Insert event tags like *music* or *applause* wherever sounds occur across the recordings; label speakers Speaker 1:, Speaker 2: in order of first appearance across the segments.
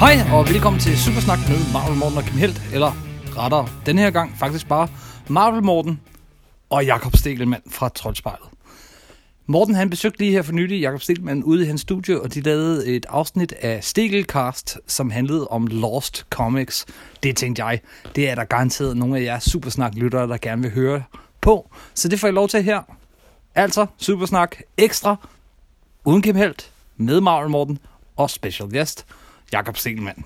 Speaker 1: Hej og velkommen til Supersnak med Marvel Morten og Kim Helt, eller rettere denne her gang faktisk bare Marvel Morten og Jakob Stegelmann fra Troldspejlet. Morten han besøgte lige her for nylig Jakob Stegelmann ude i hans studie, og de lavede et afsnit af Stegelcast, som handlede om Lost Comics. Det tænkte jeg, det er der garanteret nogle af jer Supersnak-lyttere, der gerne vil høre på. Så det får I lov til her. Altså Supersnak ekstra, uden Kim Helt, med Marvel Morten og special guest Jakob Stelmann.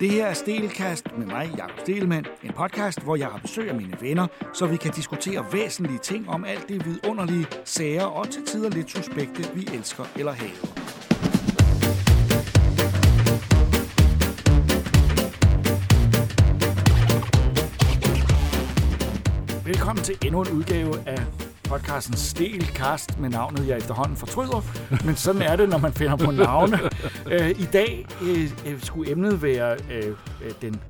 Speaker 2: Det her er Stelkast med mig, Jakob Stelmann. En podcast, hvor jeg har besøg af mine venner, så vi kan diskutere væsentlige ting om alt det vidunderlige, sager og til tider lidt suspekte, vi elsker eller hader. Velkommen til endnu en udgave af podcasten Stelkast med navnet, jeg efterhånden fortryder. Men sådan er det, når man finder på navne. Øh, I dag øh, øh, skulle emnet være øh, øh, den,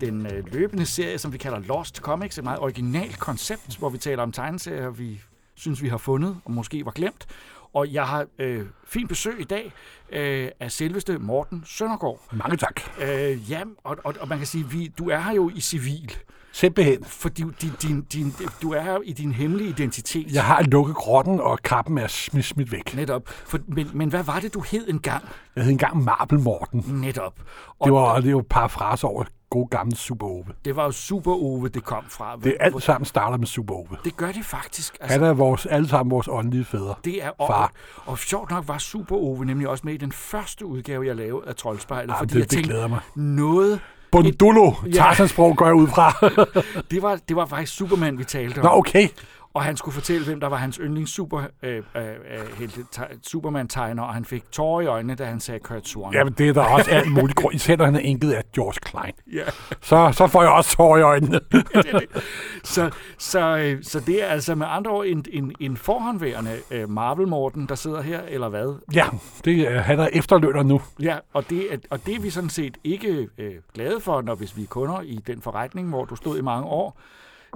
Speaker 2: den øh, løbende serie, som vi kalder Lost Comics. Et meget originalt koncept, hvor vi taler om tegneserier, vi synes, vi har fundet, og måske var glemt. Og jeg har øh, fint besøg i dag øh, af selveste Morten Søndergaard.
Speaker 3: Mange tak.
Speaker 2: Øh, ja, og, og, og man kan sige, vi, du er her jo i civil,
Speaker 3: Simpelthen.
Speaker 2: fordi din, din, din, du er her i din hemmelige identitet.
Speaker 3: Jeg har lukket grotten, og kappen er smidt, smidt væk.
Speaker 2: Netop. For, men, men hvad var det, du hed engang?
Speaker 3: Jeg hed engang Marble Morten.
Speaker 2: Netop. Og
Speaker 3: Det var, det var jo parafras over god gammel Super Ove.
Speaker 2: det var jo Super Ove, det kom fra.
Speaker 3: Det alt sammen starter med Super Ove.
Speaker 2: det gør det faktisk. Altså,
Speaker 3: Han er vores, alle sammen vores åndelige fædre.
Speaker 2: det er
Speaker 3: Far.
Speaker 2: og, og sjovt nok var Super Ove nemlig også med i den første udgave, jeg lavede af Troldspejlet.
Speaker 3: Jamen,
Speaker 2: fordi
Speaker 3: det-
Speaker 2: jeg
Speaker 3: det glæder mig.
Speaker 2: Noget,
Speaker 3: Bondulo,
Speaker 2: Ja.
Speaker 3: Tarzan-sprog går jeg ud fra. *laughs*
Speaker 2: det var, det var faktisk Superman, vi talte om.
Speaker 3: Nå, okay.
Speaker 2: Og han skulle fortælle, hvem der var hans yndlings super, øh, øh, øh, helte- te- Superman-tegner, og han fik tårer i øjnene, da han sagde Kurt Swan.
Speaker 3: Jamen, det er der også alt muligt grund. Især når han er enket af George Klein.
Speaker 2: Ja.
Speaker 3: Så, så får jeg også tårer i øjnene.
Speaker 2: Så, så, øh, så det er altså med andre ord en, en, en forhåndværende øh, Marvel-Morten, der sidder her, eller hvad?
Speaker 3: ja, det, er- han er efterlønner nu.
Speaker 2: Ja, og det, er- og det er vi sådan set ikke øh, glade for, når hvis vi er kunder i den forretning, hvor du stod i mange år.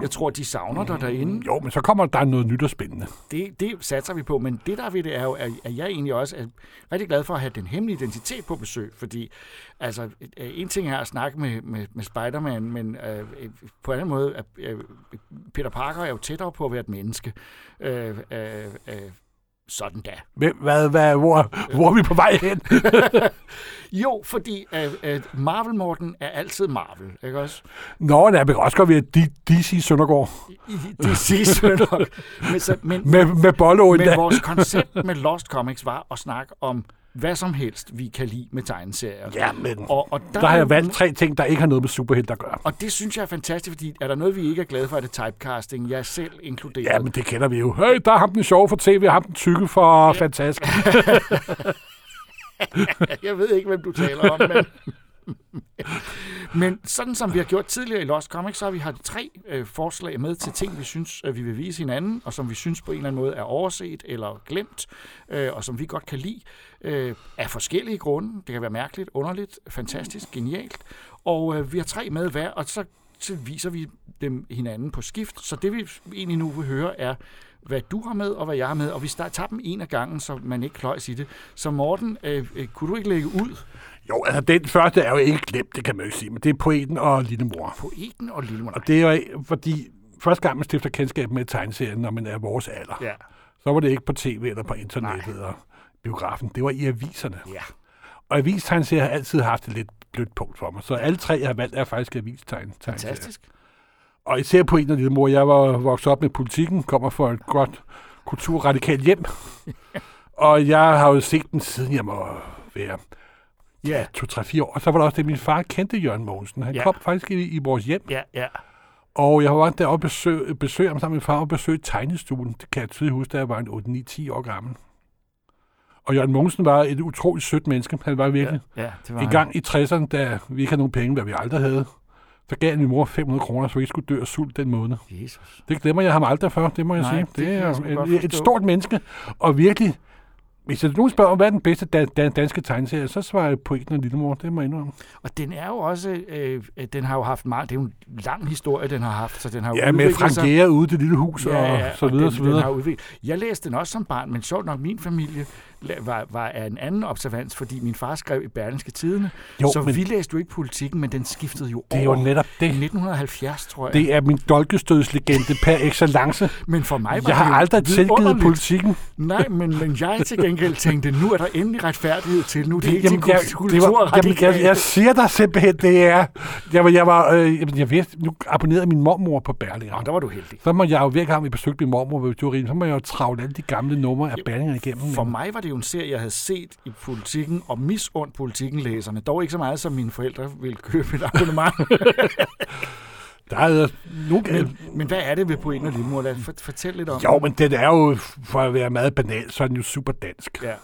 Speaker 2: Jeg tror, de savner dig derinde.
Speaker 3: Jo, men så kommer der noget nyt og spændende.
Speaker 2: Det, det satser vi på, men det der er ved det er jo, at at jeg egentlig også er rigtig glad for at have den hemmelige identitet på besøg, fordi altså, øh, en ting er at snakke med, med, med Spider-Man, men øh, øh, på en anden måde, at, øh, Peter Parker er jo tættere på at være et menneske. Øh, øh, øh, sådan da. *laughs*
Speaker 3: Hvem- Hvad, hvad, hvor, hvor er vi på vej hen?
Speaker 2: Jo, fordi øh, øh, Marvel-Morten er altid Marvel, ikke også?
Speaker 3: Nå, der kan også godt være D- DC Søndergaard.
Speaker 2: I- I- Det siges jo *laughs* nok. Men, så, men,
Speaker 3: Med, med bolleolie.
Speaker 2: Men vores koncept med Lost Comics var at snakke om hvad som helst, vi kan lide med tegneserier.
Speaker 3: Ja, men
Speaker 2: Og, og der,
Speaker 3: der har jeg valgt tre ting, der ikke har noget med superhelte at gøre.
Speaker 2: Og det synes jeg er fantastisk, fordi er der noget, vi ikke er glade for, er det typecasting. Jeg er selv inkluderet.
Speaker 3: Ja, men det kender vi jo. Hey, der er ham den sjove for tv, og ham den tykke for ja. fantastisk.
Speaker 2: Jeg ved ikke, hvem du taler om, men... Men sådan som vi har gjort tidligere i Lost Comics, så har vi haft tre øh, forslag med til ting, vi synes, øh, vi vil vise hinanden, og som vi synes på en eller anden måde er overset eller glemt, øh, og som vi godt kan lide øh, af forskellige grunde. Det kan være mærkeligt, underligt, fantastisk, genialt. Og øh, vi har tre med hver, og så, så viser vi dem hinanden på skift. Så det vi egentlig nu vil høre er, hvad du har med, og hvad jeg har med, og vi sta- tager dem en af gangen, så man ikke kløjs i det. Så Morten, øh, øh, kunne du ikke lægge ud
Speaker 3: Jo, altså den første er jo ikke glemt, det kan man jo ikke sige, men det er poeten og lillemor.
Speaker 2: poeten og Lille Monark?
Speaker 3: Og det er jo, fordi første gang man stifter kendskab med tegneserien, når man er vores alder,
Speaker 2: Ja.
Speaker 3: så var det ikke på tv eller på internettet Nej. og biografen. Det var i aviserne.
Speaker 2: ja.
Speaker 3: Og avistegneserier har altid haft et lidt blødt punkt for mig. Så alle tre, jeg har valgt, er faktisk avistegneserier.
Speaker 2: Fantastisk.
Speaker 3: Og især på en af lille mor. Jeg var vokset op med politikken, kommer fra et godt kulturradikalt
Speaker 2: *laughs*
Speaker 3: hjem. og jeg har jo set den siden jeg må være ja, 2-3-4 år. Og så var der også det, min far kendte Jørgen Mogensen. Han
Speaker 2: Ja.
Speaker 3: ja. kom faktisk i, i vores hjem.
Speaker 2: Ja, ja.
Speaker 3: Og jeg var deroppe og besøg, besøg ham sammen med min far og besøgte tegnestuen. Det kan jeg tydeligt huske, da jeg var en 8-9-10 år gammel. Og Jørgen Mogensen var et utroligt sødt menneske. Han var virkelig.
Speaker 2: ja det var
Speaker 3: En gang i 60'erne, da vi ikke havde nogen penge, hvad vi aldrig havde, så gav min mor 500 kroner, så vi ikke skulle dø af sult den måned.
Speaker 2: Jesus.
Speaker 3: Det glemmer jeg ham aldrig for, det må jeg
Speaker 2: Nej,
Speaker 3: sige.
Speaker 2: det
Speaker 3: Det
Speaker 2: kan jeg
Speaker 3: er
Speaker 2: sgu godt
Speaker 3: en, et
Speaker 2: forstå.
Speaker 3: stort menneske, og virkelig Hvis jeg nogen spørger, hvad er den bedste dan- dan- danske tegneserie, så svarer jeg Poeten og Lillemor. Det må jeg indrømme.
Speaker 2: Og den er jo også, øh, øh, den har jo haft meget, det er jo en lang historie, den har haft, så den har jo
Speaker 3: Ja, med
Speaker 2: udviklet
Speaker 3: Frank
Speaker 2: sig.
Speaker 3: Jæger ude i det lille hus ja, og så videre og
Speaker 2: den,
Speaker 3: så
Speaker 2: Den har
Speaker 3: videre.
Speaker 2: udviklet. Jeg læste den også som barn, men sjovt nok, min familie la- var, var af en anden observans, fordi min far skrev i Berlingske Tidene,
Speaker 3: Jo,
Speaker 2: så
Speaker 3: men-
Speaker 2: vi læste jo ikke politikken, men den skiftede jo
Speaker 3: Det er jo
Speaker 2: over.
Speaker 3: netop det.
Speaker 2: 1970, tror jeg. Det,
Speaker 3: Det er min dolkestødslegende per excellence.
Speaker 2: men for mig var
Speaker 3: Jeg
Speaker 2: det
Speaker 3: har
Speaker 2: jo
Speaker 3: aldrig tilgivet
Speaker 2: vidunderligt.
Speaker 3: politikken.
Speaker 2: Nej, men, men jeg til gengæld tænkte, nu er der endelig retfærdighed til. Nu er det
Speaker 3: Det,
Speaker 2: ikke
Speaker 3: jamen, jeg, det var, jamen, jeg, jeg siger dig simpelthen, det er... Jeg, var- jeg var... Øh, jamen, jeg vidste, nu abonnerede min mormor på Berlinger.
Speaker 2: Nå, der var du heldig.
Speaker 3: Så må jeg jo hver gang, vi besøgte min mormor ved Turin, så må jeg jo travle alle de gamle numre af Berlinger igennem.
Speaker 2: For mig var det jo en serie, jeg havde set i politikken, og misundt politikken-læserne. Dog ikke så meget, som mine forældre ville købe et
Speaker 3: *laughs*
Speaker 2: abonnement.
Speaker 3: Der er nu,
Speaker 2: men, men hvad er det ved Poen og Limor? Lad os for, fortæl lidt om
Speaker 3: jo, men den er jo, for at være meget banal, så er den jo super dansk.
Speaker 2: det. Ja.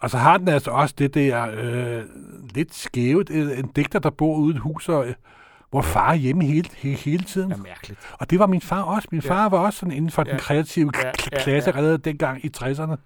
Speaker 3: Og så har den altså også det der øh, lidt skævet, øh, en digter, der bor ude i et hus, og, øh, hvor far er hjemme hele, hele, hele tiden.
Speaker 2: er mærkeligt.
Speaker 3: Og det var min far også. Min far ja. var også sådan inden for ja. den kreative
Speaker 2: Ja,
Speaker 3: ja.
Speaker 2: ja,
Speaker 3: klasse ja. allerede dengang i 60'erne.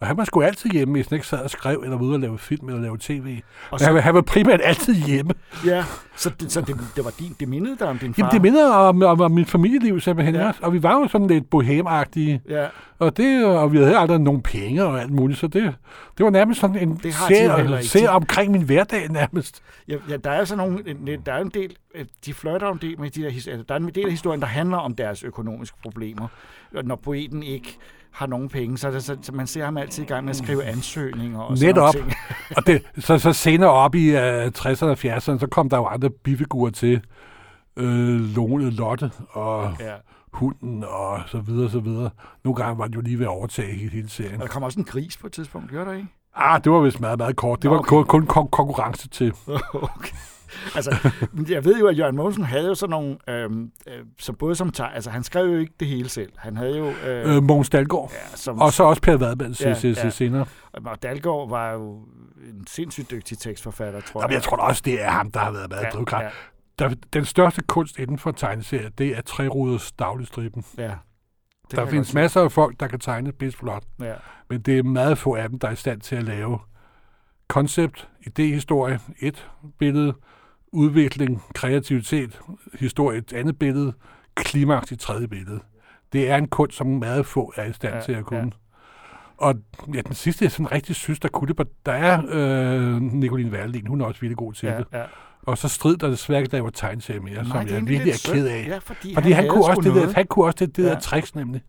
Speaker 3: Og han var sgu altid hjemme, hvis han ikke sad og skrev, eller var ude og lave film, eller lave tv. Og
Speaker 2: så-
Speaker 3: så... han, var- han var primært altid hjemme.
Speaker 2: Ja, så, det, så det, det, var din, det mindede dig om din far?
Speaker 3: Jamen, det minder om, om, om mit familieliv simpelthen
Speaker 2: Ja.
Speaker 3: ja. også. Og vi var jo sådan lidt bohemagtige.
Speaker 2: Ja,
Speaker 3: Og, det, og vi havde aldrig nogen penge og alt muligt, så det, det var nærmest sådan en
Speaker 2: Det har de jo heller
Speaker 3: serie,
Speaker 2: ikke.
Speaker 3: serie omkring min hverdag nærmest.
Speaker 2: *laughs* ja, ja, der er jo sådan nogle, en- en- der er jo en del, øh, de flirter jo en del med de der, his- altså, der er en del af historien, der handler om deres økonomiske problemer. Og Når poeten ikke har nogen penge, så, er det, så, så man ser ham altid i gang med at skrive ansøgninger og sådan nogle
Speaker 3: Netop.
Speaker 2: ting. *laughs*
Speaker 3: og det, så, så senere op i uh, 60'erne og 70'erne, så kom der jo andre bifigurer til. Øh, Lone, Lotte og
Speaker 2: Ja.
Speaker 3: hunden og så videre, så videre. Nogle gange var den jo lige ved at overtage hele, hele serien.
Speaker 2: Og der kom også en gris på et tidspunkt, gjorde
Speaker 3: *laughs*
Speaker 2: der ikke?
Speaker 3: Ah, det var vist meget, meget kort.
Speaker 2: Nå,
Speaker 3: Det var
Speaker 2: okay.
Speaker 3: kun, kun kon- konkurrence til.
Speaker 2: okay. Altså, men jeg ved jo, at Jørgen Mogensen havde jo sådan nogle, øhm, øh, så både som teg, altså han skrev jo ikke det hele selv. Han havde jo, øh, øh.
Speaker 3: Øh, Mogens Dalgaard.
Speaker 2: Ja, som,
Speaker 3: Og så også Per Vadberg
Speaker 2: Ja,
Speaker 3: ja, ja.
Speaker 2: ja.
Speaker 3: senere.
Speaker 2: og Dalgaard var jo en sindssygt dygtig tekstforfatter, tror
Speaker 3: Jamen, jeg tror da også, det er ham, der har været meget ja, drivkraft.
Speaker 2: ja,
Speaker 3: Der, den største kunst inden for tegneserier, det er treruders dagligstriben.
Speaker 2: ja. Det
Speaker 3: Der
Speaker 2: kan jeg
Speaker 3: findes
Speaker 2: godt
Speaker 3: masser af folk, der kan tegne bedst flot,
Speaker 2: se. Ja.
Speaker 3: men det er meget få af dem, der er i stand til at lave koncept, idéhistorie, et billede, udvikling, kreativitet, historie, et andet billede, klimaks i tredje billede. Det er en kunst, som meget få er i stand
Speaker 2: Ja,
Speaker 3: ja, til at kunne.
Speaker 2: ja.
Speaker 3: Ja. Og ja, den sidste, jeg sådan rigtig synes, der kunne det, var- der er øh, Nicoline Verlin, hun er også virkelig god til ja.
Speaker 2: Ja,
Speaker 3: det.
Speaker 2: ja.
Speaker 3: Og så strid der desværre ikke, der var tegneserie mere, Nej, som
Speaker 2: det er
Speaker 3: jeg
Speaker 2: egentlig
Speaker 3: virkelig
Speaker 2: lidt
Speaker 3: Altså, er ked
Speaker 2: synd.
Speaker 3: af.
Speaker 2: Ja, fordi,
Speaker 3: Fordi han,
Speaker 2: havde
Speaker 3: kunne
Speaker 2: sgu
Speaker 3: også det
Speaker 2: noget.
Speaker 3: der, han kunne også det, det
Speaker 2: Ja.
Speaker 3: der tricks nemlig.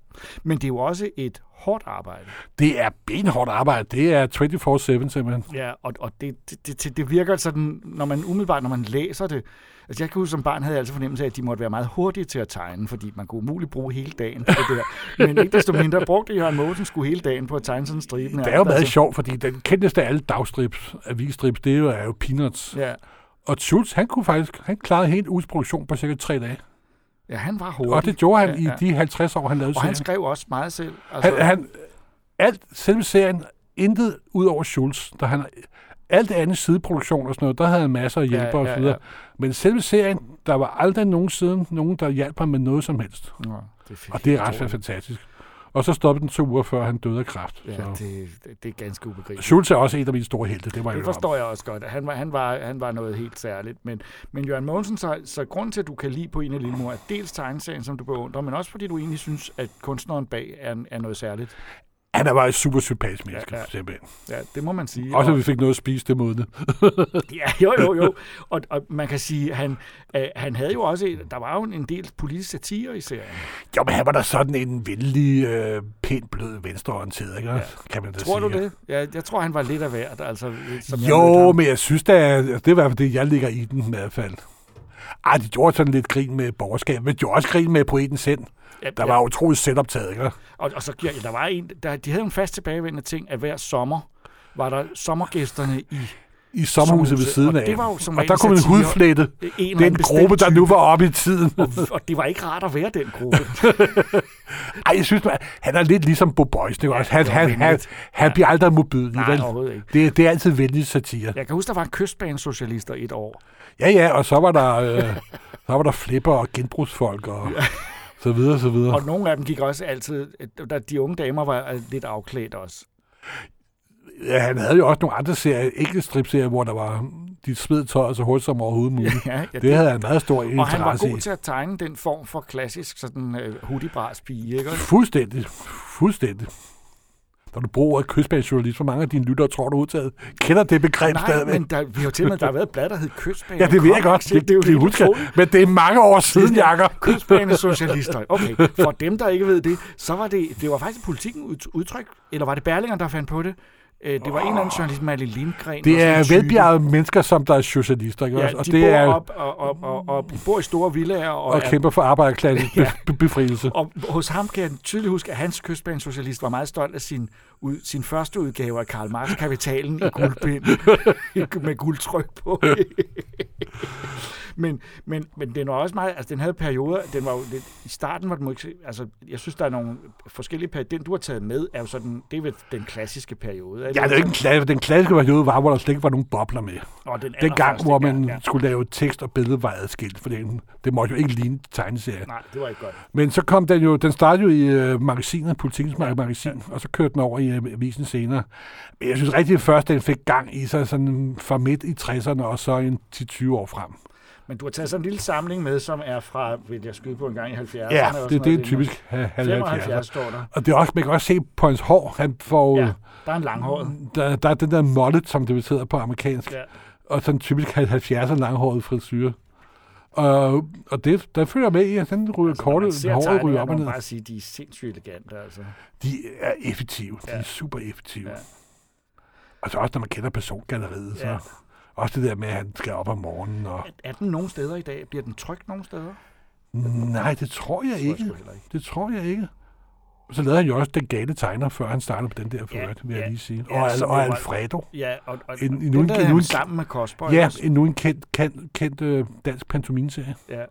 Speaker 2: Men det er jo også et hårdt arbejde.
Speaker 3: Det er benhårdt arbejde. Det er 24-7 simpelthen.
Speaker 2: Ja, og, og det, det, det, det virker sådan, når man umiddelbart, når man læser det. Altså jeg kan huske, som barn havde jeg altid fornemmelse af, at de måtte være meget hurtige til at tegne, fordi man kunne umuligt bruge hele dagen på det der. Men ikke desto mindre brugte Jørgen Mogensen skulle hele dagen på at tegne sådan en altså. striben.
Speaker 3: Det er jo meget sjovt, fordi den kendteste af alle dagstrips, avisstrips, det er jo, er jo Peanuts. Ja.
Speaker 2: Ja.
Speaker 3: Og Schultz, han kunne faktisk, han klarede helt ugens produktion på cirka tre dage.
Speaker 2: ja, han var
Speaker 3: Og
Speaker 2: hurtig.
Speaker 3: det gjorde han
Speaker 2: Ja,
Speaker 3: ja,
Speaker 2: ja.
Speaker 3: i de 50 år, han lavede
Speaker 2: Og han
Speaker 3: serien.
Speaker 2: skrev også meget selv. Altså,
Speaker 3: Han, han, alt, selve serien, intet ud over Schultz, der han, alt det andet sideproduktion og sådan noget, der havde han masser af hjælpere
Speaker 2: ja,
Speaker 3: og så videre. Men selve serien, der var aldrig nogensinde nogen, der hjalp ham med noget som helst.
Speaker 2: Nå, det fik
Speaker 3: Og det er
Speaker 2: jeg
Speaker 3: ret
Speaker 2: dårligt.
Speaker 3: fantastisk. Og så stoppede den to uger før han døde af kræft.
Speaker 2: Ja,
Speaker 3: så.
Speaker 2: det, det, det er ganske ubegribeligt.
Speaker 3: Schultz er også en af mine store helte, det var jeg
Speaker 2: Det forstår jeg også godt. Han var, han var, han var noget helt særligt. Men, men Jørgen Mogensen, så, så grund til, at du kan lide på en af Lillemor, er dels tegneserien, som du beundrer, men også fordi du egentlig synes, at kunstneren bag er, er noget særligt.
Speaker 3: Han er bare et super sympatisk menneske,
Speaker 2: Ja,
Speaker 3: ja,
Speaker 2: ja.
Speaker 3: ja. simpelthen.
Speaker 2: Ja, det må man sige.
Speaker 3: Også at
Speaker 2: Og-
Speaker 3: vi fik noget at spise det måned.
Speaker 2: *laughs* Ja, jo, jo, jo. Og, og man kan sige, han, øh, han havde jo også, et, der var jo en- en del politisk satire i serien.
Speaker 3: Jo, men han var da sådan en venlig, øh, pænt blød, venstreorienteret, ikke? Ja. kan man da
Speaker 2: Tror
Speaker 3: sige.
Speaker 2: du det? Ja, jeg tror, han var lidt af hvert. Altså, øh, som jeg mødte
Speaker 3: Jo,
Speaker 2: ham.
Speaker 3: men jeg synes da, altså, det er i hvert fald det, jeg ligger i den i hvert fald. Ej, de gjorde sådan lidt grin med borgerskab, men de gjorde også grin med poeten selv.
Speaker 2: Ja,
Speaker 3: Der
Speaker 2: ja.
Speaker 3: var utroligt selvoptaget, ikke?
Speaker 2: Og, og så ja, der var en, der, de havde jo en fast tilbagevendende ting, at hver sommer var der sommergæsterne i
Speaker 3: I sommerhuset ved
Speaker 2: Sommerhuset,
Speaker 3: siden
Speaker 2: og
Speaker 3: af.
Speaker 2: det var jo som
Speaker 3: og der
Speaker 2: regel
Speaker 3: kunne man
Speaker 2: satire.
Speaker 3: hudflætte
Speaker 2: en eller anden
Speaker 3: den
Speaker 2: bestemt
Speaker 3: gruppe, der nu
Speaker 2: type.
Speaker 3: var oppe i tiden. *laughs*
Speaker 2: Og- *laughs* og det var ikke rart at være den gruppe.
Speaker 3: Ej, jeg synes, man, han er lidt ligesom Bo Boys, det er også. Han,
Speaker 2: det er
Speaker 3: han, han,
Speaker 2: venligt.
Speaker 3: han bliver aldrig modbydelig,
Speaker 2: Nej,
Speaker 3: vel?
Speaker 2: overhovedet ikke.
Speaker 3: Det, det er altid venlig satire.
Speaker 2: Jeg kan huske, der var en kystbanesocialister et år.
Speaker 3: Ja, ja, og så var der, øh, så var der flipper og genbrugsfolk og så videre, så videre.
Speaker 2: Og nogle af dem gik også altid... Der, de unge damer var øh, lidt afklædt også.
Speaker 3: ja, han havde jo også nogle andre serier, enkelte stripserier, hvor der var de smed tøjet så hurtigt som overhovedet muligt.
Speaker 2: Ja, ja,
Speaker 3: det, det havde han meget stor interesse
Speaker 2: og han var
Speaker 3: i.
Speaker 2: god til at tegne den form for klassisk sådan øh, hoodiebras pige, ikke? også?
Speaker 3: Fuldstændig. Fuldstændig. Når du bruger ordet kystbanejournalist, hvor mange af dine lyttere tror du udtaget kender det begreb
Speaker 2: Nej,
Speaker 3: stadigvæk?
Speaker 2: men der, vi har jo til og med, der har været et blad, der hed Kystbane.
Speaker 3: ja, det ved jeg godt.
Speaker 2: Comics, ikke?
Speaker 3: Det, det, det, det husker.
Speaker 2: utroligt.
Speaker 3: jeg. Men det er mange år siden, Jakob.
Speaker 2: Kystbanesocialister. Okay, for dem, der ikke ved det, så var det, det var faktisk politikken ud- udtryk, eller var det Berlinger, der fandt på det? Øh, Det var en eller anden journalist, Malle Lindgren. og
Speaker 3: Det
Speaker 2: sådan Altså, en type.
Speaker 3: er velbjergede mennesker, som der er socialister. Ikke?
Speaker 2: Ja,
Speaker 3: også? og
Speaker 2: de
Speaker 3: det
Speaker 2: bor
Speaker 3: er
Speaker 2: op og, og, og, og, bor i store villaer. Og,
Speaker 3: og
Speaker 2: er-
Speaker 3: kæmper for arbejderklassens
Speaker 2: Ja.
Speaker 3: ja. be- befrielse.
Speaker 2: Og hos ham kan jeg tydeligt huske, at hans kystbanesocialist var meget stolt af sin, ud, sin første udgave af Karl Marx Kapitalen i guldpind, med guldtryk på. *laughs* men, men, men den var også meget, altså den havde perioder, den var jo lidt, i starten var den måske, altså jeg synes, der er nogle forskellige perioder. Den, du har taget med, er jo sådan, det er vel den klassiske periode.
Speaker 3: Ja, det er jo ikke en klasse. Den klassiske periode var, hvor der slet ikke var nogen bobler med.
Speaker 2: Nå, den
Speaker 3: Den gang,
Speaker 2: allerførste,
Speaker 3: hvor man
Speaker 2: Ja, ja.
Speaker 3: skulle lave tekst og billede var adskilt, for det, det måtte jo ikke ligne tegneserien.
Speaker 2: Nej, det var ikke godt.
Speaker 3: Men så kom den jo, den startede jo i øh, magasinet, politikens mag- magasin, og så kørte den over i øh, avisen senere. Men jeg synes rigtig først, den fik gang i sig sådan fra midt i 60'erne og så en 10-20 år frem.
Speaker 2: Men du har taget sådan en lille samling med, som er fra, vil jeg skyde på en gang i 70'erne. og
Speaker 3: Ja,
Speaker 2: sådan
Speaker 3: det,
Speaker 2: noget,
Speaker 3: det er
Speaker 2: nok
Speaker 3: typisk ha-
Speaker 2: 75
Speaker 3: 70.
Speaker 2: står der.
Speaker 3: Og det er også, man kan også se på hans hår, han får,
Speaker 2: Ja,
Speaker 3: ja.
Speaker 2: der er en langhåret.
Speaker 3: der, der er den der mullet, som det hedder på amerikansk, ja.
Speaker 2: Ja.
Speaker 3: og sådan typisk 70'er langhåret frisyr. Og, og det, der følger med i, at den ryger altså,
Speaker 2: Når man
Speaker 3: kortet,
Speaker 2: ser
Speaker 3: håret ryger
Speaker 2: tegningerne,
Speaker 3: op
Speaker 2: må
Speaker 3: og
Speaker 2: man
Speaker 3: ned.
Speaker 2: bare sige, de er sindssygt elegante, altså.
Speaker 3: De er effektive. De
Speaker 2: Ja.
Speaker 3: er super effektive.
Speaker 2: Ja.
Speaker 3: Ja. Og så også, når man kender persongalleriet, så
Speaker 2: Ja.
Speaker 3: ja. også det der med, at han skal op om morgenen. Og...
Speaker 2: Er, er den nogen steder i dag? Bliver den trygt nogen steder?
Speaker 3: Nej, det tror jeg
Speaker 2: Det tror jeg sgu
Speaker 3: ikke.
Speaker 2: heller ikke.
Speaker 3: Det tror jeg ikke. Så lavede han jo også den gale tegner, før han startede på den der for
Speaker 2: Ja,
Speaker 3: øvrigt, vil jeg
Speaker 2: ja.
Speaker 3: lige sige.
Speaker 2: Ja,
Speaker 3: Og,
Speaker 2: så
Speaker 3: Al-
Speaker 2: det
Speaker 3: og
Speaker 2: var-
Speaker 3: Alfredo.
Speaker 2: Ja, og, og
Speaker 3: En- en
Speaker 2: den
Speaker 3: uden-
Speaker 2: der
Speaker 3: en
Speaker 2: havde han
Speaker 3: uden-
Speaker 2: sammen med Cosper.
Speaker 3: Ja,
Speaker 2: også.
Speaker 3: endnu en kendt, kendt, kendt øh, dansk pantomineserie.
Speaker 2: ja.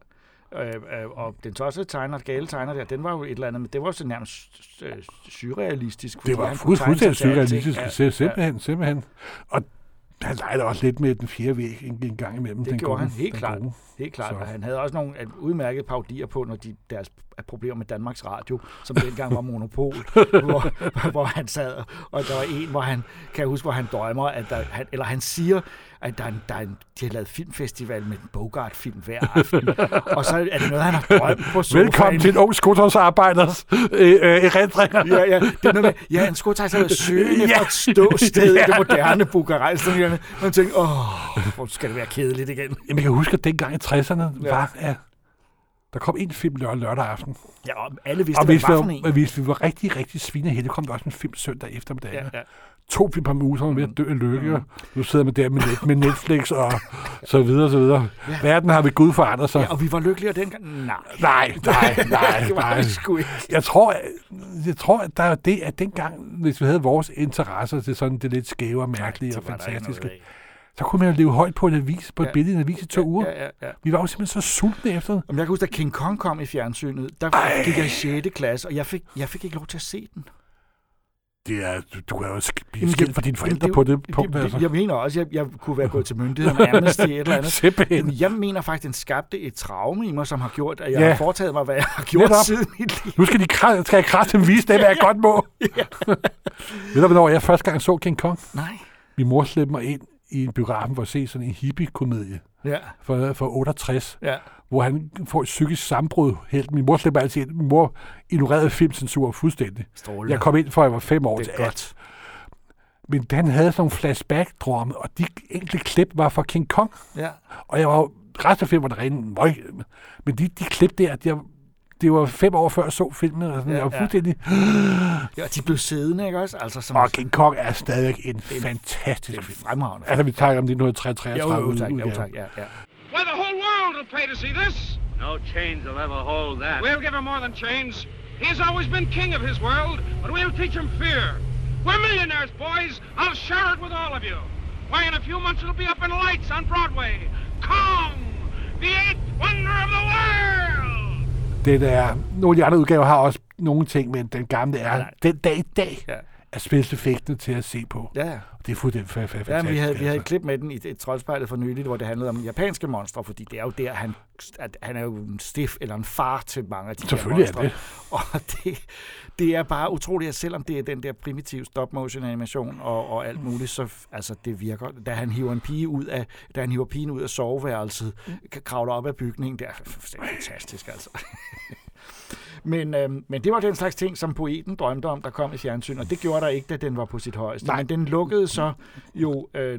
Speaker 2: Øh, øh, og den tossede tegner, gale tegner der, den var jo et eller andet, men det var jo så nærmest øh, surrealistisk. fordi
Speaker 3: Det var
Speaker 2: han
Speaker 3: fu-
Speaker 2: kunne tegne sig
Speaker 3: fuldstændig
Speaker 2: til alting.
Speaker 3: surrealistisk. Ja, simpelthen, simpelthen. Og han legede også lidt med den fjerde væg en, en gang imellem.
Speaker 2: Det
Speaker 3: den
Speaker 2: gjorde
Speaker 3: gode,
Speaker 2: han helt
Speaker 3: den
Speaker 2: klart.
Speaker 3: gode.
Speaker 2: Helt klart,
Speaker 3: Så.
Speaker 2: og han havde også nogle øh, udmærkede paudier på, når de, deres øh, problemer med Danmarks Radio, som dengang var monopol,
Speaker 3: *laughs*
Speaker 2: hvor, hvor han sad, og der var en, hvor han, kan jeg huske, hvor han drømmer, at der, han, eller han siger, at der er en, der er en, de har lavet filmfestival med en Bogart-film hver
Speaker 3: *laughs*
Speaker 2: aften, og så er det noget, han har drømt på sofaen.
Speaker 3: Velkommen til en ung skotorsarbejders øh, øh, erindringer.
Speaker 2: Ja, ja, det er noget med, ja, en skotegn har været søgen
Speaker 3: *laughs* Ja.
Speaker 2: efter et ståsted i det
Speaker 3: *laughs* Ja.
Speaker 2: moderne Bukarest. og sådan noget. Man tænkte, åh, hvor skal det være kedeligt igen.
Speaker 3: Jamen, jeg kan huske, at dengang i 60'erne
Speaker 2: Ja.
Speaker 3: ja. var, at der kom en film lør- lørdag aften.
Speaker 2: Ja, og alle vidste,
Speaker 3: Og
Speaker 2: hvad det
Speaker 3: hvis
Speaker 2: var for en.
Speaker 3: vi, hvis vi var rigtig, rigtig svineheldige, kom der også en film søndag eftermiddag.
Speaker 2: Ja,
Speaker 3: Ja.
Speaker 2: ja.
Speaker 3: To film om ugen, som var ved at dø af lykke. Mm. Nu sidder man der med, net, med Netflix og så videre, så videre.
Speaker 2: Ja.
Speaker 3: Ja. Verden har ved Gud forandret sig.
Speaker 2: Ja, og vi var lykkeligere dengang. Nej,
Speaker 3: Nej, nej, nej,
Speaker 2: *laughs* det var
Speaker 3: nej.
Speaker 2: vi sgu ikke.
Speaker 3: Jeg tror, at- jeg tror, at der er det, at dengang, hvis vi havde vores interesser til sådan det lidt skæve og mærkelige og
Speaker 2: Det var der ikke
Speaker 3: fantastiske,
Speaker 2: noget af.
Speaker 3: så kunne man jo leve højt på en avis, på et
Speaker 2: Ja.
Speaker 3: ja. billede i en avis i to uger.
Speaker 2: Ja, ja, ja.
Speaker 3: Vi var jo simpelthen så sultne efter det.
Speaker 2: Om jeg kan huske, da King Kong kom i fjernsynet, der Ej.
Speaker 3: Ej.
Speaker 2: gik jeg i 6. klasse, og jeg fik, jeg fik ikke lov til at se den.
Speaker 3: Det er, du, du er jo sk-
Speaker 2: Jamen,
Speaker 3: blive
Speaker 2: det-
Speaker 3: skilt fra dine forældre
Speaker 2: det-
Speaker 3: på det punkt,
Speaker 2: jeg,
Speaker 3: altså.
Speaker 2: jeg mener også, at jeg, jeg kunne være gået til myndighederne Amnesty et eller *laughs* andet.
Speaker 3: *laughs* Simpelthen.
Speaker 2: Jamen, Jeg mener faktisk, den skabte et traume i mig, som har gjort, at jeg
Speaker 3: Ja.
Speaker 2: har foretaget mig, hvad jeg har gjort
Speaker 3: Netop.
Speaker 2: siden mit liv.
Speaker 3: Nu skal, de kra- skal jeg kraft vise dem, at
Speaker 2: *laughs*
Speaker 3: jeg godt må. *laughs* Ved du, hvornår jeg første gang så King Kong?
Speaker 2: Nej.
Speaker 3: Min mor slæbte mig ind i en biografen for at se sådan en hippie-komedie
Speaker 2: Ja,
Speaker 3: fra, fra 68,
Speaker 2: ja.
Speaker 3: hvor han får et psykisk sambrud. Helt. Min mor slæbte mig altid ind. Min mor ignorerede filmcensur fuldstændig.
Speaker 2: Strålende.
Speaker 3: Jeg kom ind, for jeg var fem år
Speaker 2: Det er
Speaker 3: til
Speaker 2: godt.
Speaker 3: alt. Men han havde sådan nogle flashback-drømme, og de enkelte klip var fra King Kong.
Speaker 2: Ja.
Speaker 3: Og jeg var jo, resten af filmen var der rene møg. Men de, de klip der, de, det var fem år før jeg så filmen, og sådan,
Speaker 2: Ja,
Speaker 3: ja, jeg var
Speaker 2: ja.
Speaker 3: fuldstændig...
Speaker 2: ja, og de blev siddende, ikke også? Altså, som
Speaker 3: Og King Kong er stadigvæk en fantastisk
Speaker 2: en
Speaker 3: film.
Speaker 2: fremragende.
Speaker 3: Altså, vi taler om
Speaker 2: Jo,
Speaker 3: 1933.
Speaker 2: jo, tak, jo,
Speaker 3: udgaven.
Speaker 2: tak, ja, ja.
Speaker 4: Why, the whole world will pay to see this.
Speaker 5: No chains will ever hold that.
Speaker 4: We'll give him more than chains. He has always been king of his world, but we'll teach him fear. We're millionaires, boys. I'll share it with all of you. Why, in a few months, it'll be up in lights on Broadway. Kong, the eighth wonder of the world!
Speaker 3: Den er, nogle af de andre udgaver har også nogle ting, men den gamle er
Speaker 2: Nej.
Speaker 3: den dag i dag
Speaker 2: Ja.
Speaker 3: af spilseffekten til at se på.
Speaker 2: Ja, ja.
Speaker 3: Det er fuldstændig fa- fa- fantastisk.
Speaker 2: Ja, men vi havde, vi havde et
Speaker 3: altså.
Speaker 2: klip med den i et troldspejlet for nyligt, hvor det handlede om japanske monstre, fordi det er jo der, han, at han er jo en stif eller en far til mange af de
Speaker 3: Selvfølgelig
Speaker 2: her
Speaker 3: er
Speaker 2: monstre. Og *laughs* det, det er bare utroligt, at selvom det er den der primitive stop-motion animation og, og alt muligt, så f- altså, det virker. Da han hiver en pige ud af, da han hiver pigen ud af soveværelset, k- kravler op af bygningen, det er fuldstændig fantastisk, altså. *laughs* Men, øhm, men det var den slags ting, som poeten drømte om, der kom i fjernsyn, og det gjorde der ikke, da den var på sit højeste. Nej. Men den lukkede så jo øh, øh,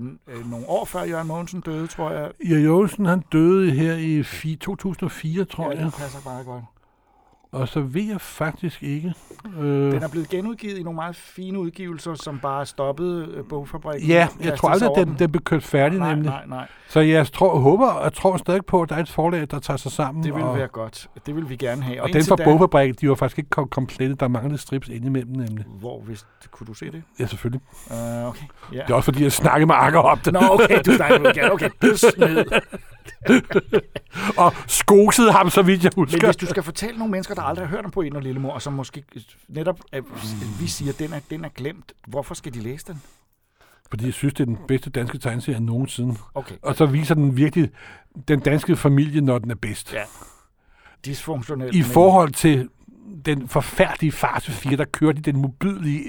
Speaker 2: nogle år før Jørgen Mogensen døde, tror jeg.
Speaker 3: Ja, Jørgensen, han døde her i fi- 2004, tror
Speaker 2: Ja,
Speaker 3: jeg.
Speaker 2: det passer meget godt.
Speaker 3: Og så ved jeg faktisk ikke. Øh,
Speaker 2: Den er blevet genudgivet i nogle meget fine udgivelser, som bare stoppede øh, bogfabrikken.
Speaker 3: ja, jeg
Speaker 2: Kastede
Speaker 3: tror
Speaker 2: sig
Speaker 3: aldrig,
Speaker 2: over
Speaker 3: den, den blev kørt færdig
Speaker 2: Nej,
Speaker 3: nemlig.
Speaker 2: nej, nej.
Speaker 3: Så jeg tror, håber og tror stadig på, at der er et forlag, der tager sig sammen.
Speaker 2: Det ville
Speaker 3: og,
Speaker 2: være godt. Det ville vi gerne have.
Speaker 3: og den
Speaker 2: indtil
Speaker 3: fra
Speaker 2: da-
Speaker 3: Bogfabrik, de var faktisk ikke kom- komplettet. Der manglede strips indimellem nemlig.
Speaker 2: Hvor hvis, kunne du se det?
Speaker 3: Ja, selvfølgelig.
Speaker 2: Uh, okay. Ja.
Speaker 3: Det er også fordi, jeg snakkede med Akker om det.
Speaker 2: Nå, okay, du snakker med gerne. Okay, det er
Speaker 3: *laughs*
Speaker 2: sned.
Speaker 3: Og skosede ham, så vidt jeg
Speaker 2: Men
Speaker 3: husker.
Speaker 2: hvis du skal fortælle nogle mennesker, der aldrig har hørt om Poeten og Lillemor, og som måske netop, at vi siger, at den er, den er glemt, hvorfor skal de læse den?
Speaker 3: Fordi jeg synes, det er den bedste danske tegneserie nogensinde.
Speaker 2: Okay,
Speaker 3: Og så viser den virkelig den danske familie, når den er bedst.
Speaker 2: Ja. dysfunktionel.
Speaker 3: I
Speaker 2: men-
Speaker 3: forhold til den forfærdelige farse 4, der kørte i den mobydelige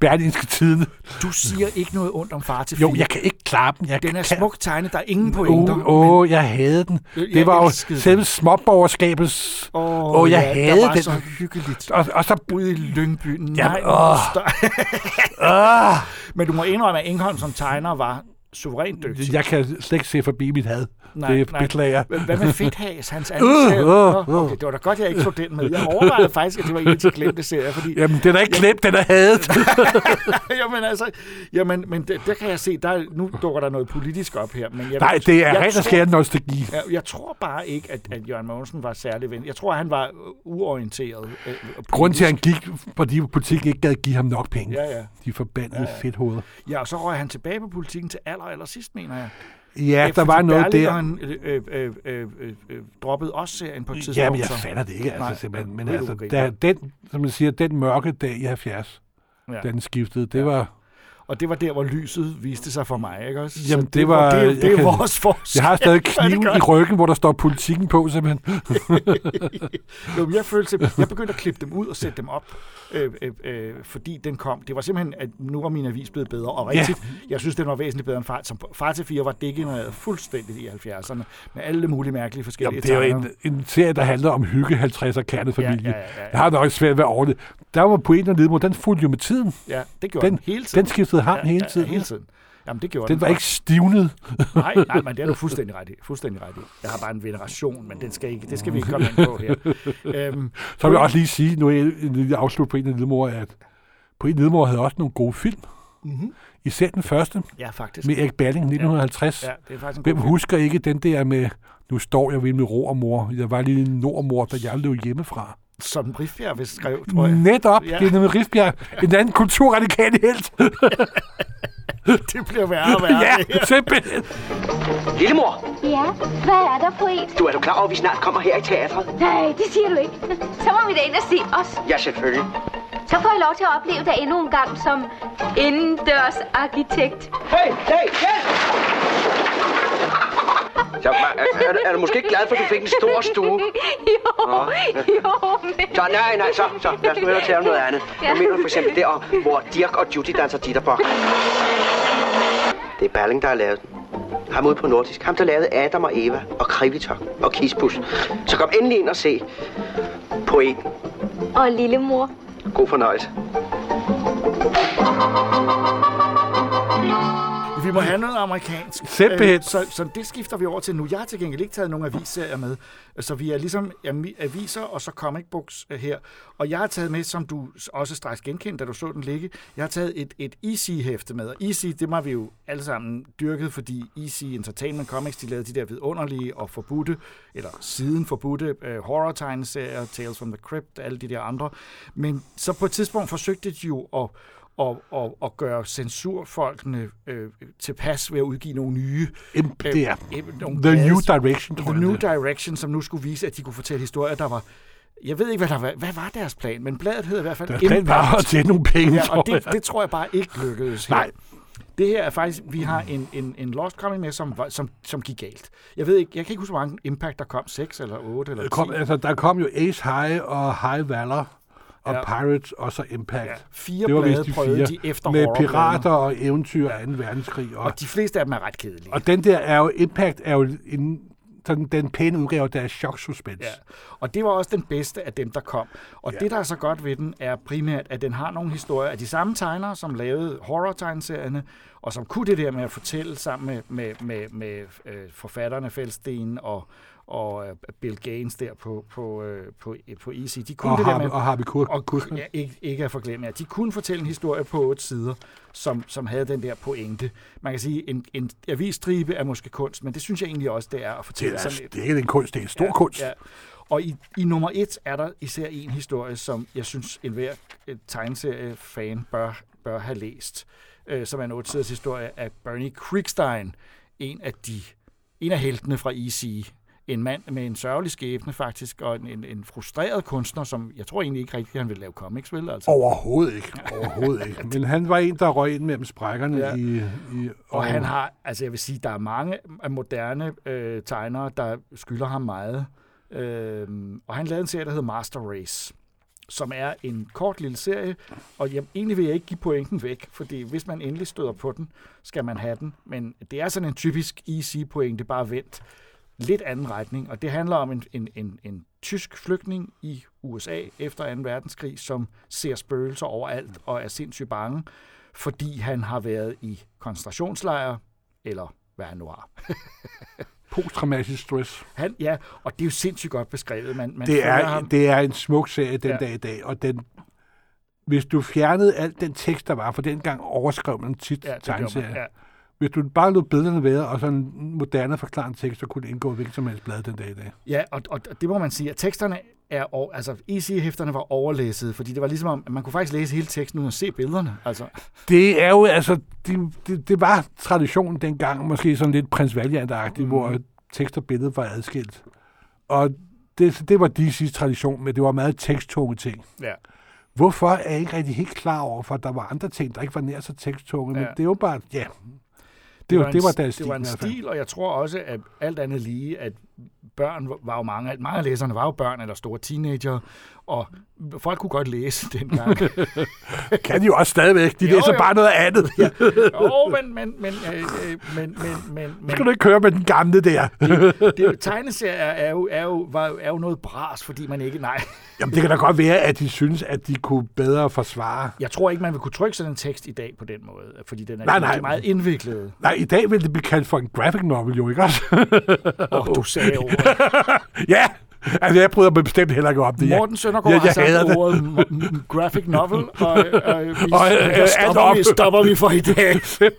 Speaker 3: berlinske tiden.
Speaker 2: Du siger ikke noget ondt om far til
Speaker 3: Jo,
Speaker 2: fire.
Speaker 3: jeg kan ikke klare dem. Jeg
Speaker 2: Den er
Speaker 3: kan...
Speaker 2: smukt tegnet, der er ingen pointer.
Speaker 3: Åh, oh, oh, jeg havde den.
Speaker 2: Jeg
Speaker 3: Det var jo
Speaker 2: elskede den.
Speaker 3: selve småborgerskabets...
Speaker 2: Åh,
Speaker 3: Åh, jeg havde
Speaker 2: der var
Speaker 3: den.
Speaker 2: så hyggeligt.
Speaker 3: Og, og så...
Speaker 2: Ude i Lyngby. Nej,
Speaker 3: Jamen,
Speaker 2: hvor
Speaker 3: åh.
Speaker 2: støj.
Speaker 3: Ah,
Speaker 2: Men du må indrømme, at Ingholm som tegner var suverænt dygtig.
Speaker 3: jeg kan slet ikke se forbi mit had.
Speaker 2: Nej,
Speaker 3: det
Speaker 2: nej.
Speaker 3: beklager jeg.
Speaker 2: Hvad med Fedthas,
Speaker 3: *laughs*
Speaker 2: hans anden serie?
Speaker 3: Øh, øh,
Speaker 2: Nå, Okay, det var da godt, jeg ikke tog den med. Jeg overvejede faktisk, at det var en af de glemte serier, fordi
Speaker 3: Jamen, den er ikke klemt, den er hadet.
Speaker 2: *laughs* jamen altså, jamen, men der, der kan jeg se, der, nu dukker der noget politisk op her. Men jeg,
Speaker 3: Nej, det er
Speaker 2: jeg
Speaker 3: rent og
Speaker 2: tror-
Speaker 3: skært nostalgi.
Speaker 2: Jeg, jeg tror bare ikke, at, at Jørgen Mogensen var særlig ven. Jeg tror, han var øh, uorienteret. Øh, og
Speaker 3: Grunden til, at
Speaker 2: politisk.
Speaker 3: han gik, fordi politikken ikke gad give ham nok penge.
Speaker 2: Ja, ja.
Speaker 3: De forbandede ja, ja. fedthoveder.
Speaker 2: Ja, og så røg han tilbage på politikken til aller, aller sidst, mener jeg.
Speaker 3: Ja, der var noget der.
Speaker 2: Han øh, øh, øh, øh, øh, droppede også serien på et tidspunkt.
Speaker 3: Jamen, jeg
Speaker 2: så-
Speaker 3: fatter det ikke, altså,
Speaker 2: Nej,
Speaker 3: Nej, simpelthen. Men
Speaker 2: det er
Speaker 3: altså,
Speaker 2: okay.
Speaker 3: da, den, som man siger, den mørke dag i 70,
Speaker 2: Ja.
Speaker 3: ja. da den skiftede, det var...
Speaker 2: Og det var der, hvor lyset viste sig for mig, ikke også? Så
Speaker 3: Jamen, det var-
Speaker 2: Det, det,
Speaker 3: jeg
Speaker 2: det er
Speaker 3: kan-
Speaker 2: vores forskel.
Speaker 3: Jeg
Speaker 2: *laughs*
Speaker 3: har stadig
Speaker 2: hvor er det
Speaker 3: kniven i ryggen, hvor der står politikken på, simpelthen.
Speaker 2: *laughs* Jo, men jeg, følte, simpel- jeg begyndte at klippe dem ud og sætte dem op, øh, øh, øh, fordi den kom. Det var simpelthen, at nu var min avis blevet bedre, og
Speaker 3: Ja.
Speaker 2: rigtigt, ja. jeg synes, den var væsentligt bedre end Far, som Far til 4 var degenereret fuldstændigt i 70'erne, med alle mulige mærkelige forskellige
Speaker 3: Jamen, det er jo
Speaker 2: tegner.
Speaker 3: en, en serie, der handler om hygge 50'er
Speaker 2: Ja,
Speaker 3: kernefamilie.
Speaker 2: ja, ja, ja.
Speaker 3: Jeg har nok svært ved at ordne. Der var pointen og Lidmore, den fulgte jo med tiden.
Speaker 2: Ja, det gjorde den,
Speaker 3: Den,
Speaker 2: den hele tiden.
Speaker 3: den skiftede ham hele tiden.
Speaker 2: Ja, hele tiden. Jamen, det gjorde den.
Speaker 3: Den var ikke stivnet.
Speaker 2: Nej, nej, men det er du fuldstændig ret i. Fuldstændig ret i. Jeg har bare en veneration, men den skal ikke, det skal vi ikke komme ind på
Speaker 3: *laughs*
Speaker 2: her. Øhm,
Speaker 3: Så vil jeg også lige sige, nu er jeg en lille afslut på en af Lidmore, at på en Lidmore havde også nogle gode film.
Speaker 2: Mhm.
Speaker 3: Især den første
Speaker 2: ja, faktisk.
Speaker 3: med Erik Berling 1950.
Speaker 2: Ja, det er faktisk en
Speaker 3: Hvem
Speaker 2: god film.
Speaker 3: husker ikke den der med, nu står jeg ved min ro og mor. Jeg var lige en nordmor, da jeg løb hjemmefra.
Speaker 2: Som Riffbjerg vil skrev, tror jeg.
Speaker 3: Netop,
Speaker 2: Ja.
Speaker 3: ja. det er nemlig Rifbjerg, en anden kulturradikal helt.
Speaker 2: *laughs* Det bliver værre og værre. det *laughs* her.
Speaker 3: *laughs* ja, simpelthen.
Speaker 6: Lillemor,
Speaker 7: Ja, hvad er der, poet?
Speaker 6: du er du klar over, at vi snart kommer her i teatret?
Speaker 7: Nej, det siger du ikke. Så må vi da ind og se os.
Speaker 6: Ja, selvfølgelig.
Speaker 7: Så får jeg lov til at opleve dig endnu en gang som indendørsarkitekt.
Speaker 6: Hey, hey, hey! Så, er, er, er, du måske ikke glad for, at du fik en stor stue?
Speaker 7: *laughs* jo, jo, men...
Speaker 6: Så nej, nej, så, så lad os nu hellere tale om noget andet. Jeg mener for eksempel der, om, hvor Dirk og Judy danser ditterbok. Det er Balling, der har lavet den. Ham ude på Nordisk. Ham, der lavede Adam og Eva og Krivitok og Kispus. Så kom endelig ind og se poeten.
Speaker 7: Og lillemor.
Speaker 6: God fornøjelse.
Speaker 2: Vi må have noget amerikansk.
Speaker 3: Simpelthen.
Speaker 2: Øh, Så, så det skifter vi over til nu. Jeg har til gengæld ikke taget nogen avisserier med. Så vi er ligesom ami- aviser og så comic books øh, her. Og jeg har taget med, som du s- også straks genkendte, da du så den ligge, jeg har taget et, et Easy-hæfte med. Og Easy, det må vi jo alle sammen dyrket, fordi Easy Entertainment Comics, de lavede de der vidunderlige og forbudte, eller siden forbudte, øh, horror-tegneserier, Tales from the Crypt, alle de der andre. Men så på et tidspunkt forsøgte de jo at og, og, og gøre censurfolkene øh, tilpas ved at udgive nogle nye...
Speaker 3: Jamen, det er
Speaker 2: øh, nogle
Speaker 3: The
Speaker 2: blade-
Speaker 3: New Direction, tror
Speaker 2: The
Speaker 3: jeg.
Speaker 2: New
Speaker 3: det er.
Speaker 2: Direction, som nu skulle vise, at de kunne fortælle historier, der var Jeg ved ikke, hvad, der var, hvad var deres plan, men bladet hed i hvert fald
Speaker 3: Deres plan var at tjene nogle penge,
Speaker 2: Ja, og
Speaker 3: tror
Speaker 2: det,
Speaker 3: jeg.
Speaker 2: det tror jeg bare ikke lykkedes her.
Speaker 3: Nej.
Speaker 2: Det her er faktisk, vi har en, en, en lost coming med, som, var- som, som gik galt. Jeg ved ikke, jeg kan ikke huske, hvor mange impact der kom. 6 eller 8 eller
Speaker 3: Der
Speaker 2: 10.
Speaker 3: kom, altså, der kom jo Ace High og High Valor og
Speaker 2: Ja.
Speaker 3: ja. Pirates og så Impact.
Speaker 2: Ja,
Speaker 3: Ja.
Speaker 2: fire blade prøvede de efter
Speaker 3: med
Speaker 2: horrorplader.
Speaker 3: pirater og eventyr af 2. verdenskrig. Og,
Speaker 2: Og de fleste af dem er ret kedelige.
Speaker 3: og den der er jo, Impact er jo en, sådan, den pæne udgave af deres chok-suspense.
Speaker 2: Ja.
Speaker 3: Ja.
Speaker 2: Og det var også den bedste af dem, der kom. Og ja.
Speaker 3: Ja.
Speaker 2: det, der er så godt ved den, er primært, at den har nogle historier af de samme tegnere, som lavede horror-tegneserierne, og som kunne det der med at fortælle sammen med, med, med, med øh, forfatterne Feldstein og, og øh, Bill Gaines der på, på, øh, på, på EC. De kunne
Speaker 3: Og,
Speaker 2: det der
Speaker 3: Harvey,
Speaker 2: med,
Speaker 3: og Harvey Kur-
Speaker 2: og
Speaker 3: Kurtzman.
Speaker 2: ja, ikke, ikke at forglemme, ja. De kunne fortælle en historie på otte sider, som, som havde den der pointe. Man kan sige, en, en avisstribe er måske kunst, men det synes jeg egentlig også, det er at
Speaker 3: Det
Speaker 2: fortælle
Speaker 3: er,
Speaker 2: sådan
Speaker 3: det er ikke en kunst, det er en stor ja, kunst.
Speaker 2: Ja. Og i, i nummer et er der især en historie, som jeg synes, enhver øh, tegneseriefan bør, bør have læst, øh, som er en otte-siders historie af Bernie Krigstein, en af de en af heltene fra EC. En mand med en sørgelig skæbne faktisk, og en, en, en frustreret kunstner, som jeg tror egentlig ikke rigtig, han vil lave comics, vel? Altså.
Speaker 3: Overhovedet ikke.
Speaker 2: *laughs*
Speaker 3: Overhovedet ikke. Men han var en, der røg ind mellem sprækkerne
Speaker 2: Ja.
Speaker 3: ja. i... i
Speaker 2: Og han har, altså jeg vil sige, der er mange af moderne øh, tegnere, der skylder ham meget. Øhm, og han lavede en serie, der hedder Master Race, som er en kort lille serie, og jeg, egentlig vil jeg ikke give pointen væk, fordi hvis man endelig støder på den, skal man have den. Men det er sådan en typisk EC-pointe, bare vent. Lidt anden retning, og det handler om en, en, en, en tysk flygtning i USA efter 2. verdenskrig, som ser spøgelser overalt og er sindssygt bange fordi han har været i koncentrationslejre, eller hvad han nu har.
Speaker 3: Posttraumatisk stress.
Speaker 2: Han, ja, og det er jo sindssygt godt beskrevet. Man, man
Speaker 3: Det
Speaker 2: følger
Speaker 3: er,
Speaker 2: ham.
Speaker 3: det er en smuk serie den
Speaker 2: Ja.
Speaker 3: ja. dag i dag, og den, hvis du fjernede alt den tekst, der var, for dengang overskrev man tit
Speaker 2: ja,
Speaker 3: ja,
Speaker 2: det gjorde man.
Speaker 3: tegneserier.
Speaker 2: Ja.
Speaker 3: Ja. Hvis du bare lod billederne være, og sådan en moderne forklarende tekst, så kunne det indgå i hvilket som helst blad den dag i dag.
Speaker 2: Ja, og, og, og det må man sige, at teksterne er, over, altså EC-hæfterne var overlæsset, fordi det var ligesom om, at man kunne faktisk læse hele teksten uden at se billederne. Altså,
Speaker 3: Det er jo, altså, det, det, det var traditionen dengang, måske sådan lidt prins valiant mm. hvor tekst og billede var adskilt. Og det, det var DC's tradition, men det var meget teksttunge ting.
Speaker 2: ja.
Speaker 3: Hvorfor er jeg ikke rigtig helt klar over, for der var andre ting, der ikke var nær så teksttunge, ja.
Speaker 2: Ja.
Speaker 3: men det er jo bare, ja, det, var, det var deres stil.
Speaker 2: det var en
Speaker 3: i hvert fald.
Speaker 2: stil, og jeg tror også, at alt andet lige, at børn var jo mange, at mange af læserne var jo børn eller store teenager, og folk kunne godt læse *laughs* dengang.
Speaker 3: Kan de jo også stadigvæk. De
Speaker 2: Jo,
Speaker 3: læser
Speaker 2: jo.
Speaker 3: bare noget andet. *laughs* Ja.
Speaker 2: Åh, men, men, men, øh, øh, men, men, men, men,
Speaker 3: Skal du ikke køre med den gamle der? *laughs*
Speaker 2: det er jo, tegneserier er jo, er, jo, var, jo- er jo noget bras, fordi man ikke... Nej,
Speaker 3: Jamen, det kan da godt være, at de synes, at de kunne bedre forsvare.
Speaker 2: jeg tror ikke, man vil kunne trykke sådan en tekst i dag på den måde, øh, fordi den er
Speaker 3: Nej,
Speaker 2: nej,
Speaker 3: nej.
Speaker 2: nej. meget indviklet.
Speaker 3: Nej, i dag ville det blive kaldt for en graphic novel, jo ikke også? *laughs*
Speaker 2: Og du sagde jo,
Speaker 3: oh. ja! Altså, jeg bryder mig bestemt heller ikke om det.
Speaker 2: Morten Søndergaard
Speaker 3: jeg,
Speaker 2: har
Speaker 3: jeg hader
Speaker 2: sagt
Speaker 3: det.
Speaker 2: ordet m- m- graphic
Speaker 3: *laughs*
Speaker 2: novel, og, og, vi,
Speaker 3: Og, øh,
Speaker 2: der
Speaker 3: alt
Speaker 2: stopper,
Speaker 3: op.
Speaker 2: vi, stopper vi for i
Speaker 3: *laughs*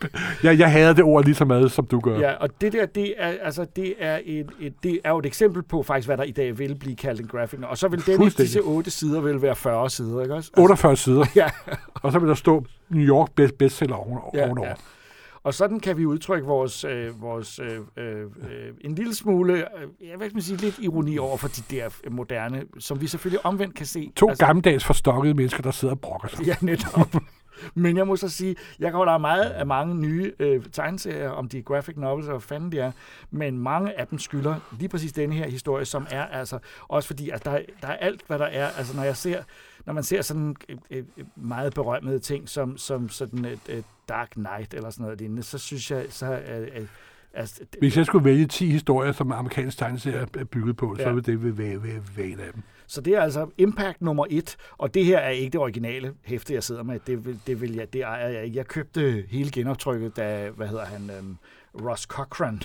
Speaker 2: dag.
Speaker 3: Jeg, jeg hader det ord lige så meget, som du gør.
Speaker 2: Ja, og det der, det er, altså, det er, et, et, det er jo et eksempel på faktisk, hvad der i dag vil blive kaldt en graphic novel. Og så vil denne,
Speaker 3: Fuldstændig.
Speaker 2: disse
Speaker 3: Oh.
Speaker 2: otte sider vil være 40 sider, ikke også?
Speaker 3: 48 sider,
Speaker 2: Ja,
Speaker 3: og så vil der stå New York best bestseller ovenover.
Speaker 2: Ja,
Speaker 3: Ja, ja.
Speaker 2: ja. Og sådan kan vi udtrykke vores, øh, vores øh, øh, øh, en lille smule, øh, jeg vil ikke sige lidt ironi over for de der øh, moderne, som vi selvfølgelig omvendt kan se.
Speaker 3: To altså, gammeldags forstokkede mennesker, der sidder og brokker
Speaker 2: *laughs*
Speaker 3: sig.
Speaker 2: Ja, netop. Men jeg må så sige, jeg kan jo der er meget af mange nye øh, tegneserier, om de er graphic novels og hvad fanden de er, men mange af dem skylder lige præcis denne her historie, som er altså, også fordi, at der, er- der er alt, hvad der er, altså når jeg ser, når man ser sådan øh, øh, meget berømmede ting, som, som sådan et, øh, Dark Knight eller sådan noget lignende, så synes jeg, så øh, øh, altså, det-
Speaker 3: Hvis jeg skulle vælge 10 historier, som amerikansk tegneserie er bygget på, ja.
Speaker 2: Ja.
Speaker 3: så ville det være, være, være en af dem.
Speaker 2: Så det er altså Impact nummer et, og det her er ikke det originale hæfte, jeg sidder med. Det, vil, det, vil jeg, det ejer jeg ikke. Jeg købte hele genoptrykket, da, hvad hedder han, øhm, Ross Cochran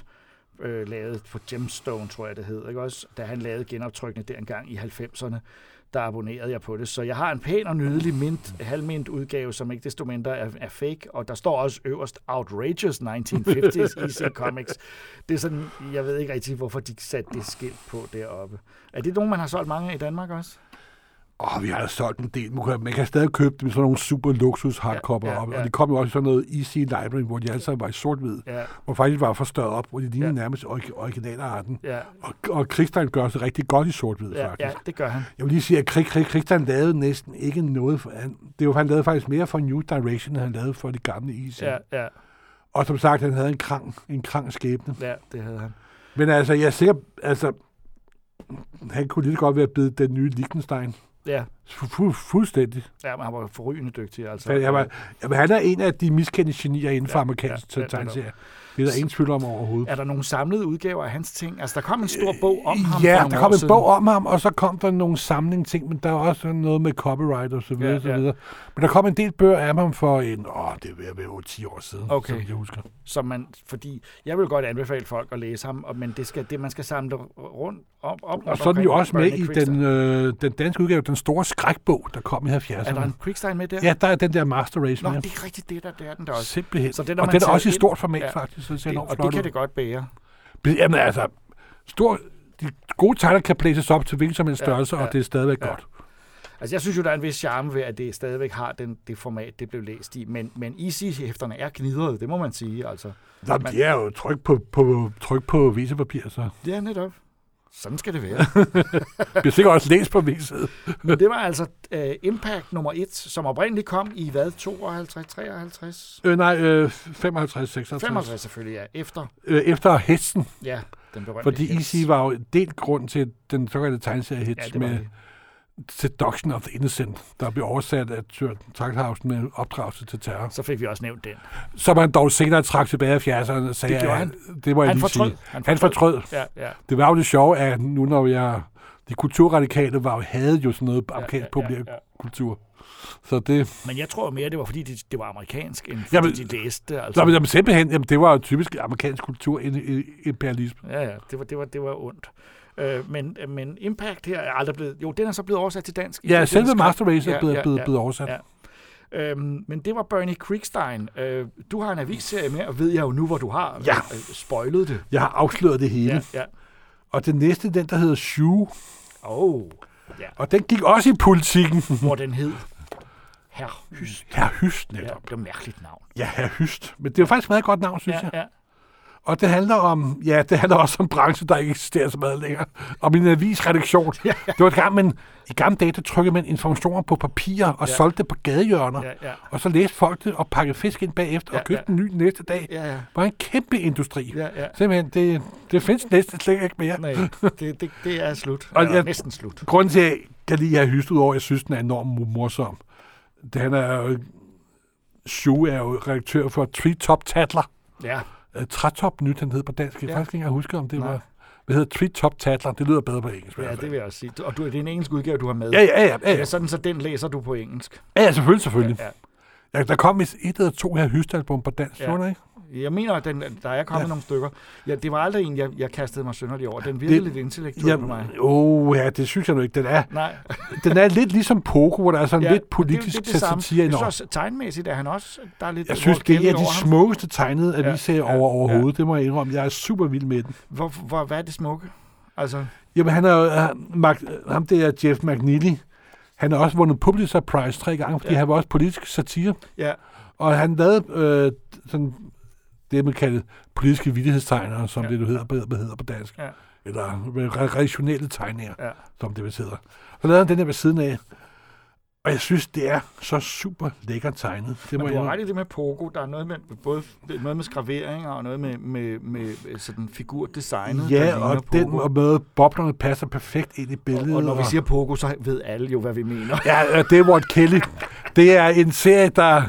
Speaker 2: øh, lavede på Gemstone, tror jeg det hed, ikke også? Da han lavede genoptrykkene der engang i 90'erne, der abonnerede jeg på det. Så jeg har en pæn og nydelig mint, halvmint udgave, som ikke desto mindre er, er fake, og der står også øverst Outrageous 1950s EC Comics. Det er sådan, jeg ved ikke rigtig, hvorfor de satte det skilt på deroppe. Er det nogen, man har solgt mange af i Danmark også?
Speaker 3: Åh, vi har da solgt en del. Man kan, man kan stadig købe dem i sådan nogle super luksus hardcover.
Speaker 2: Ja,
Speaker 3: Ja,
Speaker 2: ja,
Speaker 3: ja,
Speaker 2: ja.
Speaker 3: Og de kom jo også i sådan noget Easy Library, hvor de alle sammen var i sort-hvid.
Speaker 2: Ja.
Speaker 3: Hvor faktisk var forstørret op, hvor de lignede
Speaker 2: Ja.
Speaker 3: ja. nærmest orig- originalarten.
Speaker 2: Ja.
Speaker 3: Og, og Christian gør sig rigtig godt i sort-hvid,
Speaker 2: Ja,
Speaker 3: faktisk.
Speaker 2: ja, det gør han.
Speaker 3: Jeg vil lige sige, at Krik, Krik, Christian lavede næsten ikke noget. For, han, det var, han lavede faktisk mere for New Direction, end han lavede for det gamle Easy.
Speaker 2: Ja, ja,
Speaker 3: Og som sagt, han havde en krang, en krang skæbne.
Speaker 2: ja, det havde han.
Speaker 3: Men altså, jeg ser, altså, han kunne lige så godt være blevet den nye Liechtenstein.
Speaker 2: Ja,
Speaker 3: Fu- fu- fuldstændig.
Speaker 2: ja men han var forrygende dygtig. Altså.
Speaker 3: Han, han, var, jamen, han er en af de miskendte genier inden for
Speaker 2: Ja,
Speaker 3: amerikansk
Speaker 2: ja,
Speaker 3: ja,
Speaker 2: ja,
Speaker 3: ja, tegneserier. Det er der ingen tvivl om overhovedet.
Speaker 2: Er der nogle samlede udgaver af hans ting? Altså, der kom en stor bog om ham. for
Speaker 3: Ja,
Speaker 2: nogle år
Speaker 3: der kom en
Speaker 2: siden.
Speaker 3: bog om ham, og så kom der nogle samling ting, men der var også sådan noget med copyright og så videre,
Speaker 2: Ja,
Speaker 3: ja, ja.
Speaker 2: ja.
Speaker 3: så videre. Men der kom en del bøger af ham for en, åh, det er ved at være over 10 år siden,
Speaker 2: Okay.
Speaker 3: som jeg husker.
Speaker 2: som man, fordi jeg vil godt anbefale folk at læse ham, og, men det, skal, det man skal samle rundt om. om
Speaker 3: Og så er den jo også med i den, øh, den danske udgave, den store skrækbog, der kom i
Speaker 2: Er der
Speaker 3: 70'erne.
Speaker 2: en Quickstein med der?
Speaker 3: Ja, der er den der Master Race
Speaker 2: Nå,
Speaker 3: med.
Speaker 2: det er rigtigt, det er der, det er den der også.
Speaker 3: Simpelthen.
Speaker 2: Så
Speaker 3: Så
Speaker 2: den
Speaker 3: den
Speaker 2: har
Speaker 3: og
Speaker 2: man
Speaker 3: den er også i
Speaker 2: taget
Speaker 3: stort
Speaker 2: ind.
Speaker 3: format,
Speaker 2: Ja.
Speaker 3: ja. faktisk. Så det ser
Speaker 2: Det,
Speaker 3: enormt
Speaker 2: og
Speaker 3: flot
Speaker 2: det kan
Speaker 3: ud.
Speaker 2: det godt bære.
Speaker 3: Jamen altså, stor, de gode tegner kan blæses op til hvilken som helst størrelse, ja, ja. og det er stadigvæk ja. godt.
Speaker 2: Altså, jeg synes jo, der er en vis charme ved, at det stadigvæk har den, det format, det blev læst i. Men, men Easy-hæfterne er knidrede, det må man sige. Altså.
Speaker 3: Nå, men det er jo tryk på, på, tryk på visepapir, så
Speaker 2: Det er netop. Sådan skal det være.
Speaker 3: *laughs* det bliver sikkert også læst på viset.
Speaker 2: Men det var altså uh, Impact nummer 1, som oprindeligt kom i hvad? 52, 53?
Speaker 3: Øh, nej, øh, 55, 56.
Speaker 2: 55 selvfølgelig, ja. Efter,
Speaker 3: Øh, efter Hetsen,
Speaker 2: ja, den berømte
Speaker 3: fordi
Speaker 2: hits.
Speaker 3: Easy var jo en del grund til den såkaldte tegneserie
Speaker 2: Ja,
Speaker 3: Hits
Speaker 2: det var
Speaker 3: med
Speaker 2: det.
Speaker 3: Seduction of the Innocent, der blev oversat af Tjørn Trakthausen med opdragelse til terror.
Speaker 2: Så fik vi også nævnt den.
Speaker 3: Som han dog senere trak tilbage af 70'erne, sagde
Speaker 2: Det gjorde
Speaker 3: at- Det må jeg
Speaker 2: Han
Speaker 3: lige
Speaker 2: fortrød.
Speaker 3: sige.
Speaker 2: Han
Speaker 3: Han fortrød.
Speaker 2: Ja, ja.
Speaker 3: Det var jo det sjove, at nu når jeg... De kulturradikale var, jo- havde jo sådan noget amerikansk
Speaker 2: ja, ja,
Speaker 3: populær
Speaker 2: ja.
Speaker 3: kultur. Så det...
Speaker 2: Men jeg tror mere, det var fordi, det, det var amerikansk, end fordi
Speaker 3: Jamen-
Speaker 2: de læste. det, Altså.
Speaker 3: Så, men, jamen, simpelthen, jamen, det var jo typisk amerikansk kultur i, i, imperialisme.
Speaker 2: Ja, ja, det var, det var, det var ondt. Øh, men, men Impact her er aldrig blevet... Jo, den er så blevet oversat til dansk.
Speaker 3: Ja, selve
Speaker 2: skrev-
Speaker 3: Master Race er blevet, blevet, blevet oversat.
Speaker 2: Ja. Øhm, men det var Bernie Kriegstein. Øh, du har en avisserie med, og ved jeg jo nu, hvor du har
Speaker 3: Ja.
Speaker 2: øh, spoilet det.
Speaker 3: Jeg har afsløret det hele.
Speaker 2: Ja, ja.
Speaker 3: Og det næste, den der hedder Shoe,
Speaker 2: Oh, ja.
Speaker 3: og den gik også i politikken.
Speaker 2: Hvor den hed Herr Hyst.
Speaker 3: Herr Hyst
Speaker 2: Ja,
Speaker 3: netop.
Speaker 2: det var et mærkeligt navn.
Speaker 3: Ja, Herr Hyst. Men det er faktisk et meget godt navn, synes jeg.
Speaker 2: Ja, ja.
Speaker 3: Og det handler om, ja, det handler også om branche, der ikke eksisterer så meget længere. Om en avisredaktion. Det var et gang, man, i gamle dage, der trykkede man informationer på papir og
Speaker 2: Ja.
Speaker 3: ja. solgte det på gadehjørner.
Speaker 2: Ja, ja.
Speaker 3: Og så læste folk det og pakkede fisk ind bagefter
Speaker 2: Ja,
Speaker 3: og købte
Speaker 2: ja.
Speaker 3: en ny næste dag.
Speaker 2: Ja, ja.
Speaker 3: Det var en kæmpe industri.
Speaker 2: Ja, ja.
Speaker 3: Simpelthen, det, det findes næsten slet ikke mere.
Speaker 2: Nej, det, det, det er slut.
Speaker 3: Og
Speaker 2: Eller,
Speaker 3: jeg-
Speaker 2: næsten slut.
Speaker 3: Grunden til, at jeg kan lide at hyste ud over, at jeg synes, den er enormt mo- morsom. Det, han er jo... Shu er jo redaktør for Tree Top Tattler.
Speaker 2: Ja,
Speaker 3: Uh, Trætop Nyt, han hed på dansk. Jeg
Speaker 2: Ja.
Speaker 3: kan faktisk ikke engang huske, om det
Speaker 2: Nej.
Speaker 3: var... Hvad hedder Tree Top Tattler? Det lyder bedre på engelsk. i
Speaker 2: ja,
Speaker 3: hvert
Speaker 2: det
Speaker 3: fald.
Speaker 2: vil jeg også sige. Og du, det er en engelsk udgave, du har med.
Speaker 3: Ja, ja, ja. ja,
Speaker 2: Ja, sådan så den læser du på engelsk.
Speaker 3: ja. ja selvfølgelig, selvfølgelig.
Speaker 2: Ja,
Speaker 3: Ja, ja. Der kom vist et eller to her hystealbum på dansk,
Speaker 2: Ja.
Speaker 3: ja. ikke?
Speaker 2: Jeg mener, at den, der er kommet ja.
Speaker 3: Ja.
Speaker 2: nogle stykker. Ja, det var aldrig en, jeg, jeg kastede mig synderligt over. Den virkede
Speaker 3: Det-
Speaker 2: lidt intellektuel på mig.
Speaker 3: Jamen, oh, ja, det synes jeg nu ikke. Den er,
Speaker 2: Nej.
Speaker 3: den er lidt ligesom Poco, hvor der er sådan
Speaker 2: Ja,
Speaker 3: ja, lidt
Speaker 2: det,
Speaker 3: politisk
Speaker 2: det, er det samme.
Speaker 3: satire
Speaker 2: Jeg
Speaker 3: ind
Speaker 2: synes
Speaker 3: over.
Speaker 2: også, tegnmæssigt er han også... Der er lidt
Speaker 3: Jeg synes, det er en
Speaker 2: Kjeld
Speaker 3: af de
Speaker 2: over ham.
Speaker 3: smukkeste tegnede avisserier
Speaker 2: ja,
Speaker 3: ja, over, overhovedet.
Speaker 2: ja.
Speaker 3: Det må jeg indrømme. Jeg er super vild med den.
Speaker 2: Hvor, hvor, hvad er det smukke? Altså,
Speaker 3: Jamen, han er jo, han- Mac- ham der Jeff McNeely, han har også vundet Pulitzer Prize tre gange, fordi
Speaker 2: Ja.
Speaker 3: ja. han var også politisk satire.
Speaker 2: ja,
Speaker 3: Og han lavede øh, sådan, det, man kalder politiske vittighedstegnere, som
Speaker 2: Ja.
Speaker 3: ja. det nu hedder, bedre hedder på dansk.
Speaker 2: Ja.
Speaker 3: Eller øh, re- relationelle tegninger,
Speaker 2: Ja.
Speaker 3: ja. som det vist hedder. Så lavede han den der ved siden af. Og jeg synes, det er så super lækkert tegnet. Det
Speaker 2: men
Speaker 3: må
Speaker 2: du
Speaker 3: jeg
Speaker 2: har ret
Speaker 3: indrømme.
Speaker 2: i det med Pogo. Der er noget med, både noget med skraveringer og noget med, med, med sådan figurdesignet, der
Speaker 3: Ja,
Speaker 2: ligner
Speaker 3: og den
Speaker 2: Pogo.
Speaker 3: og måde, boblerne passer perfekt ind i billedet.
Speaker 2: og, og når vi siger Pogo, så ved alle jo, hvad vi mener.
Speaker 3: Ja, og det er Walt Kelly. Det er en serie, der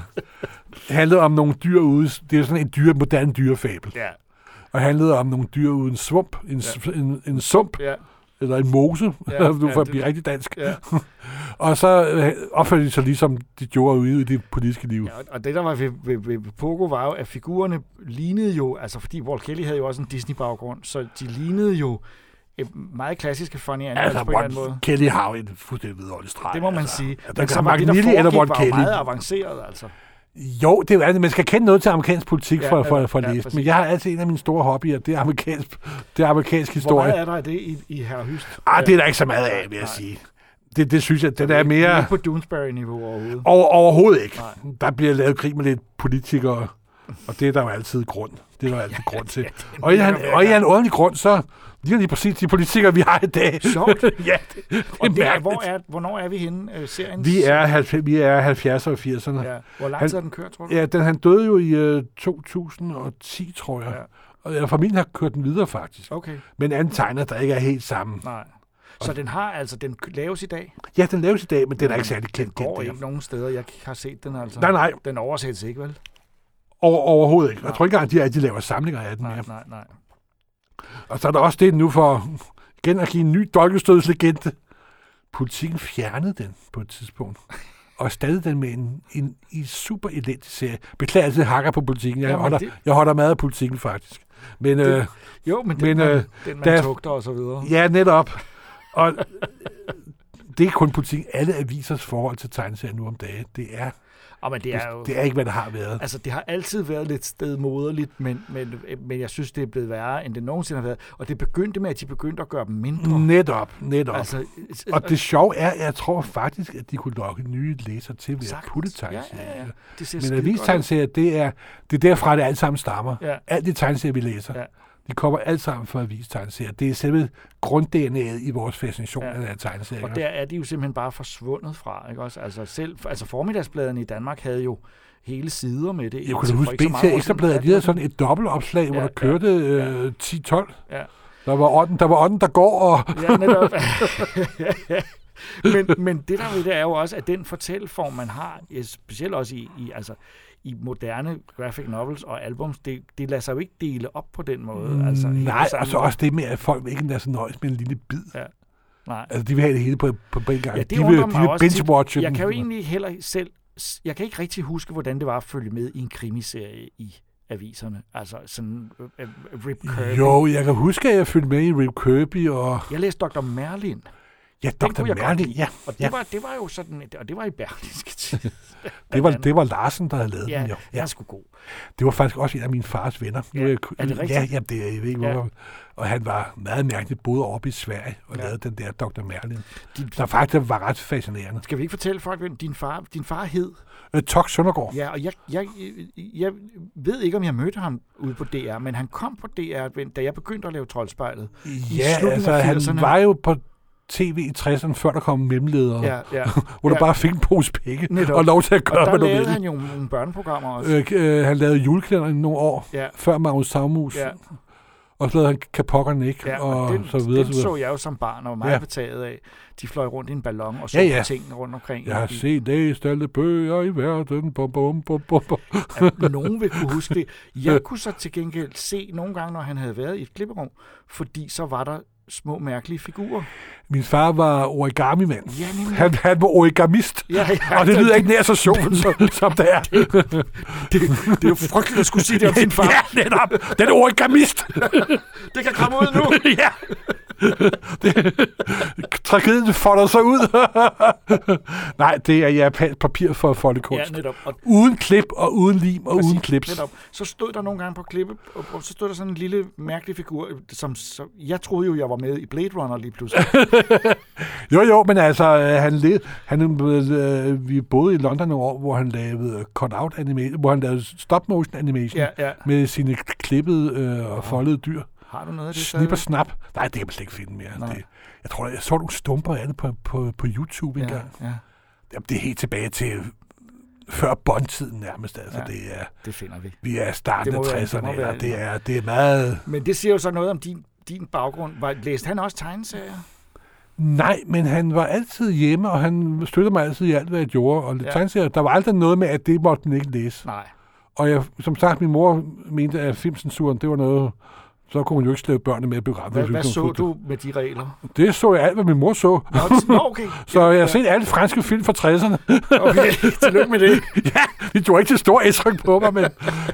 Speaker 3: handlede om nogle dyr ude. Det er sådan en dyre, moderne dyrefabel.
Speaker 2: Ja,
Speaker 3: Og handlede om nogle dyr uden svump. En, ja. en, en sump,
Speaker 2: ja.
Speaker 3: eller en mose,
Speaker 2: Ja,
Speaker 3: ja, *laughs* du
Speaker 2: ja,
Speaker 3: får
Speaker 2: det-
Speaker 3: ja, blive rigtig dansk.
Speaker 2: Ja.
Speaker 3: Ja. *laughs* og så øh, opførte de sig ligesom de gjorde ude i det politiske liv.
Speaker 2: Ja, og- og det, der var ved, ved, ved Pogo, var jo, at figurerne lignede jo, altså fordi Walt Kelly havde jo også en Disney-baggrund, så de lignede jo øh, meget klassiske funny animals
Speaker 3: altså,
Speaker 2: på en eller anden måde.
Speaker 3: Walt Kelly har jo en fuldstændig vidunderlig streg.
Speaker 2: Det må man
Speaker 3: altså.
Speaker 2: sige.
Speaker 3: Ja, der
Speaker 2: Men så
Speaker 3: kan
Speaker 2: var
Speaker 3: Mark
Speaker 2: det, der
Speaker 3: Neely
Speaker 2: foregik,
Speaker 3: eller
Speaker 2: var
Speaker 3: Walt
Speaker 2: jo
Speaker 3: Kelly.
Speaker 2: meget avanceret, altså.
Speaker 3: Jo, det er jo andet. Man skal kende noget til amerikansk politik
Speaker 2: Ja,
Speaker 3: for, for, for at
Speaker 2: ja,
Speaker 3: læse.
Speaker 2: præcis.
Speaker 3: Men jeg har altid en af mine store hobbyer, det er amerikansk, det er amerikansk
Speaker 2: Hvor
Speaker 3: historie.
Speaker 2: meget er der af det i, i Herre Hyst?
Speaker 3: Ah, det er der ikke så meget af, vil jeg
Speaker 2: Nej.
Speaker 3: sige. det, det synes jeg, den er
Speaker 2: Ja.
Speaker 3: mere...
Speaker 2: Ikke Øh, på Doonesbury-niveau overhovedet.
Speaker 3: Over, overhovedet ikke.
Speaker 2: Nej.
Speaker 3: Nej. Der bliver lavet krig med lidt politikere, og det er der jo altid grund. Det er der jo altid grund til. Og i, han, og i en ordentlig grund, så ligner lige præcis de politikere, vi har i
Speaker 2: *laughs*
Speaker 3: dag.
Speaker 2: Sjovt.
Speaker 3: *laughs* ja, det, det
Speaker 2: Og det er,
Speaker 3: mærkeligt.
Speaker 2: hvor er, hvornår er vi henne? Øh, serien?
Speaker 3: Vi er, 90, vi er 70'erne og 80'erne.
Speaker 2: Ja. Hvor lang
Speaker 3: Han-
Speaker 2: tid har den kørt, tror du?
Speaker 3: Ja, den, han døde jo i øh, 2010, tror jeg.
Speaker 2: Ja.
Speaker 3: Ja. Og ja, familien har kørt den videre, faktisk.
Speaker 2: Okay,
Speaker 3: Men anden tegner, der ikke er helt sammen.
Speaker 2: nej. Så den har altså, den k- laves i dag?
Speaker 3: Ja, den laves i dag, men den Altså, er ikke særlig kendt.
Speaker 2: Går
Speaker 3: den der.
Speaker 2: ikke nogen steder, jeg har set den altså.
Speaker 3: Nej, nej,
Speaker 2: Den oversættes ikke, vel?
Speaker 3: over, overhovedet ikke. Jeg tror ikke engang, de, er, at de laver samlinger af den.
Speaker 2: Nej,
Speaker 3: mere.
Speaker 2: nej, nej.
Speaker 3: Og så er der også det nu for igen at give en ny dolkestødslegende. Politikken fjernede den på et tidspunkt. Og stadig den med en, en, en super elendig serie. Beklager altid hakker på politikken. Jeg,
Speaker 2: Jamen,
Speaker 3: holder,
Speaker 2: det-
Speaker 3: det... jeg holder meget af politikken, faktisk. Men det... øh,
Speaker 2: Jo, men, den,
Speaker 3: Men,
Speaker 2: man,
Speaker 3: øh,
Speaker 2: den man
Speaker 3: der-
Speaker 2: tugter og så videre.
Speaker 3: ja, netop. Og *laughs* det er ikke kun politikken. Alle avisers forhold til tegneserier nu om dagen, det er,
Speaker 2: Og men det er jo...
Speaker 3: det er ikke, hvad det har været.
Speaker 2: Altså, det har altid været lidt stedmoderligt, men, men, øh, men jeg synes, det er blevet værre, end det nogensinde har været. Og det begyndte med, at de begyndte at gøre dem mindre.
Speaker 3: Netop, netop.
Speaker 2: Altså,
Speaker 3: Mm. Og det sjove er, at jeg tror faktisk, at de kunne lokke nye læsere til ved at
Speaker 2: Sagtens.
Speaker 3: putte
Speaker 2: ja,
Speaker 3: tegneserier.
Speaker 2: ja, ja. Det ser
Speaker 3: Men
Speaker 2: skide godt
Speaker 3: avistegnserier, det er, det er derfra, det alt sammen stammer.
Speaker 2: Ja.
Speaker 3: Ja. Alt det tegneserier, vi læser,
Speaker 2: Ja.
Speaker 3: ja. de kommer alt sammen fra avistegneserier. Det er selve grund i vores fascination
Speaker 2: Ja.
Speaker 3: ja. af
Speaker 2: ud.
Speaker 3: tegneserier.
Speaker 2: Og der er de jo simpelthen bare forsvundet fra, ikke også? Altså, selv, altså formiddagsbladene i Danmark havde jo hele sider med det.
Speaker 3: jeg kunne
Speaker 2: indtil
Speaker 3: da
Speaker 2: for
Speaker 3: huske,
Speaker 2: ikke så
Speaker 3: at
Speaker 2: mange år
Speaker 3: Ekstrabladet,
Speaker 2: siden.
Speaker 3: de havde sådan et dobbeltopslag, ja, hvor
Speaker 2: Ja,
Speaker 3: der kørte
Speaker 2: ja,
Speaker 3: øh, 10-12.
Speaker 2: Ja.
Speaker 3: Der var ånden, der, var ånden, der går, og
Speaker 2: Ja, netop. *laughs* men, men det der er ved det er jo også, at den fortælleform, man har, eh, specielt også i, i, altså, i moderne graphic novels og albums, det, det lader sig jo ikke dele op på den måde. Altså, helt
Speaker 3: Mm, nej,
Speaker 2: sammen.
Speaker 3: og så også det med, at folk ikke lader sig nøjes med en lille bid.
Speaker 2: Ja. Nej.
Speaker 3: Altså, de vil have det hele på, på, på en gang.
Speaker 2: Ja,
Speaker 3: de
Speaker 2: det
Speaker 3: vil,
Speaker 2: undrer
Speaker 3: de
Speaker 2: mig
Speaker 3: vil
Speaker 2: også tit.
Speaker 3: binge-watche
Speaker 2: Jeg
Speaker 3: dem.
Speaker 2: kan jo egentlig heller ikke selv... Jeg kan ikke rigtig huske, hvordan det var at følge med i en krimiserie i aviserne. Altså sådan øh, øh, Rip Curl.
Speaker 3: Jo, jeg kan huske, at jeg fulgte med i Rip Kirby, og
Speaker 2: Jeg læste Dr. Merlin,
Speaker 3: ja, Dr.
Speaker 2: kunne jeg godt
Speaker 3: Merlin,
Speaker 2: lide.
Speaker 3: ja.
Speaker 2: og det,
Speaker 3: ja.
Speaker 2: var, det var jo sådan, og det var i berlingske tid.
Speaker 3: *laughs* Det var, det var Larsen, der havde lavet
Speaker 2: Ja,
Speaker 3: den, jo.
Speaker 2: ja. jeg
Speaker 3: Ja.
Speaker 2: er sgu god.
Speaker 3: Det var faktisk også en af min fars venner. Nu
Speaker 2: Ja.
Speaker 3: jeg-
Speaker 2: Er det rigtigt?
Speaker 3: Ja, jamen, det, jeg ved ikke,
Speaker 2: Ja.
Speaker 3: hvorfor. Og han var meget mærkeligt, boede oppe i Sverige og
Speaker 2: Ja.
Speaker 3: ja. lavede den der Dr. Merlin,
Speaker 2: Din,
Speaker 3: der faktisk var ret fascinerende.
Speaker 2: skal vi ikke fortælle folk, hvem din far, din far hed?
Speaker 3: Øh, Tok Søndergaard.
Speaker 2: Ja, og jeg, jeg, jeg ved ikke, om jeg mødte ham ude på DR, men han kom på DR, da jeg begyndte at lave Troldspejlet. i slutningen
Speaker 3: ja
Speaker 2: af
Speaker 3: altså, han
Speaker 2: 80'erne.
Speaker 3: var jo på tv i 60'erne, før der kom memledere,
Speaker 2: Ja,
Speaker 3: ja.
Speaker 2: *laughs* ja.
Speaker 3: hvor du
Speaker 2: ja.
Speaker 3: bare fik en pose penge
Speaker 2: Netop.
Speaker 3: og lov til at
Speaker 2: og *laughs*
Speaker 3: gøre,
Speaker 2: der
Speaker 3: hvad du
Speaker 2: lavede
Speaker 3: ville.
Speaker 2: han jo nogle børneprogrammer også.
Speaker 3: Øh, k- øh, han lavede juleklæder i nogle år,
Speaker 2: Ja.
Speaker 3: før Magnus Savmus,
Speaker 2: Ja.
Speaker 3: ja. og så lavede han Kapok og Nick,
Speaker 2: Ja,
Speaker 3: og,
Speaker 2: den,
Speaker 3: så videre.
Speaker 2: den
Speaker 3: så
Speaker 2: så
Speaker 3: videre.
Speaker 2: jeg jo som barn og var meget ja.
Speaker 3: Ja.
Speaker 2: betaget af. De fløj rundt i en ballon og så
Speaker 3: Ja,
Speaker 2: ja,
Speaker 3: ja.
Speaker 2: ja. tingene rundt omkring.
Speaker 3: Jeg har
Speaker 2: I-
Speaker 3: set læst alle bøger i verden. Bum, bum, bum, bum, bum.
Speaker 2: at nogen vil kunne huske det. *laughs* Jeg kunne så til gengæld se nogle gange, når han havde været i et klipperum, fordi så var der små mærkelige figurer.
Speaker 3: Min far var origami-mand.
Speaker 2: Ja, nemlig.
Speaker 3: Han, han var origamist.
Speaker 2: Ja, ja,
Speaker 3: og det lyder ikke nær så sjovt, som, som det er.
Speaker 2: Det, det er jo frygteligt at skulle sige det om sin far.
Speaker 3: *laughs* Ja, netop. Den er origamist.
Speaker 2: Det kan komme *laughs* ud nu.
Speaker 3: ja. Det, tragedien folder sig ud. *laughs* Nej, det er japansk papir for
Speaker 2: Ja,
Speaker 3: folkekunst.
Speaker 2: netop. Og
Speaker 3: uden klip og uden lim og uden klips.
Speaker 2: Netop. Så stod der nogle gange på klippe, og, og så stod der sådan en lille mærkelig figur, øh, som, som jeg troede jo, jeg var med i Blade Runner lige pludselig. *laughs*
Speaker 3: Jo, jo, men altså, øh, han, led, han er blevet, øh, vi boede i London nogle år, hvor han lavede øh, cut-out animation, hvor han lavede stop-motion animation
Speaker 2: Ja, ja.
Speaker 3: med sine klippede øh, og foldede dyr.
Speaker 2: Har du noget af det?
Speaker 3: Snip og
Speaker 2: stadigvæk?
Speaker 3: snap. Nej, det kan man slet ikke finde mere.
Speaker 2: Nej.
Speaker 3: Det, jeg tror, jeg så nogle stumper af det på, på, på YouTube engang. Ja.
Speaker 2: ja, ja,
Speaker 3: Jamen, det er helt tilbage til øh, før bondtiden nærmest. Altså,
Speaker 2: Ja.
Speaker 3: ja. det er,
Speaker 2: det finder vi.
Speaker 3: vi er starten
Speaker 2: Det
Speaker 3: af
Speaker 2: må være- det må
Speaker 3: 60'erne,
Speaker 2: være-
Speaker 3: og det er, det er meget...
Speaker 2: Men det siger jo så noget om din, din baggrund. Var, læste han også tegneserier?
Speaker 3: Nej, men han var altid hjemme, og han støttede mig altid i alt, hvad jeg gjorde. Og
Speaker 2: Ja.
Speaker 3: ja. tegneserier, der var aldrig noget med, at det måtte man ikke læse.
Speaker 2: Nej.
Speaker 3: Og jeg, som sagt, min mor mente, at filmcensuren, det var noget... Så kunne hun jo ikke slæve børnene med i biografen.
Speaker 2: Hvad,
Speaker 3: hvis
Speaker 2: hvad
Speaker 3: hun
Speaker 2: så
Speaker 3: skulle-
Speaker 2: du med de *laughs* regler?
Speaker 3: Det så jeg alt, hvad min mor så.
Speaker 2: Nå, t- Nå, *laughs* okay.
Speaker 3: Så jeg har set alle franske film fra 60'erne.
Speaker 2: *laughs* Okay, tillykke med det.
Speaker 3: *laughs* ja, det gjorde ikke det store indtryk på mig, men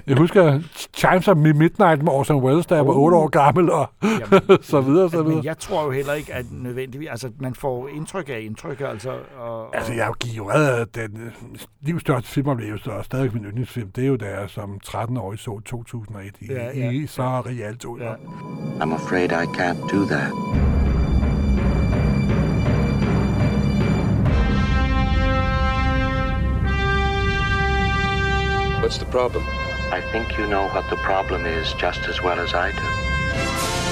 Speaker 3: jeg husker Chimes of Midnight med Orson Welles, da jeg var 8 år gammel, og
Speaker 2: Uh. Jamen,
Speaker 3: *laughs* så videre, så videre.
Speaker 2: Men jeg tror jo heller ikke, at nødvendigvis... Altså, man får indtryk af indtryk, altså. Og, og,
Speaker 3: Altså, jeg er jo givet af den øh, livsstørste filmoplevelse, og stadig min yndlingsfilm, det er jo da jeg som 13-årig så 2001 i,
Speaker 2: Ja,
Speaker 3: ja,
Speaker 2: ja.
Speaker 3: ja. i så reelt ud.
Speaker 2: Ja.
Speaker 3: Ja.
Speaker 6: I'm afraid I can't do that.
Speaker 8: What's the problem?
Speaker 6: I think you know what the problem is just as well as I do.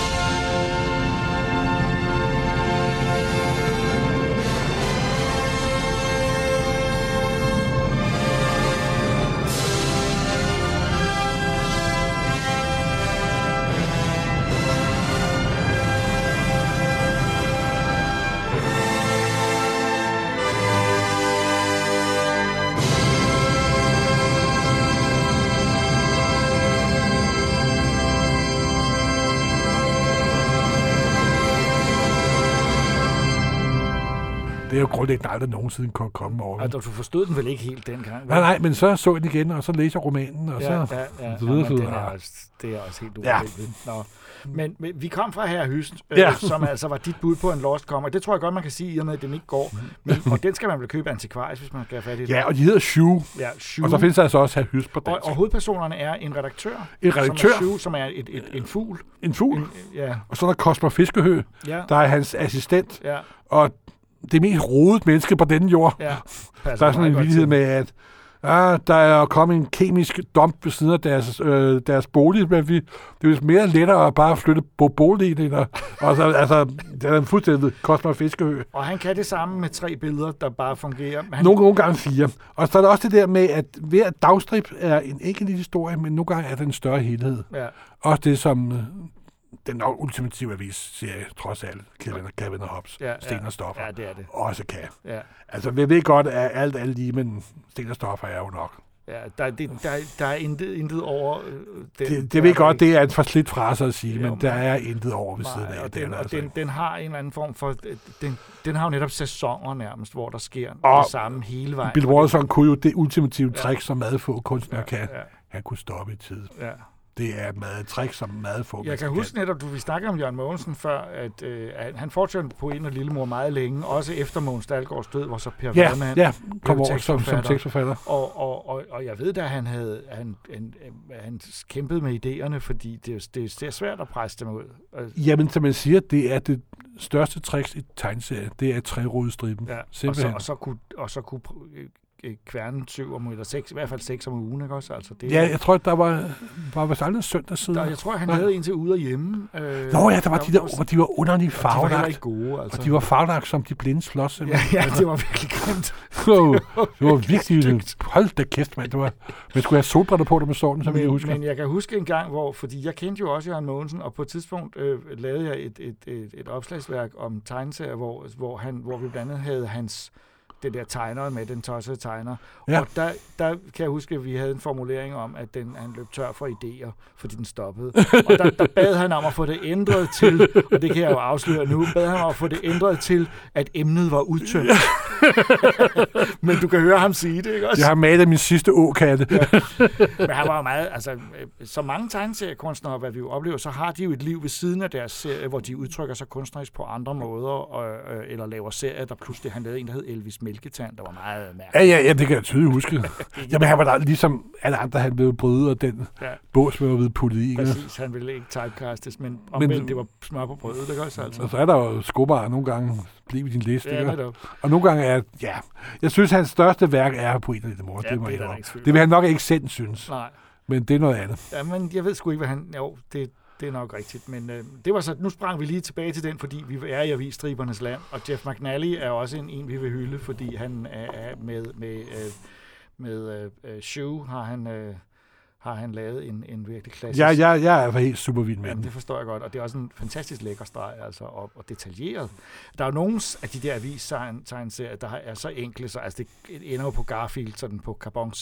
Speaker 3: Det er jo grundlæggende aldrig nogensinde kunne komme over.
Speaker 2: Altså, du forstod den vel ikke helt dengang? vel?
Speaker 3: Nej, nej, men så så jeg den igen, og så læser romanen, og
Speaker 2: ja,
Speaker 3: så...
Speaker 2: ja, ja, ja,
Speaker 3: så videre,
Speaker 2: men
Speaker 3: så
Speaker 2: den
Speaker 3: videre.
Speaker 2: er altså- også,
Speaker 3: Ja.
Speaker 2: det er også helt
Speaker 3: Ja.
Speaker 2: ubegribelig. Ja. Men, men vi kom fra her Hyst, øh,
Speaker 3: Ja.
Speaker 2: som altså var dit bud på en lost kommer. Det tror jeg godt, man kan sige, i og med, at den ikke går. Men, og den skal man vel købe antikvarisk, hvis man skal have fat i den.
Speaker 3: Ja, og de hedder Shoe.
Speaker 2: ja Shoe.
Speaker 3: Og så findes der altså også her hys på
Speaker 2: og,
Speaker 3: dansk.
Speaker 2: og hovedpersonerne er en redaktør,
Speaker 3: En redaktør.
Speaker 2: som er, Shoe, som er et, et, en fugl.
Speaker 3: En fugl.
Speaker 2: Ja,
Speaker 3: Og så er der Cosmo Fiskehø,
Speaker 2: ja,
Speaker 3: der er hans assistent.
Speaker 2: ja,
Speaker 3: Og det mest rodede menneske på denne jord.
Speaker 2: ja. altså,
Speaker 3: Der er sådan en vildhed med, at ah, der er kommet en kemisk dump ved siden af deres, øh, deres bolig, men vi, det er jo mere lettere at bare flytte på boligen. Og, og så, altså, det er en fuldstændig Cosmo Fiskehø.
Speaker 2: Og han kan det samme med tre billeder, der bare fungerer. Han,
Speaker 3: Nogle, nogle gange fire. Og så er der også det der med, at hver dagstrip er en enkelt lille historie, men nogle gange er den en større helhed.
Speaker 2: Ja.
Speaker 3: Også det, som øh, den nok ultimative avis-serie, trods alt, Kevin, Kevin og Hobbs,
Speaker 2: Ja,
Speaker 3: ja,
Speaker 2: ja.
Speaker 3: Sten og Stoffer,
Speaker 2: Ja, det er det.
Speaker 3: også kan.
Speaker 2: Ja.
Speaker 3: Altså, vi ved godt, at alt er lige, men Sten og Stoffer er jo nok.
Speaker 2: Ja, der, det, der, der er intet, intet over... Øh, den,
Speaker 3: Det,
Speaker 2: der
Speaker 3: det ved
Speaker 2: er
Speaker 3: jeg godt,
Speaker 2: ikke-
Speaker 3: det er en forslidt frase at sige,
Speaker 2: Jo,
Speaker 3: men der er intet over ved siden
Speaker 2: Nej,
Speaker 3: af.
Speaker 2: og
Speaker 3: det er
Speaker 2: den,
Speaker 3: der
Speaker 2: og
Speaker 3: altså
Speaker 2: den,
Speaker 3: ikke.
Speaker 2: den har en eller anden form for... øh, Den, den har jo netop sæsoner nærmest, hvor der sker
Speaker 3: Og
Speaker 2: det samme hele vejen.
Speaker 3: Bill Watterson kunne jo det ultimative trick, som meget få kunstnere kan.
Speaker 2: ja.
Speaker 3: Han kunne stoppe i tid.
Speaker 2: Ja.
Speaker 3: Det er et meget trick, som meget få
Speaker 2: Jeg
Speaker 3: mennesker
Speaker 2: kan huske netop, du vi snakkede om Jørgen Mogensen før, at øh, at han fortsatte på en og lillemor meget længe, også efter Mogens Dahlgaards død, hvor så Per
Speaker 3: Ja,
Speaker 2: Wermann
Speaker 3: ja,
Speaker 2: blev
Speaker 3: kom over som, som
Speaker 2: tekstforfatter.
Speaker 3: tekstforfatter.
Speaker 2: Og, og, og, og jeg ved da, at han, havde, han, han, han kæmpede med idéerne, fordi det, det, det er svært at presse dem ud. Altså, Og-
Speaker 3: Jamen, som man siger, det er det største trick i tegneserien. Det er trærådestriben.
Speaker 2: Ja,
Speaker 3: Ja,
Speaker 2: og så,
Speaker 3: simpelthen.
Speaker 2: og så kunne, og så kunne øh, øh, kværnen syv om, eller seks, i hvert fald seks om ugen, ikke også? Altså, det,
Speaker 3: ja, jeg tror, der var, var vist aldrig en søndag siden.
Speaker 2: der, jeg tror, han
Speaker 3: Nej.
Speaker 2: havde en til ude og hjemme. Øh, Nå ja,
Speaker 3: Nå ja, der var de der, hvor de var underlige
Speaker 2: De var heller
Speaker 3: farvelagt.
Speaker 2: ikke gode, altså.
Speaker 3: Og de var farvelagt som de blinde slås.
Speaker 2: ja,
Speaker 3: simpelthen.
Speaker 2: ja, det var virkelig grimt.
Speaker 3: Wow,
Speaker 2: *laughs*
Speaker 3: det var virkelig... Hold da kæft, mand. Det var, man skulle have solbriller på, når man så den, som jeg
Speaker 2: men,
Speaker 3: husker.
Speaker 2: men jeg kan huske en gang, hvor, fordi jeg kendte jo også Jørgen Mogensen, og på et tidspunkt øh, lavede jeg et, et, et, et opslagsværk om tegneserier, hvor, hvor, han, hvor vi blandt andet havde hans det der tegner med den tossede tegner. Ja.
Speaker 3: Ja.
Speaker 2: Og der, der kan jeg huske, at vi havde en formulering om, at den, han løb tør for idéer, fordi den stoppede. Og der, der bad han om at få det ændret til, og det kan jeg jo afsløre nu, bad han om at få det ændret til, at emnet var udtømt. *laughs* Men du kan høre ham sige det, ikke også?
Speaker 3: Jeg har malet min sidste åkatte. Ja.
Speaker 2: Men han var jo meget, altså, øh, så mange tegneseriekunstnere, hvad vi jo oplever, så har de jo et liv ved siden af deres serie, hvor de udtrykker sig kunstnerisk på andre måder, og, øh, eller laver serier, der pludselig, han lavede en, der hed Elvis Mælketand, der var meget
Speaker 3: Ja,
Speaker 2: mærkelig.
Speaker 3: ja, ja, det kan jeg tydeligt huske. Jamen, han var der ligesom alle andre, han blev brydet, og den
Speaker 2: Ja.
Speaker 3: ja. bås, man var blevet puttet i. ikke?
Speaker 2: Præcis, han ville ikke typecastes, men omvendt, men, det var smør på brødet, ikke også altså?
Speaker 3: Og så er der jo skubber nogle gange blive din liste.
Speaker 2: Ja,
Speaker 3: ikke?
Speaker 2: netop.
Speaker 3: og nogle gange er, ja, jeg synes, hans største værk er på en af de mor.
Speaker 2: Ja,
Speaker 3: det, må
Speaker 2: det er
Speaker 3: jeg
Speaker 2: der
Speaker 3: indrømme.
Speaker 2: ikke tvivl
Speaker 3: det vil han nok ikke selv synes,
Speaker 2: Nej,
Speaker 3: men det er noget andet.
Speaker 2: ja, men jeg ved sgu ikke, hvad han... Jo, det, det er nok rigtigt, men øh, det var så... Nu sprang vi lige tilbage til den, fordi vi er i avisstribernes land, og Jeff McNally er også en, en vi vil hylde, fordi han er, er med... med øh, med øh, øh, Shoe har han, øh, har han lavet en, en virkelig klassisk...
Speaker 3: Ja, jeg, jeg er altså helt super vild med
Speaker 2: Jamen, det
Speaker 3: den.
Speaker 2: forstår jeg godt, og det er også en fantastisk lækker streg, altså, og, og detaljeret. Der er jo nogle af de der avis-tegnserier, der er så enkle, så altså, det ender jo på Garfield, sådan på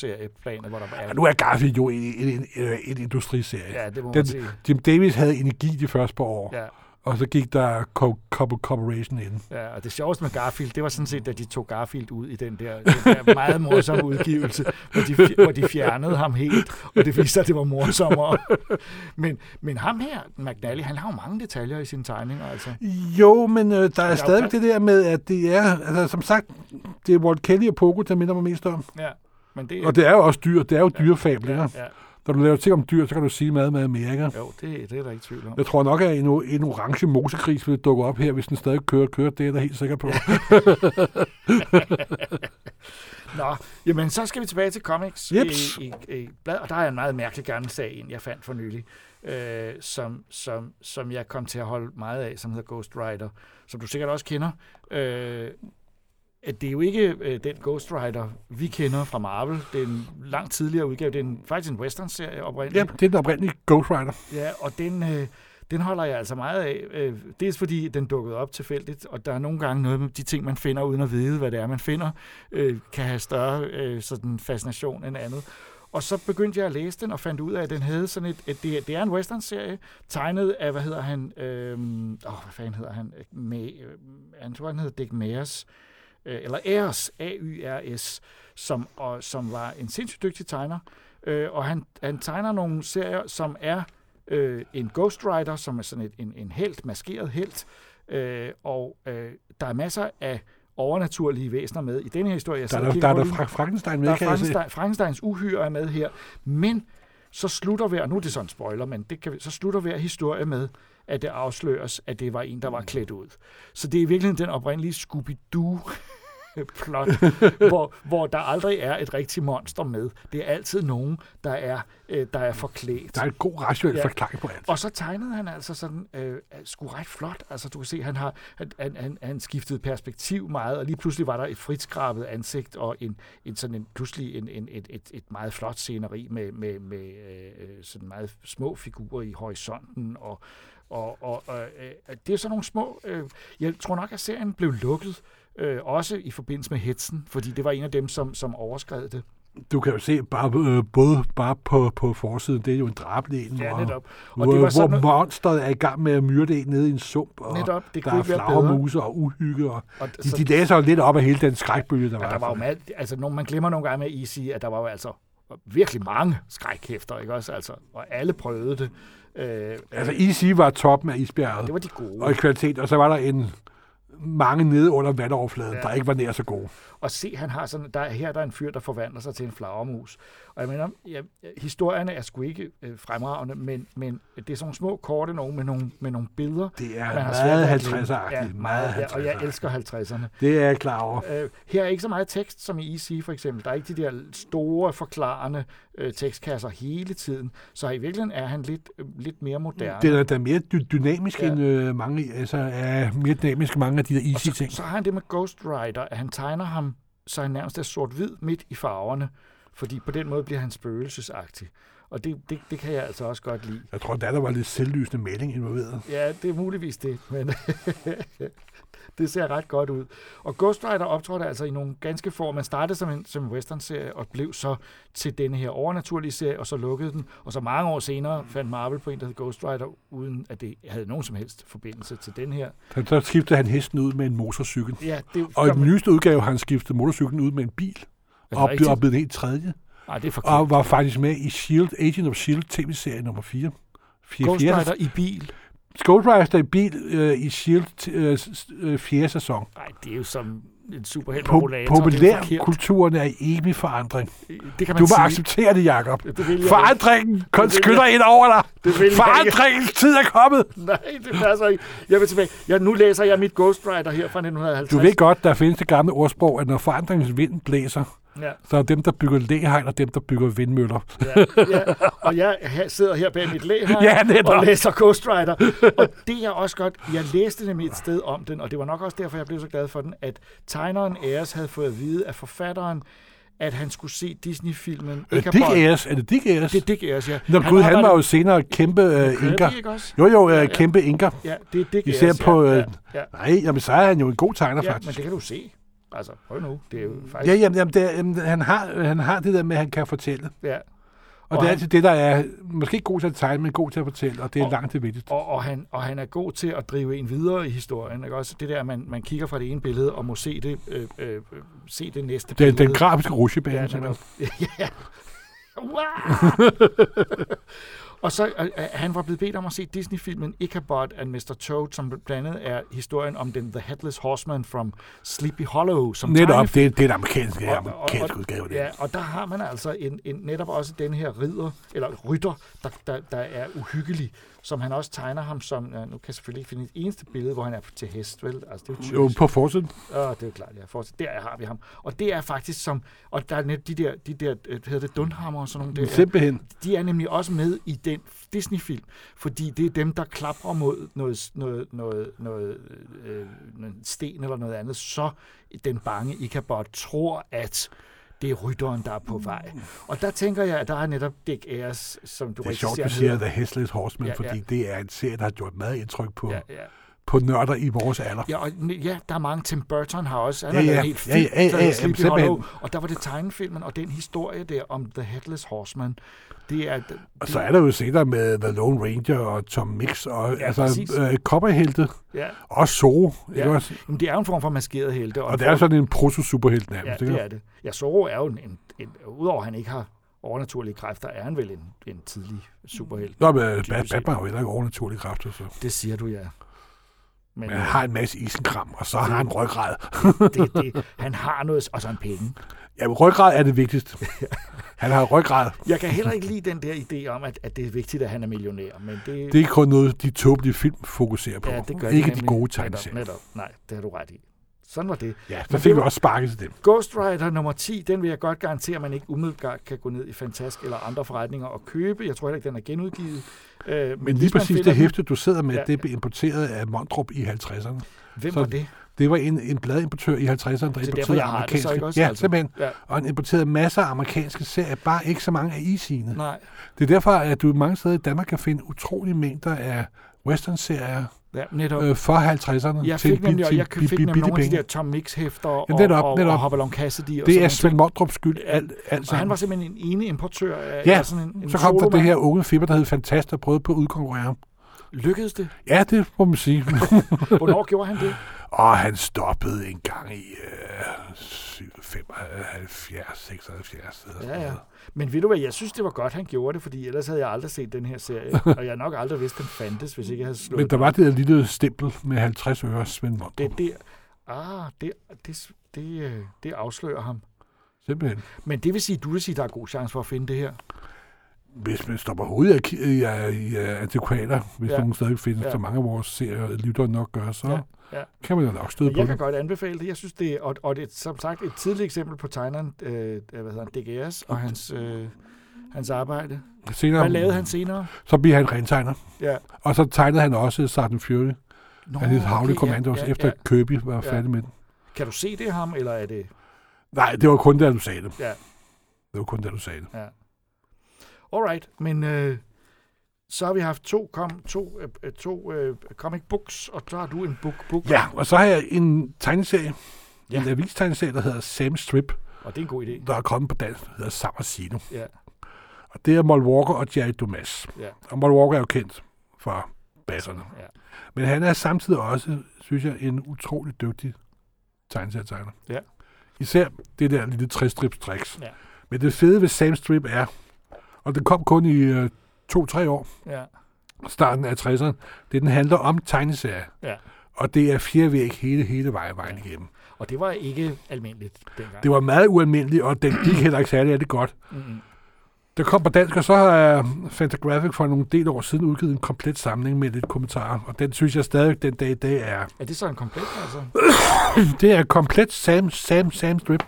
Speaker 2: Carbon-serieplanet, hvor der er...
Speaker 3: Og nu er Garfield jo en, en, en, en industriserie.
Speaker 2: Ja, det må man
Speaker 3: Den,
Speaker 2: sige.
Speaker 3: Jim Davis havde energi de første par år,
Speaker 2: Ja.
Speaker 3: og så gik der Co- Co- Corporation ind.
Speaker 2: Ja, og det sjoveste med Garfield, det var sådan set, da de tog Garfield ud i den der, den der meget morsomme udgivelse, hvor de, fj- hvor de fjernede ham helt, og det viste sig, at det var morsommere. Men, men ham her, McNally, han har jo mange detaljer i sine tegninger, altså.
Speaker 3: Jo, men øh, der er stadig
Speaker 2: okay.
Speaker 3: det der med, at det er, altså som sagt, det er Walt Kelly og Pogo, der minder mig mest om.
Speaker 2: Ja, men det,
Speaker 3: Og det er jo også dyr, det er jo dyrefabler. Ja,
Speaker 2: ja,
Speaker 3: Når du laver ting om dyr, så kan du sige meget med Amerika.
Speaker 2: jo, det, det er der ikke tvivl om.
Speaker 3: Jeg tror nok, at en, o- en orange mosekris vil dukke op her, hvis den stadig kører. Kører det, er jeg da helt sikker på.
Speaker 2: Nå, jamen så skal vi tilbage til comics
Speaker 3: Jeps.
Speaker 2: i, i, i blad, og der er en meget mærkelig gammel sag, en jeg fandt for nylig, øh, som, som, som jeg kom til at holde meget af, som hedder Ghost Rider, som du sikkert også kender. Øh, at det er jo ikke øh, den Ghost Rider, vi kender fra Marvel. Det er en langt tidligere udgave. Det er en, faktisk en western-serie oprindeligt.
Speaker 3: Ja, det er den oprindelige Ghost Rider.
Speaker 2: Ja, og den, øh, den holder jeg altså meget af. Øh, dels fordi den dukkede op tilfældigt, og der er nogle gange noget med de ting, man finder, uden at vide, hvad det er, man finder, øh, kan have større øh, sådan fascination end andet. Og så begyndte jeg at læse den, og fandt ud af, at den havde sådan et... et det, det er en western-serie, tegnet af, hvad hedder han? Øh, åh, hvad fanden hedder han? May, øh, jeg tror, han hedder Dick Mayers. Øh, eller Ayers, A-Y-R-S, som, og, som var en sindssygt dygtig tegner. Øh, og han, han tegner nogle serier, som er øh, en Ghost Rider, som er sådan et, en, en helt, maskeret helt, øh, og øh, der er masser af overnaturlige væsener med i denne her historie. Jeg
Speaker 3: Der er
Speaker 2: sidder og
Speaker 3: der,
Speaker 2: kigger
Speaker 3: der, er
Speaker 2: på
Speaker 3: der
Speaker 2: lige nu.
Speaker 3: Fra- Frankenstein
Speaker 2: Der
Speaker 3: med,
Speaker 2: er
Speaker 3: kan jeg se.
Speaker 2: Frankenstein, Frankensteins uhyre er med her, men så slutter vi, og nu er det sådan en spoiler, men det kan vi, så slutter hver historie med, at det afsløres, at det var en, der var klædt ud. Så det er i virkeligheden den oprindelige Scooby-Doo *laughs*
Speaker 3: *laughs*
Speaker 2: plot, hvor, hvor der aldrig er et rigtigt monster med. Det er altid nogen, der er, øh, der er forklædt.
Speaker 3: Der er en god rationel
Speaker 2: Ja.
Speaker 3: forklaring på alt.
Speaker 2: Og så tegnede han altså sådan, øh, sgu ret flot. Altså, du kan se, han har han, han, han, han skiftede perspektiv meget, og lige pludselig var der et fritskrabet ansigt, og en, en sådan en, pludselig en, en, et, et, et meget flot sceneri med, med, med øh, øh, sådan meget små figurer i horisonten, og, og, og øh, øh, det er sådan nogle små... Øh, jeg tror nok, at serien blev lukket, øh, også i forbindelse med Hetsen, fordi det var en af dem, som, som overskred det.
Speaker 3: Du kan jo se bare, øh, både bare på, på forsiden, det er jo en drabelig en,
Speaker 2: Ja,
Speaker 3: hvor,
Speaker 2: netop.
Speaker 3: hvor,
Speaker 2: Og det var sådan
Speaker 3: hvor
Speaker 2: noget-
Speaker 3: monsteret er i gang med at myrde en nede i en sump, og
Speaker 2: Netop, det
Speaker 3: der
Speaker 2: kunne
Speaker 3: er
Speaker 2: ikke være
Speaker 3: flagermuse og uhygge. Og,
Speaker 2: Og
Speaker 3: og
Speaker 2: d-
Speaker 3: de,
Speaker 2: så-
Speaker 3: de læser jo lidt op af hele den skrækbølge, der var.
Speaker 2: Ja, der var jo mad, altså, når man glemmer nogle gange med Easy, at der var jo altså virkelig mange skrækhæfter, ikke også? Altså, og alle prøvede det. Øh,
Speaker 3: Altså, Easy var toppen af isbjerget.
Speaker 2: det var de gode.
Speaker 3: og i kvalitet, og så var der en mange nede under vandoverfladen, ja. der ikke var nær så gode.
Speaker 2: Og se, han har sådan, der, her er der en fyr, der forvandler sig til en flagermus. Og jeg mener, ja, historierne er sgu ikke øh, fremragende, men, men det er sådan nogle små korte nogen med nogle, med nogle billeder.
Speaker 3: Det
Speaker 2: man
Speaker 3: er
Speaker 2: har
Speaker 3: meget
Speaker 2: svært ved at glemme.
Speaker 3: 50'er-agtigt.
Speaker 2: Ja, meget
Speaker 3: Meget
Speaker 2: ja, og jeg
Speaker 3: 50'er-agtigt.
Speaker 2: elsker 50'erne.
Speaker 3: Det er jeg klar over.
Speaker 2: Øh, her er ikke så meget tekst som i EC for eksempel. Der er ikke de der store, forklarende øh, tekstkasser hele tiden. Så i virkeligheden er han lidt, øh, lidt mere moderne.
Speaker 3: Den er da mere dy- dynamisk
Speaker 2: Ja.
Speaker 3: ja. end øh, mange, altså er mere dynamisk end mange af de der easy ting.
Speaker 2: Så har han det med Ghost Rider, at han tegner ham, så han nærmest er sort-hvid midt i farverne. Fordi på den måde bliver han spøgelsesagtig. Og det, det, det kan jeg altså også godt lide.
Speaker 3: Jeg tror, der, der var lidt selvlysende melding involveret.
Speaker 2: Ja, det er muligvis det, men *laughs* det ser ret godt ud. Og Ghost Rider optrådte altså i nogle ganske få. år. Man startede som en, som en western-serie og blev så til denne her overnaturlige serie, og så lukkede den. Og så mange år senere fandt Marvel på en, der hed Ghost Rider, uden at det havde nogen som helst forbindelse til den her.
Speaker 3: Så, så skiftede han hesten ud med en motorcykel.
Speaker 2: Ja, det,
Speaker 3: Og i den nyeste udgave har han skiftet motorcyklen ud med en bil.
Speaker 2: det
Speaker 3: Og
Speaker 2: rigtigt?
Speaker 3: blev oppe en helt tredje.
Speaker 2: Nej, det er forkert.
Speaker 3: Og var faktisk med i Shield, Agent of Shield tv-serie nummer 4. 4
Speaker 2: Ghost Rider i bil.
Speaker 3: Ghost Rider i bil øh, i Shield øh, s- øh, fjerde sæson.
Speaker 2: Nej, det er jo som en superhelt
Speaker 3: Po-
Speaker 2: rollator.
Speaker 3: populærkulturen er i evig forandring.
Speaker 2: Det kan man
Speaker 3: Du må
Speaker 2: sige.
Speaker 3: acceptere det, Jacob.
Speaker 2: Ja, det vil jeg
Speaker 3: Forandringen kun
Speaker 2: Det vil
Speaker 3: skynder ind over dig.
Speaker 2: Det vil jeg
Speaker 3: Forandringens tid er
Speaker 2: *laughs*
Speaker 3: kommet.
Speaker 2: *laughs* Nej, det passer ikke. Jeg vil tilbage. Jeg, nu læser jeg mit Ghost Rider her fra 1950.
Speaker 3: Du ved godt, der findes det gamle ordsprog, at når forandringens vind blæser,
Speaker 2: Ja.
Speaker 3: så er dem, der bygger læhegn, og dem, der bygger vindmøller.
Speaker 2: Ja, ja. Og jeg her- sidder her bag mit læ
Speaker 3: Ja, netop.
Speaker 2: og læser Ghost Rider. Og det er også godt. Jeg læste nemlig et sted om den, og det var nok også derfor, jeg blev så glad for den, at tegneren Ayers havde fået at vide af forfatteren, at han skulle se Disney-filmen
Speaker 3: Øh,
Speaker 2: Ichabod.
Speaker 3: Dick Ayers, er det Dick Ayers?
Speaker 2: Det er Dick Ayers, ja.
Speaker 3: Nå, Gud, han var jo
Speaker 2: arbejdede-
Speaker 3: senere kæmpe øh,
Speaker 2: Kirby,
Speaker 3: inker.
Speaker 2: ikke også?
Speaker 3: Jo, jo,
Speaker 2: Ja, ja.
Speaker 3: øh, kæmpe inker.
Speaker 2: Ja, det er Dick
Speaker 3: Især
Speaker 2: Ayers,
Speaker 3: på...
Speaker 2: Ja,
Speaker 3: Øh,
Speaker 2: ja,
Speaker 3: nej, jamen, så er han jo en god tegner,
Speaker 2: ja, ja, men
Speaker 3: faktisk.
Speaker 2: det
Speaker 3: Mm,
Speaker 2: kan du se. Altså, prøv nu. Det er jo
Speaker 3: Ja,
Speaker 2: faktisk...
Speaker 3: jamen, jamen, det, er- jamen han, har, han har det der med, at han kan fortælle.
Speaker 2: Ja.
Speaker 3: Og,
Speaker 2: Og
Speaker 3: det
Speaker 2: han-
Speaker 3: er altid det, der er måske ikke god til at tegne, men god til at fortælle, og det er
Speaker 2: Og-
Speaker 3: langt det vigtigste.
Speaker 2: Og, og, han, og han er god til at drive en videre i historien. Ikke? Også det der, man, man kigger fra det ene billede og må se det, øh, øh, øh, se det næste
Speaker 3: Den,
Speaker 2: billede.
Speaker 3: den grafiske rusjebane,
Speaker 2: *laughs* Ja,
Speaker 3: ja,
Speaker 2: netop.
Speaker 3: simpelthen.
Speaker 2: ja. Wow! Og så øh, øh, han var blevet bedt om at se Disney-filmen Ichabod and Mr. Toad, som blandt andet er historien om den The Headless Horseman from Sleepy Hollow. Som
Speaker 3: Netop,
Speaker 2: tegnefilm.
Speaker 3: det, det er den amerikanske,
Speaker 2: Og- og-
Speaker 3: amerikanske
Speaker 2: og-
Speaker 3: udgave.
Speaker 2: Ja,
Speaker 3: Ja.
Speaker 2: og der har man altså en, en, netop også den her ridder, eller rytter, der, der, der er uhyggelig, som han også tegner ham som, ja, nu kan jeg selvfølgelig ikke finde et eneste billede, hvor han er til hest, vel? Altså, det er jo typisk.
Speaker 3: Jo, på forsiden.
Speaker 2: Åh, det er jo klart, ja. Fortsæt. Der har vi ham. Og det er faktisk som... Og der er net de der, de der øh, hvad hedder det, Dunhammer og sådan nogle der.
Speaker 3: Simpelthen.
Speaker 2: De er nemlig også med i den Disney-film, fordi det er dem, der klapper mod noget, noget, noget, noget, øh, noget sten eller noget andet, så den bange Ichabod tror, at det er rytteren, der er på vej. Og der tænker jeg, at der er netop Dick Ayers, som du
Speaker 3: Det er
Speaker 2: rigtig
Speaker 3: sjovt,
Speaker 2: siger,
Speaker 3: du
Speaker 2: han
Speaker 3: siger
Speaker 2: hedder.
Speaker 3: The Headless Horseman,
Speaker 2: Ja,
Speaker 3: ja,
Speaker 2: ja.
Speaker 3: fordi det er en serie, der har gjort meget indtryk på, ja.
Speaker 2: Ja, ja.
Speaker 3: på nørder i vores alder.
Speaker 2: Ja, og, ne- ja, der er mange. Tim Burton har også. Han
Speaker 3: Ja,
Speaker 2: har lavet
Speaker 3: ja.
Speaker 2: helt
Speaker 3: Ja, ja,
Speaker 2: fint.
Speaker 3: ja, ja, jamen,
Speaker 2: Sleepy
Speaker 3: simpelthen.
Speaker 2: Hollow. Og der var det tegnefilmen og den historie der om The Headless Horseman. Det er...
Speaker 3: Og så er der jo senere med The Lone Ranger og Tom Mix og ja, altså
Speaker 2: præcis.
Speaker 3: øh, Copperhelte
Speaker 2: Ja,
Speaker 3: og Zorro.
Speaker 2: ja.
Speaker 3: Ja. Også?
Speaker 2: Jamen, det er jo en form for maskeret helte.
Speaker 3: Og det er sådan en proto-superhelt nærmest.
Speaker 2: Ja,
Speaker 3: ikke?
Speaker 2: det er det. Ja, Zorro er jo en... en, en udover at han ikke har overnaturlige kræfter, er han vel en, en tidlig superhelt.
Speaker 3: Nå, men
Speaker 2: Dybest
Speaker 3: Bat-
Speaker 2: set.
Speaker 3: Batman har jo heller ikke overnaturlige kræfter, så.
Speaker 2: Det siger du, ja. Men
Speaker 3: Men han har en masse isenkram, og så har han ryggrad. *laughs*
Speaker 2: det, det, han har noget, og så en penge.
Speaker 3: Jamen, ryggrad er
Speaker 2: *laughs*
Speaker 3: det vigtigste. Han har ryggrad.
Speaker 2: Jeg kan heller ikke lide den der idé om, at, at det er vigtigt, at han er millionær. Men det,
Speaker 3: Det er kun noget, de tåbelige film fokuserer på.
Speaker 2: Ja, det gør
Speaker 3: ikke de
Speaker 2: nemlig.
Speaker 3: gode
Speaker 2: Netop,
Speaker 3: tegneserier.
Speaker 2: netop. Nej, det har du ret i. Sådan var det.
Speaker 3: Ja,
Speaker 2: Men
Speaker 3: så fik
Speaker 2: det
Speaker 3: vi
Speaker 2: var-
Speaker 3: også sparket til dem.
Speaker 2: Ghost Rider nummer 10, den vil jeg godt garantere, at man ikke umiddelbart kan gå ned i Fantask eller andre forretninger og købe. Jeg tror heller ikke, den er genudgivet. Øh,
Speaker 3: Men lige
Speaker 2: hvis man
Speaker 3: præcis
Speaker 2: finder
Speaker 3: det
Speaker 2: den-
Speaker 3: hæfte, du sidder med,
Speaker 2: Ja,
Speaker 3: ja, det blev importeret af Mondrup i 50'erne.
Speaker 2: Hvem
Speaker 3: så-
Speaker 2: var det?
Speaker 3: Det var en, en bladimportør i 50'erne, der
Speaker 2: derfor,
Speaker 3: importerede
Speaker 2: jeg har det så,
Speaker 3: amerikanske.
Speaker 2: ikke også?
Speaker 3: ja,
Speaker 2: Altså,
Speaker 3: simpelthen.
Speaker 2: ja.
Speaker 3: Og han importerede masser af amerikanske serier, bare ikke så mange af isine.
Speaker 2: Nej.
Speaker 3: Det er derfor, at du mange steder i Danmark kan finde utrolige mængder af western-serier
Speaker 2: Ja, netop.
Speaker 3: øh, for 50'erne
Speaker 2: jeg
Speaker 3: til
Speaker 2: fik
Speaker 3: bi-
Speaker 2: nemlig, og
Speaker 3: til
Speaker 2: jeg
Speaker 3: bi-
Speaker 2: fik
Speaker 3: bi-
Speaker 2: nemlig
Speaker 3: bitte
Speaker 2: nogle af de
Speaker 3: penge.
Speaker 2: der Tom Mix-hæfter og,
Speaker 3: Ja, netop,
Speaker 2: og,
Speaker 3: netop.
Speaker 2: og Hopalong Cassidy. Og
Speaker 3: Det
Speaker 2: sådan
Speaker 3: er
Speaker 2: nogle
Speaker 3: Svend
Speaker 2: ting.
Speaker 3: Mondrups skyld, alt, alt
Speaker 2: Så han
Speaker 3: sammen.
Speaker 2: var simpelthen en ene importør af
Speaker 3: Ja,
Speaker 2: eller sådan en, en
Speaker 3: så kom der det
Speaker 2: solomand.
Speaker 3: her unge fipper, der hed Fantast, der prøvede på at udkonkurrere ham.
Speaker 2: Lykkedes det?
Speaker 3: Ja, det må man sige.
Speaker 2: Hvornår gjorde han det?
Speaker 3: og han stoppede en gang i øh, 75, 76. eller sådan
Speaker 2: Ja, ja.
Speaker 3: noget.
Speaker 2: Men ved du hvad, jeg synes, det var godt, han gjorde det, fordi ellers havde jeg aldrig set den her
Speaker 3: *laughs*
Speaker 2: serie, og jeg havde nok aldrig vidst, den fandtes, hvis ikke jeg havde slået
Speaker 3: Men der
Speaker 2: den
Speaker 3: var
Speaker 2: op.
Speaker 3: det der lille stempel med 50 øre Svend Mondrup.
Speaker 2: Det der... Ah, det, det, det, øh, det afslører ham.
Speaker 3: Simpelthen.
Speaker 2: Men det vil sige, du vil sige, der er god chance for at finde det her.
Speaker 3: Hvis man stopper hovedet i arki- i, i, i antikvater, hvis
Speaker 2: Ja.
Speaker 3: ja. nogen stadig findes,
Speaker 2: Ja.
Speaker 3: ja. så mange af vores serier lytter nok gør, så
Speaker 2: Ja,
Speaker 3: ja.
Speaker 2: ja.
Speaker 3: kan man jo nok støde
Speaker 2: Men
Speaker 3: på
Speaker 2: jeg kan
Speaker 3: det.
Speaker 2: godt anbefale det. Jeg synes, det er, og, og det er som sagt et tidligt eksempel på tegneren, øh, hvad hedder han, Dick Ayers, og hans, øh, hans arbejde. Hvad lavede
Speaker 3: Senere,
Speaker 2: han senere?
Speaker 3: så bliver han rentegner.
Speaker 2: Ja.
Speaker 3: Og så tegnede han også Sergeant Fury.
Speaker 2: Nå,
Speaker 3: Han hed Havle
Speaker 2: okay,
Speaker 3: Commandos, efter ja. Kirby var
Speaker 2: Ja.
Speaker 3: færdig med den.
Speaker 2: Kan du se det ham, eller er det...
Speaker 3: Nej, det var kun da du sagde det.
Speaker 2: Ja.
Speaker 3: Det var kun da du sagde det.
Speaker 2: Alright, men øh, så har vi haft to, kom, to, øh, øh, to øh, comic books, og så har du en book book.
Speaker 3: Ja, og så har jeg en tegneserie,
Speaker 2: Ja.
Speaker 3: ja. en avistegneserie, der hedder Sam Strip,
Speaker 2: Og det er en god idé.
Speaker 3: der er kommet på dansk, der hedder Sam og Sino.
Speaker 2: Ja,
Speaker 3: Og det er Mal Walker og Jerry Dumas.
Speaker 2: ja,
Speaker 3: Og Mal Walker er jo kendt for basserne.
Speaker 2: ja.
Speaker 3: Men han er samtidig også, synes jeg, en utrolig dygtig tegneserietegner.
Speaker 2: Ja.
Speaker 3: Især det der lille træstrips tricks.
Speaker 2: Ja.
Speaker 3: Men det fede ved Sam Strip er, og det kom kun i øh, to-tre år,
Speaker 2: ja.
Speaker 3: starten af 60'erne, det den handler om tegneserier.
Speaker 2: Ja.
Speaker 3: Og det er fjerde væg hele, hele vejen, vejen
Speaker 2: Ja.
Speaker 3: igennem.
Speaker 2: Og det var ikke almindeligt dengang.
Speaker 3: Det var meget ualmindeligt, og den gik heller ikke særlig af det godt.
Speaker 2: Mm-hmm.
Speaker 3: Der kom på dansk, og så har øh, Fantagraphic for nogle del år siden udgivet en komplet samling med lidt kommentarer, og den synes jeg stadig den dag i dag er *clears throat*
Speaker 2: Er det så en komplet, altså?
Speaker 3: Det er komplet Sam, Sam, Sam Strip.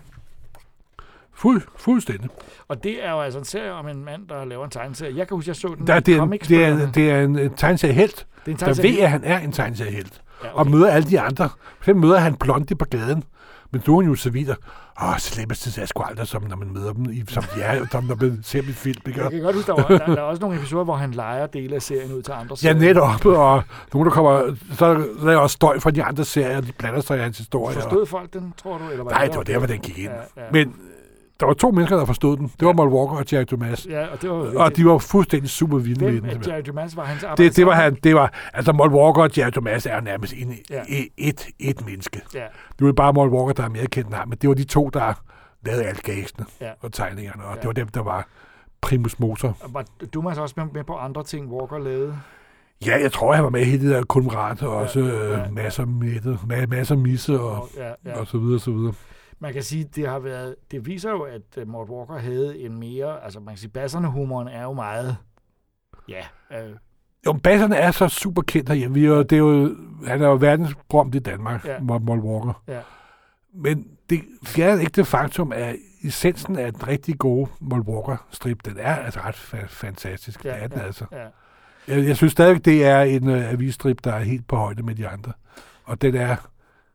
Speaker 3: Fuld, fuldstændig.
Speaker 2: Og det er jo altså en serie om en mand, der laver en tegneserie. Jeg kan huske, jeg så den
Speaker 3: Der,
Speaker 2: i
Speaker 3: det, er en,
Speaker 2: comics-
Speaker 3: det, er, det er en øh, tegneseriehelt,
Speaker 2: det er en
Speaker 3: der ved, at han er en tegneseriehelt.
Speaker 2: Ja,
Speaker 3: Og
Speaker 2: okay.
Speaker 3: møder alle de andre. For eksempel møder han Blondie på gaden. Men nu er han jo så videre. Åh, slippes det er sgu aldrig, som når man møder dem, i, som de er, som når man ser dem i film. Ikke?
Speaker 2: Jeg kan godt huske, der, var, der, der er også nogle episoder, hvor han leger dele af serien ud til andre
Speaker 3: Ja,
Speaker 2: serier.
Speaker 3: netop. Og nogen, der kommer, så laver også støj fra de andre serier, de blander sig i hans historie. og-
Speaker 2: Forstod folk den, tror du? Eller var
Speaker 3: Nej, det var der, hvor den gik ind.
Speaker 2: Ja, ja.
Speaker 3: Men øh, der var to mennesker, der forstod den. Det var Mal Walker og Jack Dumas.
Speaker 2: Ja, og det var jo
Speaker 3: Og de var fuldstændig super vilde med
Speaker 2: Hvem,
Speaker 3: den.
Speaker 2: at
Speaker 3: simpelthen.
Speaker 2: Jerry Dumas var hans arbejde.
Speaker 3: Det, det var han, det var, altså Mal Walker og Jerry Thomas er jo nærmest en,
Speaker 2: Ja.
Speaker 3: ja. et, et menneske.
Speaker 2: Ja,
Speaker 3: Det var bare Mal Walker, der er mere kendt end ham, men det var de to, der lavede alt gagsene
Speaker 2: Ja.
Speaker 3: ja. og tegningerne,
Speaker 2: Ja.
Speaker 3: og ja. det var dem, der var primus motor.
Speaker 2: Var Dumas også med, med på andre ting, Walker lavede?
Speaker 3: Ja, jeg tror, han var med i det der kumrat, og også ja, ja. masser af mætte, ma- masser af misse, og,
Speaker 2: Ja,
Speaker 3: ja.
Speaker 2: ja.
Speaker 3: og så videre, og så videre.
Speaker 2: Man kan sige, det har været, det viser jo, at øh, Mort Walker havde en mere, altså man kan sige, basserne humoren er jo meget, ja, øh,
Speaker 3: Jo, basserne er så super kendt herhjemme. Vi er jo, det er jo, han er jo verdensbromt i Danmark,
Speaker 2: Ja.
Speaker 3: ja. Mol Walker.
Speaker 2: Ja.
Speaker 3: Men det fjerner ikke det faktum, at essensen af den rigtig gode Mol Walker-strip, den er altså ret fa- fantastisk.
Speaker 2: Ja,
Speaker 3: Ja, det er den
Speaker 2: ja.
Speaker 3: altså.
Speaker 2: ja.
Speaker 3: Jeg, jeg synes stadigvæk, det er en øh, avisstrip, der er helt på højde med de andre. Og den er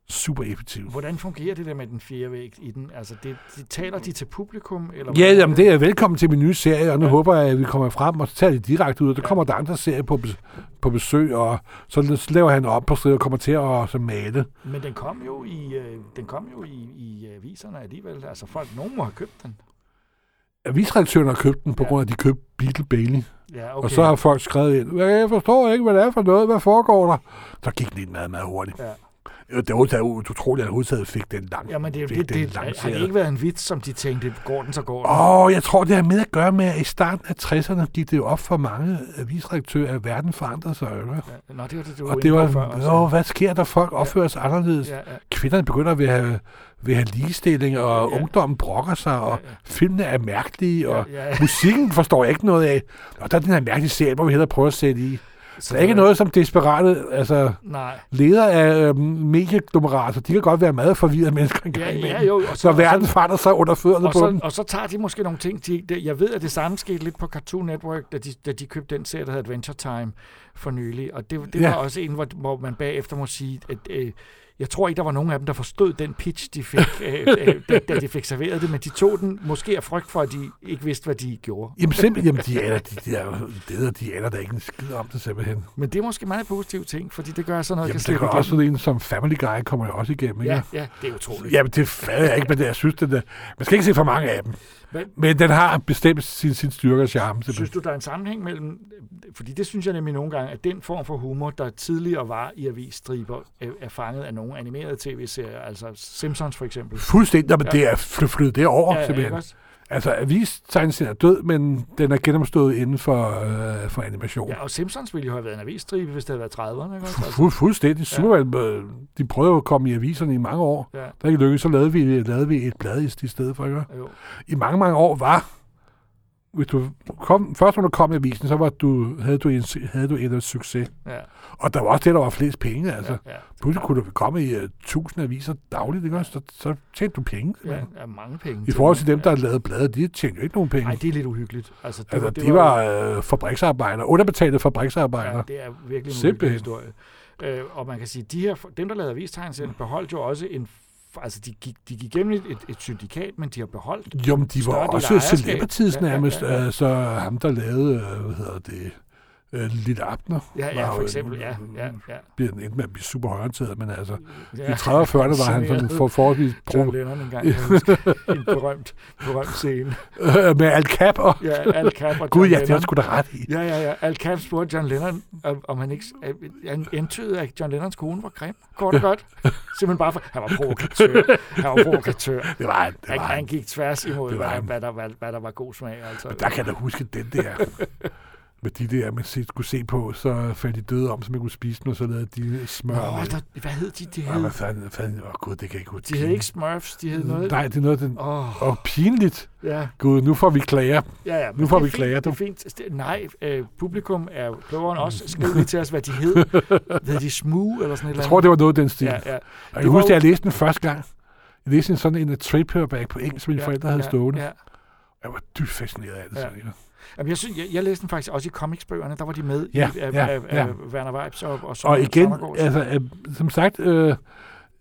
Speaker 3: super effektiv.
Speaker 2: Hvordan fungerer det der med den fjerde væg i den? Altså, det, de, taler de til publikum? Eller
Speaker 3: Ja,
Speaker 2: hvordan?
Speaker 3: jamen det er velkommen til min nye serie, og nu ja. håber jeg, at vi kommer frem og tager det direkte ud. Og der kommer der andre serier på, bes- på besøg, og så så laver han op på stedet og kommer til at så male.
Speaker 2: Men den kom jo i, øh, den kom jo i, i aviserne alligevel. Altså, folk, nogen må have købt den.
Speaker 3: Avisredaktøren har købt den på
Speaker 2: Ja.
Speaker 3: grund af, at de købte Beetle Bailey. Okay.
Speaker 2: Ja, okay.
Speaker 3: Og så har folk skrevet ind, "Ja, jeg forstår ikke, hvad det er for noget, hvad foregår der? Så gik den ind meget, meget hurtigt.
Speaker 2: Ja.
Speaker 3: Ja. Det var da utroligt, at hovedtaget fik den lang.
Speaker 2: Jamen, det, er jo
Speaker 3: fik
Speaker 2: det,
Speaker 3: den
Speaker 2: det, det har
Speaker 3: lanceret.
Speaker 2: det ikke været en vits, som de tænkte, går den, så går den.
Speaker 3: Åh, oh, jeg tror, det har med at gøre med, at i starten af 60'erne gik det jo op for mange avisredaktører, at verden forandrede sig. Ikke?
Speaker 2: Ja. Nå, det var det, du
Speaker 3: Og det var,
Speaker 2: inde på før. også.
Speaker 3: åh, hvad sker der? Folk opfører sig anderledes.
Speaker 2: Ja, ja.
Speaker 3: Kvinderne begynder at vil have, vil have ligestilling, og
Speaker 2: Ja.
Speaker 3: ungdommen brokker sig, og filmene er mærkelige, og
Speaker 2: Ja, *laughs* ja.
Speaker 3: musikken forstår jeg ikke noget af. Og der er den her mærkelige serie, hvor vi hellere prøver at sætte i. Så der er
Speaker 2: det
Speaker 3: ikke
Speaker 2: var-
Speaker 3: noget som desperate, altså
Speaker 2: Nej.
Speaker 3: ledere af øhm, medieglomerater, de kan godt være meget forvirrede mennesker engang
Speaker 2: Ja, ja,
Speaker 3: imellem.
Speaker 2: jo, og så-
Speaker 3: så,
Speaker 2: og så-
Speaker 3: verden forandrer sig under fødderne
Speaker 2: Og
Speaker 3: på dem.
Speaker 2: så, og så tager de måske nogle ting, de ikke... det- Jeg ved, at det samme skete lidt på Cartoon Network, da de, da de købte den serie, der hedder Adventure Time for nylig. Og det, det ja.
Speaker 3: Ja.
Speaker 2: var også en, hvor, hvor man bagefter må sige, at øh, jeg tror ikke, der var nogen af dem, der forstod den pitch, de fik, øh, øh, da,
Speaker 3: *laughs*
Speaker 2: da de fik serveret det. Men de tog den måske af frygt for, at de ikke vidste, hvad de gjorde.
Speaker 3: Jamen simpelthen, jamen, de aner, de, de, er, de, de aner da ikke en skid om det simpelthen.
Speaker 2: Men det er måske meget positiv ting, fordi det gør at sådan noget.
Speaker 3: Jamen,
Speaker 2: kan
Speaker 3: det
Speaker 2: slippe
Speaker 3: gør også
Speaker 2: igennem.
Speaker 3: sådan en som Family Guy kommer jo også igennem, ikke?
Speaker 2: Ja, ja, det er utroligt.
Speaker 3: Jamen, det fader jeg ikke, men det, jeg synes, den der, man skal ikke se for mange af dem.
Speaker 2: Men-
Speaker 3: Men, men den har bestemt sin, sin styrke og charme.
Speaker 2: Synes
Speaker 3: Synes,
Speaker 2: du, der er en sammenhæng mellem... Fordi det synes jeg nemlig nogle gange, at den form for humor, der tidligere var i avisstriber, øh, er fanget af nogle animerede tv-serier, altså Simpsons for eksempel.
Speaker 3: Fuldstændig, Nå, men
Speaker 2: Ja.
Speaker 3: ja. det er fly, flyttet derover, ja,
Speaker 2: ikke
Speaker 3: simpelthen.
Speaker 2: også?
Speaker 3: Altså, avis-tegnsen er død, men den er genomstået inden for, øh, for animation.
Speaker 2: ja, og Simpsons ville jo have været en avisstribe, hvis det havde været 30'erne. Ikke også? Altså,
Speaker 3: Fu- fuldstændig. Superman, øh, de prøvede jo at komme i aviserne i mange år.
Speaker 2: ja,
Speaker 3: Der ikke lykkedes, så lavede vi, lavede vi et blad i, i stedet for, ikke?
Speaker 2: jo.
Speaker 3: i mange, mange år var, hvis du kom, først når du kom i avisen, så var du, havde, du en, havde du en succes.
Speaker 2: Ja,
Speaker 3: Og der var også det, der var flest penge, altså. Ja.
Speaker 2: ja,
Speaker 3: Pludselig kunne du komme i uh, tusind aviser dagligt, ikke? også? Så, så tjente du penge.
Speaker 2: ja,
Speaker 3: Ja.
Speaker 2: ja, mange penge.
Speaker 3: I forhold til dem, der lavede bladet, de tjente jo ikke nogen penge.
Speaker 2: Nej,
Speaker 3: Ej,
Speaker 2: det er lidt uhyggeligt. Altså, det,
Speaker 3: altså, de var øh, fabriksarbejdere, underbetalte
Speaker 2: Ja,
Speaker 3: fabriksarbejdere.
Speaker 2: det er virkelig en ulykkelig
Speaker 3: Simpelthen.
Speaker 2: historie. Øh, og man kan sige, de her, dem, der lavede avistegnserier, beholdt jo også en... f- Altså, de gik, de gik gennem et, et, et syndikat, men de har beholdt
Speaker 3: Jo, men de
Speaker 2: Større
Speaker 3: var
Speaker 2: del af
Speaker 3: også
Speaker 2: ejerskab.
Speaker 3: celebrities
Speaker 2: Ja, ja, ja,
Speaker 3: nærmest. Ja,
Speaker 2: ja.
Speaker 3: ja, ja. Altså, ham, der lavede, øh, hvad hedder det, øh, Lille Abner.
Speaker 2: Ja,
Speaker 3: var
Speaker 2: ja,
Speaker 3: jo
Speaker 2: for
Speaker 3: en-
Speaker 2: eksempel. Ja, ja, ja.
Speaker 3: Bliver den endte med at blive super højorienteret, men altså,
Speaker 2: ja.
Speaker 3: I 30'erne og 40'erne var han sådan
Speaker 2: Generet.
Speaker 3: for forholdsvis
Speaker 2: John
Speaker 3: pro,
Speaker 2: Lennon engang, kan jeg huske. en berømt, berømt scene.
Speaker 3: øh, *laughs* med Al Cap og...
Speaker 2: Ja, Al Cap og
Speaker 3: Gud,
Speaker 2: John
Speaker 3: ja, det
Speaker 2: Lennon.
Speaker 3: har sgu da ret i.
Speaker 2: Ja, ja, ja. Al Cap spurgte John Lennon, om, om han ikke... øh, Han antydede, at John Lennons kone var grim. Kort og godt. Simpelthen bare for... Han var
Speaker 3: *laughs*
Speaker 2: provokatør. Han var provokatør.
Speaker 3: Det var han, det
Speaker 2: Han,
Speaker 3: var
Speaker 2: han
Speaker 3: han.
Speaker 2: gik tværs imod,
Speaker 3: Det var
Speaker 2: hvad,
Speaker 3: han.
Speaker 2: hvad, der, hvad, hvad der var god smag. Altså.
Speaker 3: Der kan jeg da huske den
Speaker 2: *laughs*
Speaker 3: der med de der, man se- skulle se på, så faldt de døde om, så man kunne spise dem, og så lavede de smør.
Speaker 2: Åh,
Speaker 3: med-
Speaker 2: der, hvad hed de? De
Speaker 3: Ej, hvad
Speaker 2: hed,
Speaker 3: fanden, fanden, åh gud, det kan jeg ikke huske.
Speaker 2: de hed ikke Smurfs, de hed noget...
Speaker 3: Nej, det er noget, den...
Speaker 2: Åh,
Speaker 3: Åh, pinligt.
Speaker 2: ja.
Speaker 3: Gud, nu får vi klager.
Speaker 2: Ja, ja, men
Speaker 3: Nu får
Speaker 2: det er
Speaker 3: vi
Speaker 2: fint,
Speaker 3: klager,
Speaker 2: Det er
Speaker 3: du.
Speaker 2: fint. Det- Nej, øh, publikum er jo klogere end os. Skriv lige til os, hvad de hed. Hed de Smug eller sådan et eller andet?
Speaker 3: Jeg tror, det var noget af den stil.
Speaker 2: Ja, ja.
Speaker 3: Og jeg
Speaker 2: Det
Speaker 3: kan
Speaker 2: var
Speaker 3: huske,
Speaker 2: jo-
Speaker 3: at jeg læste den første gang. Jeg læste en sådan en af trade på engelsk, som mine
Speaker 2: ja,
Speaker 3: forældre havde
Speaker 2: ja,
Speaker 3: stående.
Speaker 2: Ja.
Speaker 3: Jeg var dybt fascineret af det.
Speaker 2: Ja.
Speaker 3: sådan, ikke?
Speaker 2: Jamen, jeg, synes, jeg, jeg læste den faktisk også i comicsbøgerne. Der var de med
Speaker 3: Ja,
Speaker 2: i af,
Speaker 3: ja,
Speaker 2: af,
Speaker 3: ja.
Speaker 2: af Werner Vibes og, og,
Speaker 3: Og
Speaker 2: Søren
Speaker 3: igen,
Speaker 2: Søndergaards.
Speaker 3: altså, øh, som sagt, øh,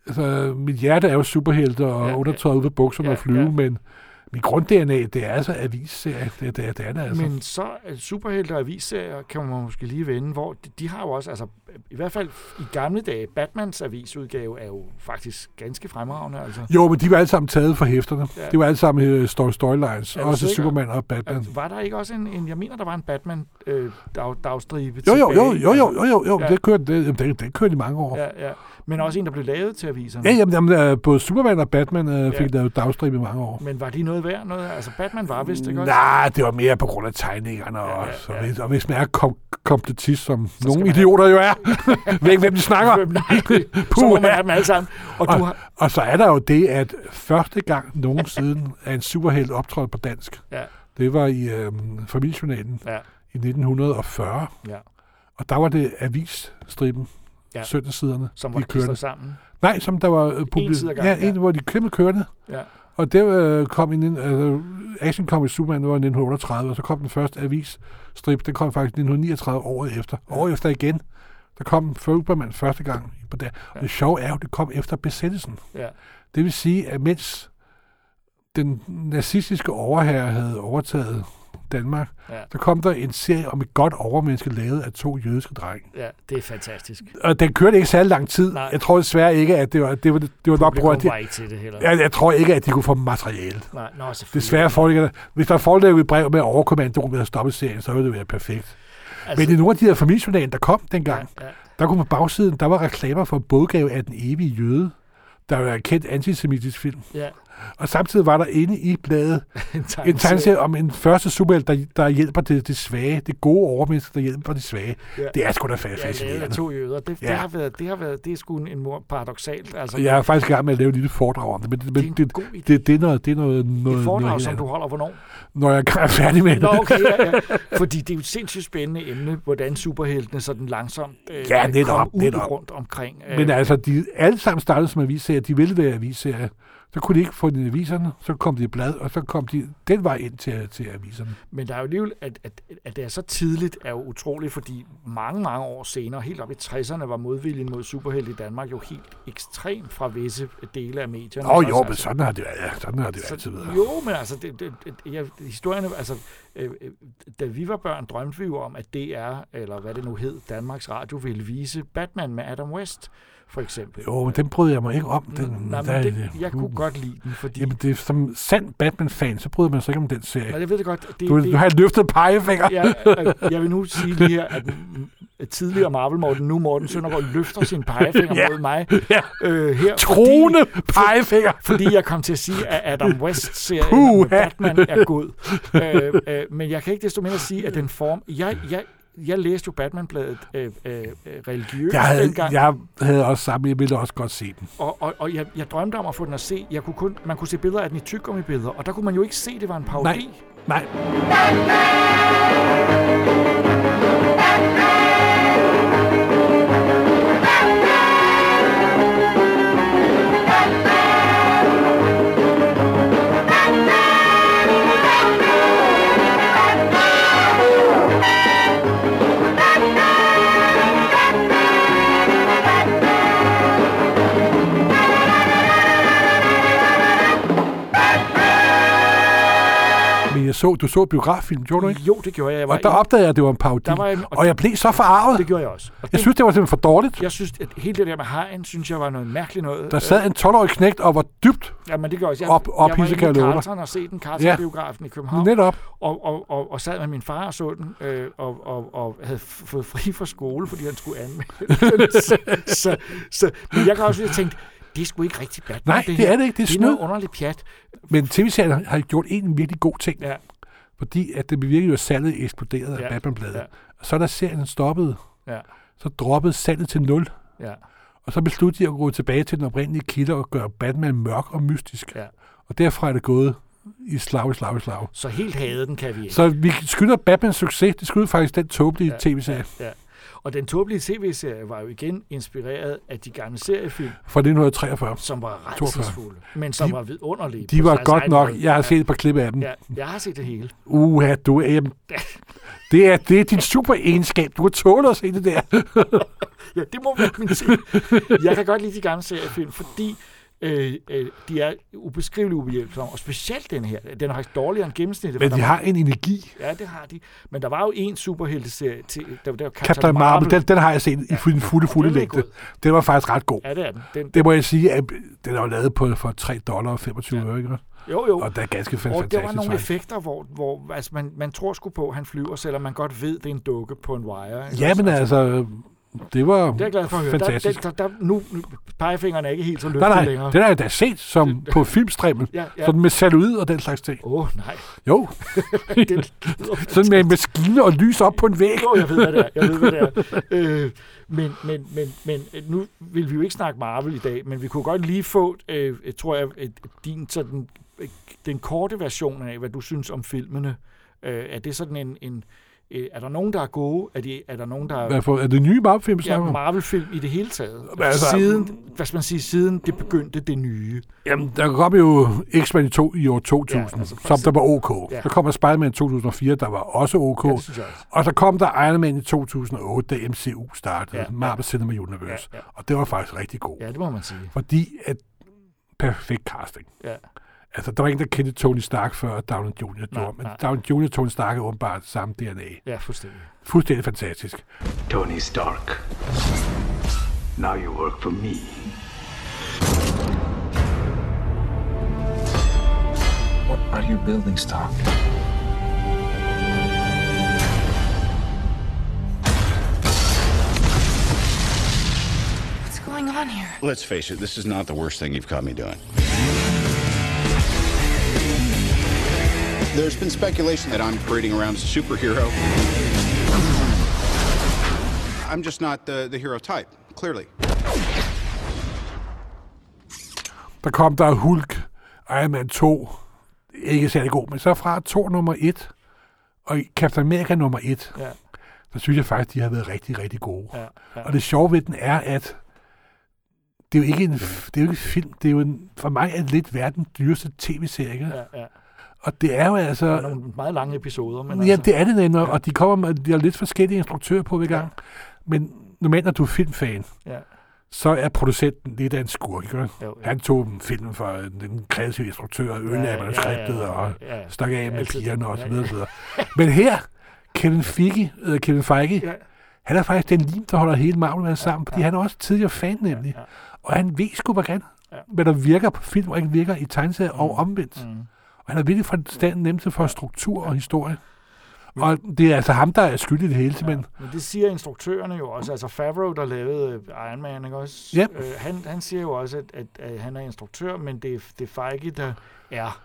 Speaker 3: altså, mit hjerte er jo superhelte og
Speaker 2: Ja, ja.
Speaker 3: ja, undertøjet ja. ude på bukserne
Speaker 2: Ja,
Speaker 3: ja, og flyve,
Speaker 2: ja.
Speaker 3: ja. men min grund-DNA, det er altså avisserie. Det, det, det er det altså. Men,
Speaker 2: Men så øh, superhelte og avisserier kan man måske lige vende, hvor de, de har jo også, altså øh, i hvert fald i gamle dage, Batmans avisudgave er jo faktisk ganske fremragende. Altså.
Speaker 3: jo, men de var alle sammen taget fra hæfterne.
Speaker 2: Ja.
Speaker 3: Ja. Det var alle sammen øh, story storylines.
Speaker 2: Er du
Speaker 3: Også
Speaker 2: sikker?
Speaker 3: Superman og Batman.
Speaker 2: Altså, Var der ikke også en, en jeg mener, der var en Batman-dagstribe øh, dag, dagstribe
Speaker 3: Jo, jo, jo,
Speaker 2: tilbage? Altså,
Speaker 3: jo, jo, jo, jo, jo.
Speaker 2: Ja.
Speaker 3: Ja. Det, kørte, det, jamen, det, det kørte i mange år. Ja.
Speaker 2: Ja, ja. Men også en, der blev lavet til aviserne.
Speaker 3: Ja, jamen, jamen, øh, både Superman og Batman øh,
Speaker 2: Ja.
Speaker 3: fik ja. lavet dagstrib i mange år.
Speaker 2: Men var de noget, noget værd? Noget, altså, Batman var vist, ikke også?
Speaker 3: Nej, det var mere på grund af tegningerne ja, ja, også. Og hvis, og hvis man er kom- kompletist, som nogle
Speaker 2: man-
Speaker 3: idioter jo er, *laughs* ved ikke, hvem de snakker.
Speaker 2: Hvem- nej, så må
Speaker 3: Puh,
Speaker 2: man have dem alle sammen. Og du
Speaker 3: og,
Speaker 2: har...
Speaker 3: og så er der jo det, at første gang nogen siden er en superhelt optrådt på dansk,
Speaker 2: Ja,
Speaker 3: det var i øhm, familiejournalen
Speaker 2: ja,
Speaker 3: i 1940.
Speaker 2: ja.
Speaker 3: Og der var det avisstriben,
Speaker 2: Ja.
Speaker 3: ja. søndagssiderne,
Speaker 2: Som var
Speaker 3: de kørte.
Speaker 2: klistret sammen.
Speaker 3: Nej, Nej, som der var øh, publi-
Speaker 2: side ad gangen,
Speaker 3: ja,
Speaker 2: ja.
Speaker 3: en, hvor de kæmpe kørte.
Speaker 2: Ja.
Speaker 3: Og det øh, kom i, nin- altså, Action Comics Superman var i 1938, og så kom den første avisstrip, den kom faktisk i 1939 året efter. Året efter igen, der kom Superman første gang på der. Og det sjove er jo, det kom efter besættelsen.
Speaker 2: Ja.
Speaker 3: Det vil sige, at mens den nazistiske overherre havde overtaget Danmark,
Speaker 2: Ja.
Speaker 3: der kom der en serie om et godt overmenneske lavet af to jødiske drenge.
Speaker 2: ja, det er fantastisk.
Speaker 3: Og den kørte ikke særlig lang tid.
Speaker 2: Nej.
Speaker 3: Jeg tror desværre ikke, at det var, det var, det var nok
Speaker 2: Det
Speaker 3: på, at de,
Speaker 2: kommer bare ikke til det heller.
Speaker 3: jeg, jeg, tror ikke, at de kunne få materiale.
Speaker 2: Nej, nå, selvfølgelig.
Speaker 3: Desværre foreligger der. Hvis der foreligger et brev med overkommandoen ved at stoppe serien, så ville det være perfekt.
Speaker 2: Altså,
Speaker 3: Men i nogle af de her familiejournaler, der kom dengang,
Speaker 2: ja, ja.
Speaker 3: der kunne på bagsiden, der var reklamer for bådgave af den evige jøde, der var en kendt antisemitisk film.
Speaker 2: Ja,
Speaker 3: Og samtidig var der inde i bladet
Speaker 2: en
Speaker 3: en
Speaker 2: tegneserie.
Speaker 3: tegneserie om en første superhelt, der, der hjælper det, det svage, det gode overmenneske, der hjælper det svage.
Speaker 2: Ja.
Speaker 3: Det er sgu da fa-
Speaker 2: Ja, lavet af
Speaker 3: fascinerende.
Speaker 2: to jøder. Det, ja.
Speaker 3: Ja.
Speaker 2: det, har været, det har været, det er sgu en, en mor paradoxalt. Altså,
Speaker 3: Og jeg er faktisk i gang med at lave et lille foredrag om det, men, men
Speaker 2: en
Speaker 3: det, det,
Speaker 2: god idé.
Speaker 3: det, det, er noget, det er noget, noget,
Speaker 2: et foredrag,
Speaker 3: noget
Speaker 2: som
Speaker 3: helt
Speaker 2: du
Speaker 3: andet.
Speaker 2: holder hvornår?
Speaker 3: Når jeg er
Speaker 2: *laughs*
Speaker 3: færdig med det.
Speaker 2: Nå, okay, ja, ja. Fordi det er jo et sindssygt spændende emne, hvordan superheltene sådan langsomt øh,
Speaker 3: Ja, netop,
Speaker 2: kom ud
Speaker 3: netop.
Speaker 2: rundt omkring. Øh,
Speaker 3: Men altså, de alle sammen startede som avisserier. De ville være avisserier. Så kunne de ikke få den i aviserne, så kom de i blad, og så kom de den vej ind til, til aviserne.
Speaker 2: Men der er jo alligevel, at, at, at det er så tidligt, er jo utroligt, fordi mange, mange år senere, helt op i 60'erne, var modviljen mod superhelte i Danmark jo helt ekstrem fra visse dele af medierne.
Speaker 3: Åh oh,
Speaker 2: Også,
Speaker 3: jo, men sådan har det, været- ja, sådan har det så, altid været.
Speaker 2: altså, Jo, men altså, det, det, det, ja, historierne, altså, øh, øh, da vi var børn, drømte vi jo om, at DR, eller hvad det nu hed, Danmarks Radio, ville vise Batman med Adam West, for eksempel.
Speaker 3: Jo, men den brød jeg mig ikke om. Den,
Speaker 2: Nej,
Speaker 3: der-
Speaker 2: men det, jeg kunne godt lide den, fordi...
Speaker 3: Jamen, det er som sand Batman-fan, så bryder man sig ikke om den
Speaker 2: Nej,
Speaker 3: serie.
Speaker 2: jeg ved det godt. Det,
Speaker 3: Du,
Speaker 2: det,
Speaker 3: du har en løftet pegefinger.
Speaker 2: Ja, øh, jeg vil nu sige lige her, at mm, at tidligere Marvel Morten, nu Morten Søndergaard, løfter sin pegefinger
Speaker 3: Ja.
Speaker 2: mod mig
Speaker 3: Ja.
Speaker 2: øh, her.
Speaker 3: Trone pegefinger.
Speaker 2: Fordi, fordi jeg kom til at sige, at Adam West-serien med
Speaker 3: Puha.
Speaker 2: Batman er god. Øh, øh, men jeg kan ikke desto mindre sige, at den form... Jeg, jeg, jeg læste jo Batman-bladet øh, øh, religiøst
Speaker 3: Jeg havde,
Speaker 2: dengang.
Speaker 3: jeg havde også sammen, jeg ville også godt se den.
Speaker 2: Og, og, og jeg, jeg drømte om at få den at se. Jeg kunne kun, man kunne se billeder af den i tykgummibilleder, og der kunne man jo ikke se, at det var en parodi.
Speaker 3: Nej, nej. Men jeg så, du så biograffilm, gjorde du ikke?
Speaker 2: Jo, det gjorde jeg. jeg var
Speaker 3: Og der
Speaker 2: ikke-
Speaker 3: opdagede jeg, at det var en parodi.
Speaker 2: Der var en-
Speaker 3: og jeg blev så forarvet.
Speaker 2: det gjorde jeg også. Og
Speaker 3: Jeg
Speaker 2: det-
Speaker 3: synes, det var simpelthen for dårligt.
Speaker 2: Jeg synes, at hele det der med hajen, synes jeg var noget mærkeligt noget.
Speaker 3: Der sad en 12-årig knægt og var dybt
Speaker 2: ja, men det gør også. Jeg,
Speaker 3: Op- op, hisse,
Speaker 2: jeg
Speaker 3: kan
Speaker 2: var
Speaker 3: jeg
Speaker 2: inde i
Speaker 3: love dig.
Speaker 2: Carlton og se den, Carlton-biografen i København.
Speaker 3: netop.
Speaker 2: Og, og, og, og sad med min far og så den, øh, og, og, og havde f- fået fri fra skole, fordi han skulle anmelde den. *laughs* så, så, så, men jeg kan også lige have tænkt, det er sgu ikke rigtig Batman.
Speaker 3: Nej, det
Speaker 2: her.
Speaker 3: er det ikke. Det er
Speaker 2: det er noget
Speaker 3: snyd.
Speaker 2: underligt pjat.
Speaker 3: Men tv-serien har- har gjort en virkelig god ting,
Speaker 2: Ja,
Speaker 3: fordi at det virkelig jo salget eksploderede
Speaker 2: Ja,
Speaker 3: af Batman-bladet.
Speaker 2: ja.
Speaker 3: Og så da serien stoppede,
Speaker 2: ja,
Speaker 3: så droppede salget til nul.
Speaker 2: ja,
Speaker 3: Og så besluttede de at gå tilbage til den oprindelige kilde og gøre Batman mørk og mystisk.
Speaker 2: ja.
Speaker 3: Og derfra er det gået i slag, i slag, i slag.
Speaker 2: Så helt havde den kan vi ikke.
Speaker 3: Så vi skylder Batmans succes, det skylder faktisk den tåbelige
Speaker 2: Ja,
Speaker 3: tv-serie
Speaker 2: Ja. Og den tåbelige tv-serie var jo igen inspireret af de gamle seriefilm,
Speaker 3: fra 1943.
Speaker 2: som var
Speaker 3: 42.
Speaker 2: redselsfulde, men som var vidunderlige.
Speaker 3: De
Speaker 2: på
Speaker 3: var
Speaker 2: deres
Speaker 3: godt
Speaker 2: egen
Speaker 3: nok,
Speaker 2: måde.
Speaker 3: jeg har set et par klip af dem.
Speaker 2: Ja, jeg har set det hele.
Speaker 3: Uha, du er... Jamen, det er, det er din super egenskab. Du har tålet at se det der.
Speaker 2: Ja, det må være min ting. Jeg kan godt lide de gamle seriefilm, fordi øh, øh, de er ubeskriveligt ubehjælpsomme, og specielt den her. Den er faktisk dårligere end gennemsnittet.
Speaker 3: Men
Speaker 2: for
Speaker 3: de
Speaker 2: der-
Speaker 3: har en energi.
Speaker 2: Ja, det har de. Men der var jo en superhelteserie til, der, der var Captain,
Speaker 3: Captain Marvel, den, den har jeg set i den fulde, fulde
Speaker 2: den er
Speaker 3: længde.
Speaker 2: god.
Speaker 3: Den var faktisk ret god.
Speaker 2: Ja, det er den. den
Speaker 3: Det må jeg sige, at den er jo lavet på for 3 dollar og 25 øre, ikke?
Speaker 2: jo, jo.
Speaker 3: Og det er ganske
Speaker 2: Og der var
Speaker 3: fantastisk.
Speaker 2: nogle
Speaker 3: faktisk.
Speaker 2: effekter, hvor, hvor altså, man, man tror sgu på, at han flyver, selvom man godt ved, det er en dukke på en wire. ikke?
Speaker 3: Ja, men altså, Det var
Speaker 2: Det er jeg glad for at høre.
Speaker 3: fantastisk.
Speaker 2: Der, der, der, nu, nu pegefingeren er ikke helt så løftet
Speaker 3: Nej, nej,
Speaker 2: længere.
Speaker 3: den har jeg da set som på filmstrimmen.
Speaker 2: Ja, ja.
Speaker 3: Sådan med salud og den slags ting.
Speaker 2: Åh, oh, nej. *laughs*
Speaker 3: Jo,
Speaker 2: Det lyder
Speaker 3: sådan med en maskine og lys op på en væg.
Speaker 2: Jo, jeg ved, hvad det er. Jeg ved, hvad det er. Øh, men, men, men, men øh, nu vil vi jo ikke snakke Marvel i dag, men vi kunne godt lige få, øh, øh, tror jeg, øh, din sådan, øh, den korte version af, hvad du synes om filmene. Øh, er det sådan en... en øh, er der nogen, der er gode? Er, de, er der nogen, der er
Speaker 3: Hvad for, er det nye Marvel-film,
Speaker 2: ja,
Speaker 3: snakker om?
Speaker 2: Marvel-film i det hele taget?
Speaker 3: Men altså-
Speaker 2: siden, hvad skal man sige, siden det begyndte det nye.
Speaker 3: Jamen, der kom jo X-Men 2 i år 2000,
Speaker 2: Ja,
Speaker 3: ja,
Speaker 2: altså,
Speaker 3: altså, som der var OK.
Speaker 2: Ja.
Speaker 3: Ja. Der kom Spider-Man 2004, der var også OK. Ja,
Speaker 2: det synes jeg også.
Speaker 3: Og så kom der Iron Man i 2008, da MCU startede,
Speaker 2: Ja,
Speaker 3: ja,
Speaker 2: ja.
Speaker 3: Marvel Cinema Universe.
Speaker 2: Ja,
Speaker 3: Ja,
Speaker 2: ja.
Speaker 3: ja. Og det var faktisk rigtig god.
Speaker 2: Ja, det må man sige.
Speaker 3: Fordi at perfekt casting.
Speaker 2: Ja.
Speaker 3: Altså, der var ingen, der kendte Tony Stark før Downey Jr. gjorde,
Speaker 2: Nej,
Speaker 3: men
Speaker 2: nej.
Speaker 3: Downey Jr. og Tony Stark er åbenbart samme DNA.
Speaker 2: Ja, fuldstændig.
Speaker 3: Fuldstændig fantastisk.
Speaker 8: Tony Stark. Now you work for me. What are you building, Stark?
Speaker 9: Let's face it, this is not the worst thing you've caught me doing. There's been speculation that I'm parading around as a superhero. I'm just not the, the hero type, clearly.
Speaker 3: Der kom der Hulk, Iron Man 2, ikke særlig god, men så fra 2 nummer 1, og Captain America nummer 1,
Speaker 2: Ja,
Speaker 3: så synes jeg faktisk, de har været rigtig, rigtig gode.
Speaker 2: ja, ja.
Speaker 3: Og det sjove ved den er, at det er jo ikke en, det er jo ikke en film, det er jo en, for mig er det lidt verdens dyreste tv-serie, ikke?
Speaker 2: ja, ja.
Speaker 3: Og det er jo altså...
Speaker 2: Der er nogle meget lange episoder, men
Speaker 3: Ja,
Speaker 2: altså,
Speaker 3: det er det nemlig, og de kommer med de har lidt forskellige instruktører på hver gang. Men normalt, når du er filmfan,
Speaker 2: ja.
Speaker 3: så er producenten lidt af en skurk. Ikke?
Speaker 2: Jo, ja.
Speaker 3: Han tog filmen for øh, den kreative instruktør, og ødelagde
Speaker 2: ja, ja,
Speaker 3: manuskriptet
Speaker 2: ja,
Speaker 3: og
Speaker 2: ja, ja.
Speaker 3: stak af med
Speaker 2: Altid.
Speaker 3: pigerne og
Speaker 2: Ja,
Speaker 3: så videre. og så videre. Men her, Kevin Feige, eller Kevin Feige,
Speaker 2: Ja.
Speaker 3: han er faktisk den lim, der holder hele Marvel sammen, fordi han er også tidligere fan nemlig. Og han ved sgu, hvordan, hvad der virker på film, og ikke virker i tegneserier og
Speaker 2: Mm.
Speaker 3: omvendt. Og han er virkelig fra stand nemt til for struktur og historie. Og det er altså ham, der er skyld i det hele, simpelthen.
Speaker 2: Men det siger instruktørerne jo også. Altså Favreau, der lavede øh, Iron Man, ikke også?
Speaker 3: Ja.
Speaker 2: Øh, han, han siger jo også, at, at, at han er instruktør, men det, er- det er Feige, der er.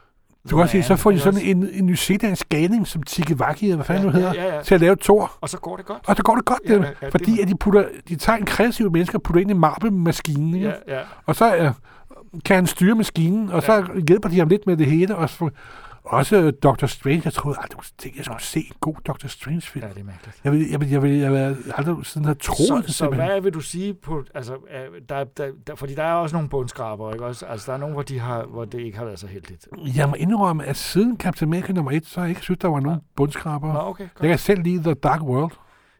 Speaker 3: Du kan også sige, så får de
Speaker 2: Ikke også?
Speaker 3: sådan en, en nyzelandsk ganing, som Tiki Waki, eller hvad fanden
Speaker 2: Ja,
Speaker 3: nu hedder,
Speaker 2: ja, ja, ja.
Speaker 3: til at lave Thor.
Speaker 2: Og så går det godt.
Speaker 3: Og så går det godt,
Speaker 2: Ja,
Speaker 3: ja,
Speaker 2: ja, ja, det
Speaker 3: fordi
Speaker 2: var-
Speaker 3: at de, putter, de tager en kreativ menneske og putter ind i Marvel-maskinen. ikke?
Speaker 2: Ja, ja.
Speaker 3: Og så øh, kan han styre maskinen, og så hjælper de ham lidt med det hele. Og så, også øh, Dr. Strange, jeg troede aldrig, at jeg skulle se en god Dr. Strange-film.
Speaker 2: Ja, det er mærkeligt.
Speaker 3: Jeg vil, jeg vil, jeg vil, jeg vil aldrig siden have troet
Speaker 2: Så,
Speaker 3: det
Speaker 2: så
Speaker 3: simpelthen.
Speaker 2: hvad vil du sige på, altså, er- der, der, der, fordi der er også nogle bundskraber, ikke også? Altså, der er nogle, hvor, de har, hvor det ikke har været så heldigt.
Speaker 3: Jeg må indrømme, at siden Captain America nummer 1, så har jeg ikke synes, der var nogen bundskraber.
Speaker 2: Nå, okay,
Speaker 3: Jeg
Speaker 2: godt.
Speaker 3: kan selv lide The Dark World.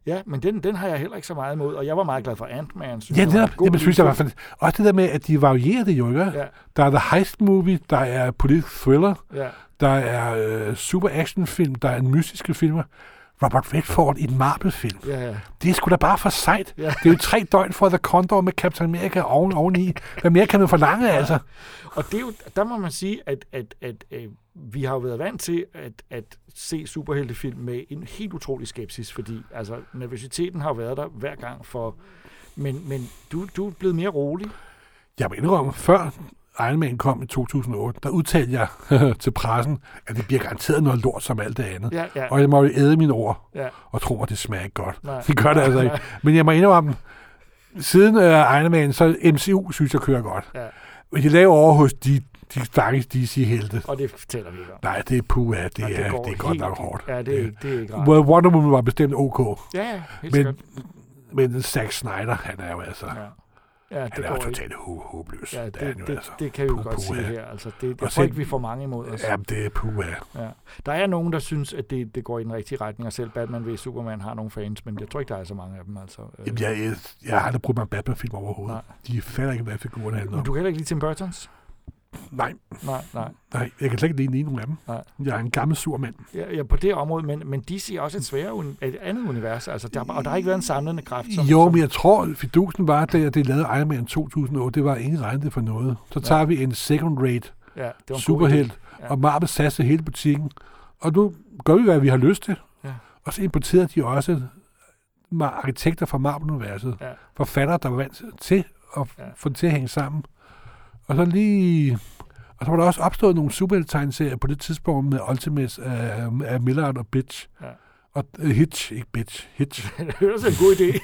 Speaker 2: Ja, men den, den har jeg heller ikke så meget imod, og jeg var meget glad for Ant-Man. Synes,
Speaker 3: Ja,
Speaker 2: det var en
Speaker 3: netop.
Speaker 2: god
Speaker 3: Jamen, synes jeg
Speaker 2: lille
Speaker 3: var fantastisk. Også det der med, at de varierer det jo, ikke?
Speaker 2: Ja.
Speaker 3: Der er The Heist Movie, der er politisk thriller,
Speaker 2: film. Ja.
Speaker 3: der er øh, super actionfilm, der er en mystiske filmer. Robert Redford i en Marvel-film.
Speaker 2: Ja, ja.
Speaker 3: Det er sgu da bare for sejt.
Speaker 2: Ja.
Speaker 3: Det er jo tre døgn for The Condor med Captain America oven oveni. Hvad mere kan man forlange, altså?
Speaker 2: Og det er jo, der må man sige, at, at, at øh, vi har jo været vant til at, at se superheltefilm med en helt utrolig skepsis, fordi altså, nervøsiteten har jo været der hver gang for... Men, men du, du er blevet mere rolig.
Speaker 3: Jeg må indrømme, før Iron Man kom i 2008, der udtalte jeg *laughs* til pressen, at det bliver garanteret noget lort som alt det andet.
Speaker 2: Ja, ja.
Speaker 3: Og jeg må jo æde mine ord,
Speaker 2: Ja.
Speaker 3: og tro mig, det smager ikke godt.
Speaker 2: Nej.
Speaker 3: Det gør det altså
Speaker 2: *laughs*
Speaker 3: ikke. Men jeg må indrømme, siden øh, Iron Man, så MCU synes jeg kører godt.
Speaker 2: Ja.
Speaker 3: Men de laver over hos de, de stakkels DC-helte.
Speaker 2: Og det fortæller vi ikke om.
Speaker 3: Nej, det er puha, det,
Speaker 2: Og
Speaker 3: er, det er godt
Speaker 2: helt-
Speaker 3: nok hårdt.
Speaker 2: Ja, det er, ikke- det er ikke rart.
Speaker 3: Well, Wonder Woman var bestemt ok,
Speaker 2: Ja, ja, helt
Speaker 3: Men-
Speaker 2: sikkert.
Speaker 3: men Zack Snyder, han er jo altså...
Speaker 2: Ja, Ja, det
Speaker 3: Han er jo
Speaker 2: går ikke.
Speaker 3: totalt ho- håbløs.
Speaker 2: Ja,
Speaker 3: det, er han jo
Speaker 2: det, det,
Speaker 3: altså.
Speaker 2: det kan vi jo
Speaker 3: Puh,
Speaker 2: godt
Speaker 3: puh,
Speaker 2: sige
Speaker 3: ja.
Speaker 2: her. Altså, det, jeg
Speaker 3: Og
Speaker 2: tror
Speaker 3: selv-
Speaker 2: ikke, vi får mange imod os.
Speaker 3: Jamen, det er puha.
Speaker 2: Ja. Der er nogen, der synes, at det, det går i den rigtige retning, og selv Batman ved Superman har nogle fans, men jeg tror ikke, der er så mange af dem. Altså. Øh,
Speaker 3: Jamen, jeg, jeg, jeg har aldrig brugt mig en Batman-film overhovedet.
Speaker 2: Nej.
Speaker 3: Nej. De fatter ikke, hvad figuren handler
Speaker 2: Men
Speaker 3: om.
Speaker 2: du kan heller ikke lide Tim Burtons?
Speaker 3: Nej,
Speaker 2: Nej, nej.
Speaker 3: nej, jeg kan slet ikke lide den ene nogen af dem.
Speaker 2: Nej.
Speaker 3: Jeg er en gammel sur mand.
Speaker 2: Ja, ja, på det område, men, men DC er også et sværere uni- et andet univers, altså, der, og der har ikke været en samlende kraft. Som,
Speaker 3: Jo,
Speaker 2: som,
Speaker 3: men jeg tror, fidusen var, da jeg- det lavede Iron Man 2008, det var at ingen regnede for noget. Så tager vi en second-rate
Speaker 2: ja, det var en god
Speaker 3: superhelt,
Speaker 2: Ja.
Speaker 3: og Marvel satser hele butikken. Og nu gør vi, hvad vi har lyst til.
Speaker 2: Ja.
Speaker 3: Og så importerede de også ma- arkitekter fra Marvel-universet,
Speaker 2: Ja.
Speaker 3: ja. forfattere, der var vant til at ja. få det til at hænge sammen. Og så lige... Og så var der også opstået nogle superhelte-tegneserier på det tidspunkt med Ultimates af, af Millard og Bitch.
Speaker 2: Ja.
Speaker 3: Ja. Og uh, Hitch, ikke Bitch, Hitch.
Speaker 2: Det er også en god
Speaker 3: *laughs*
Speaker 2: idé.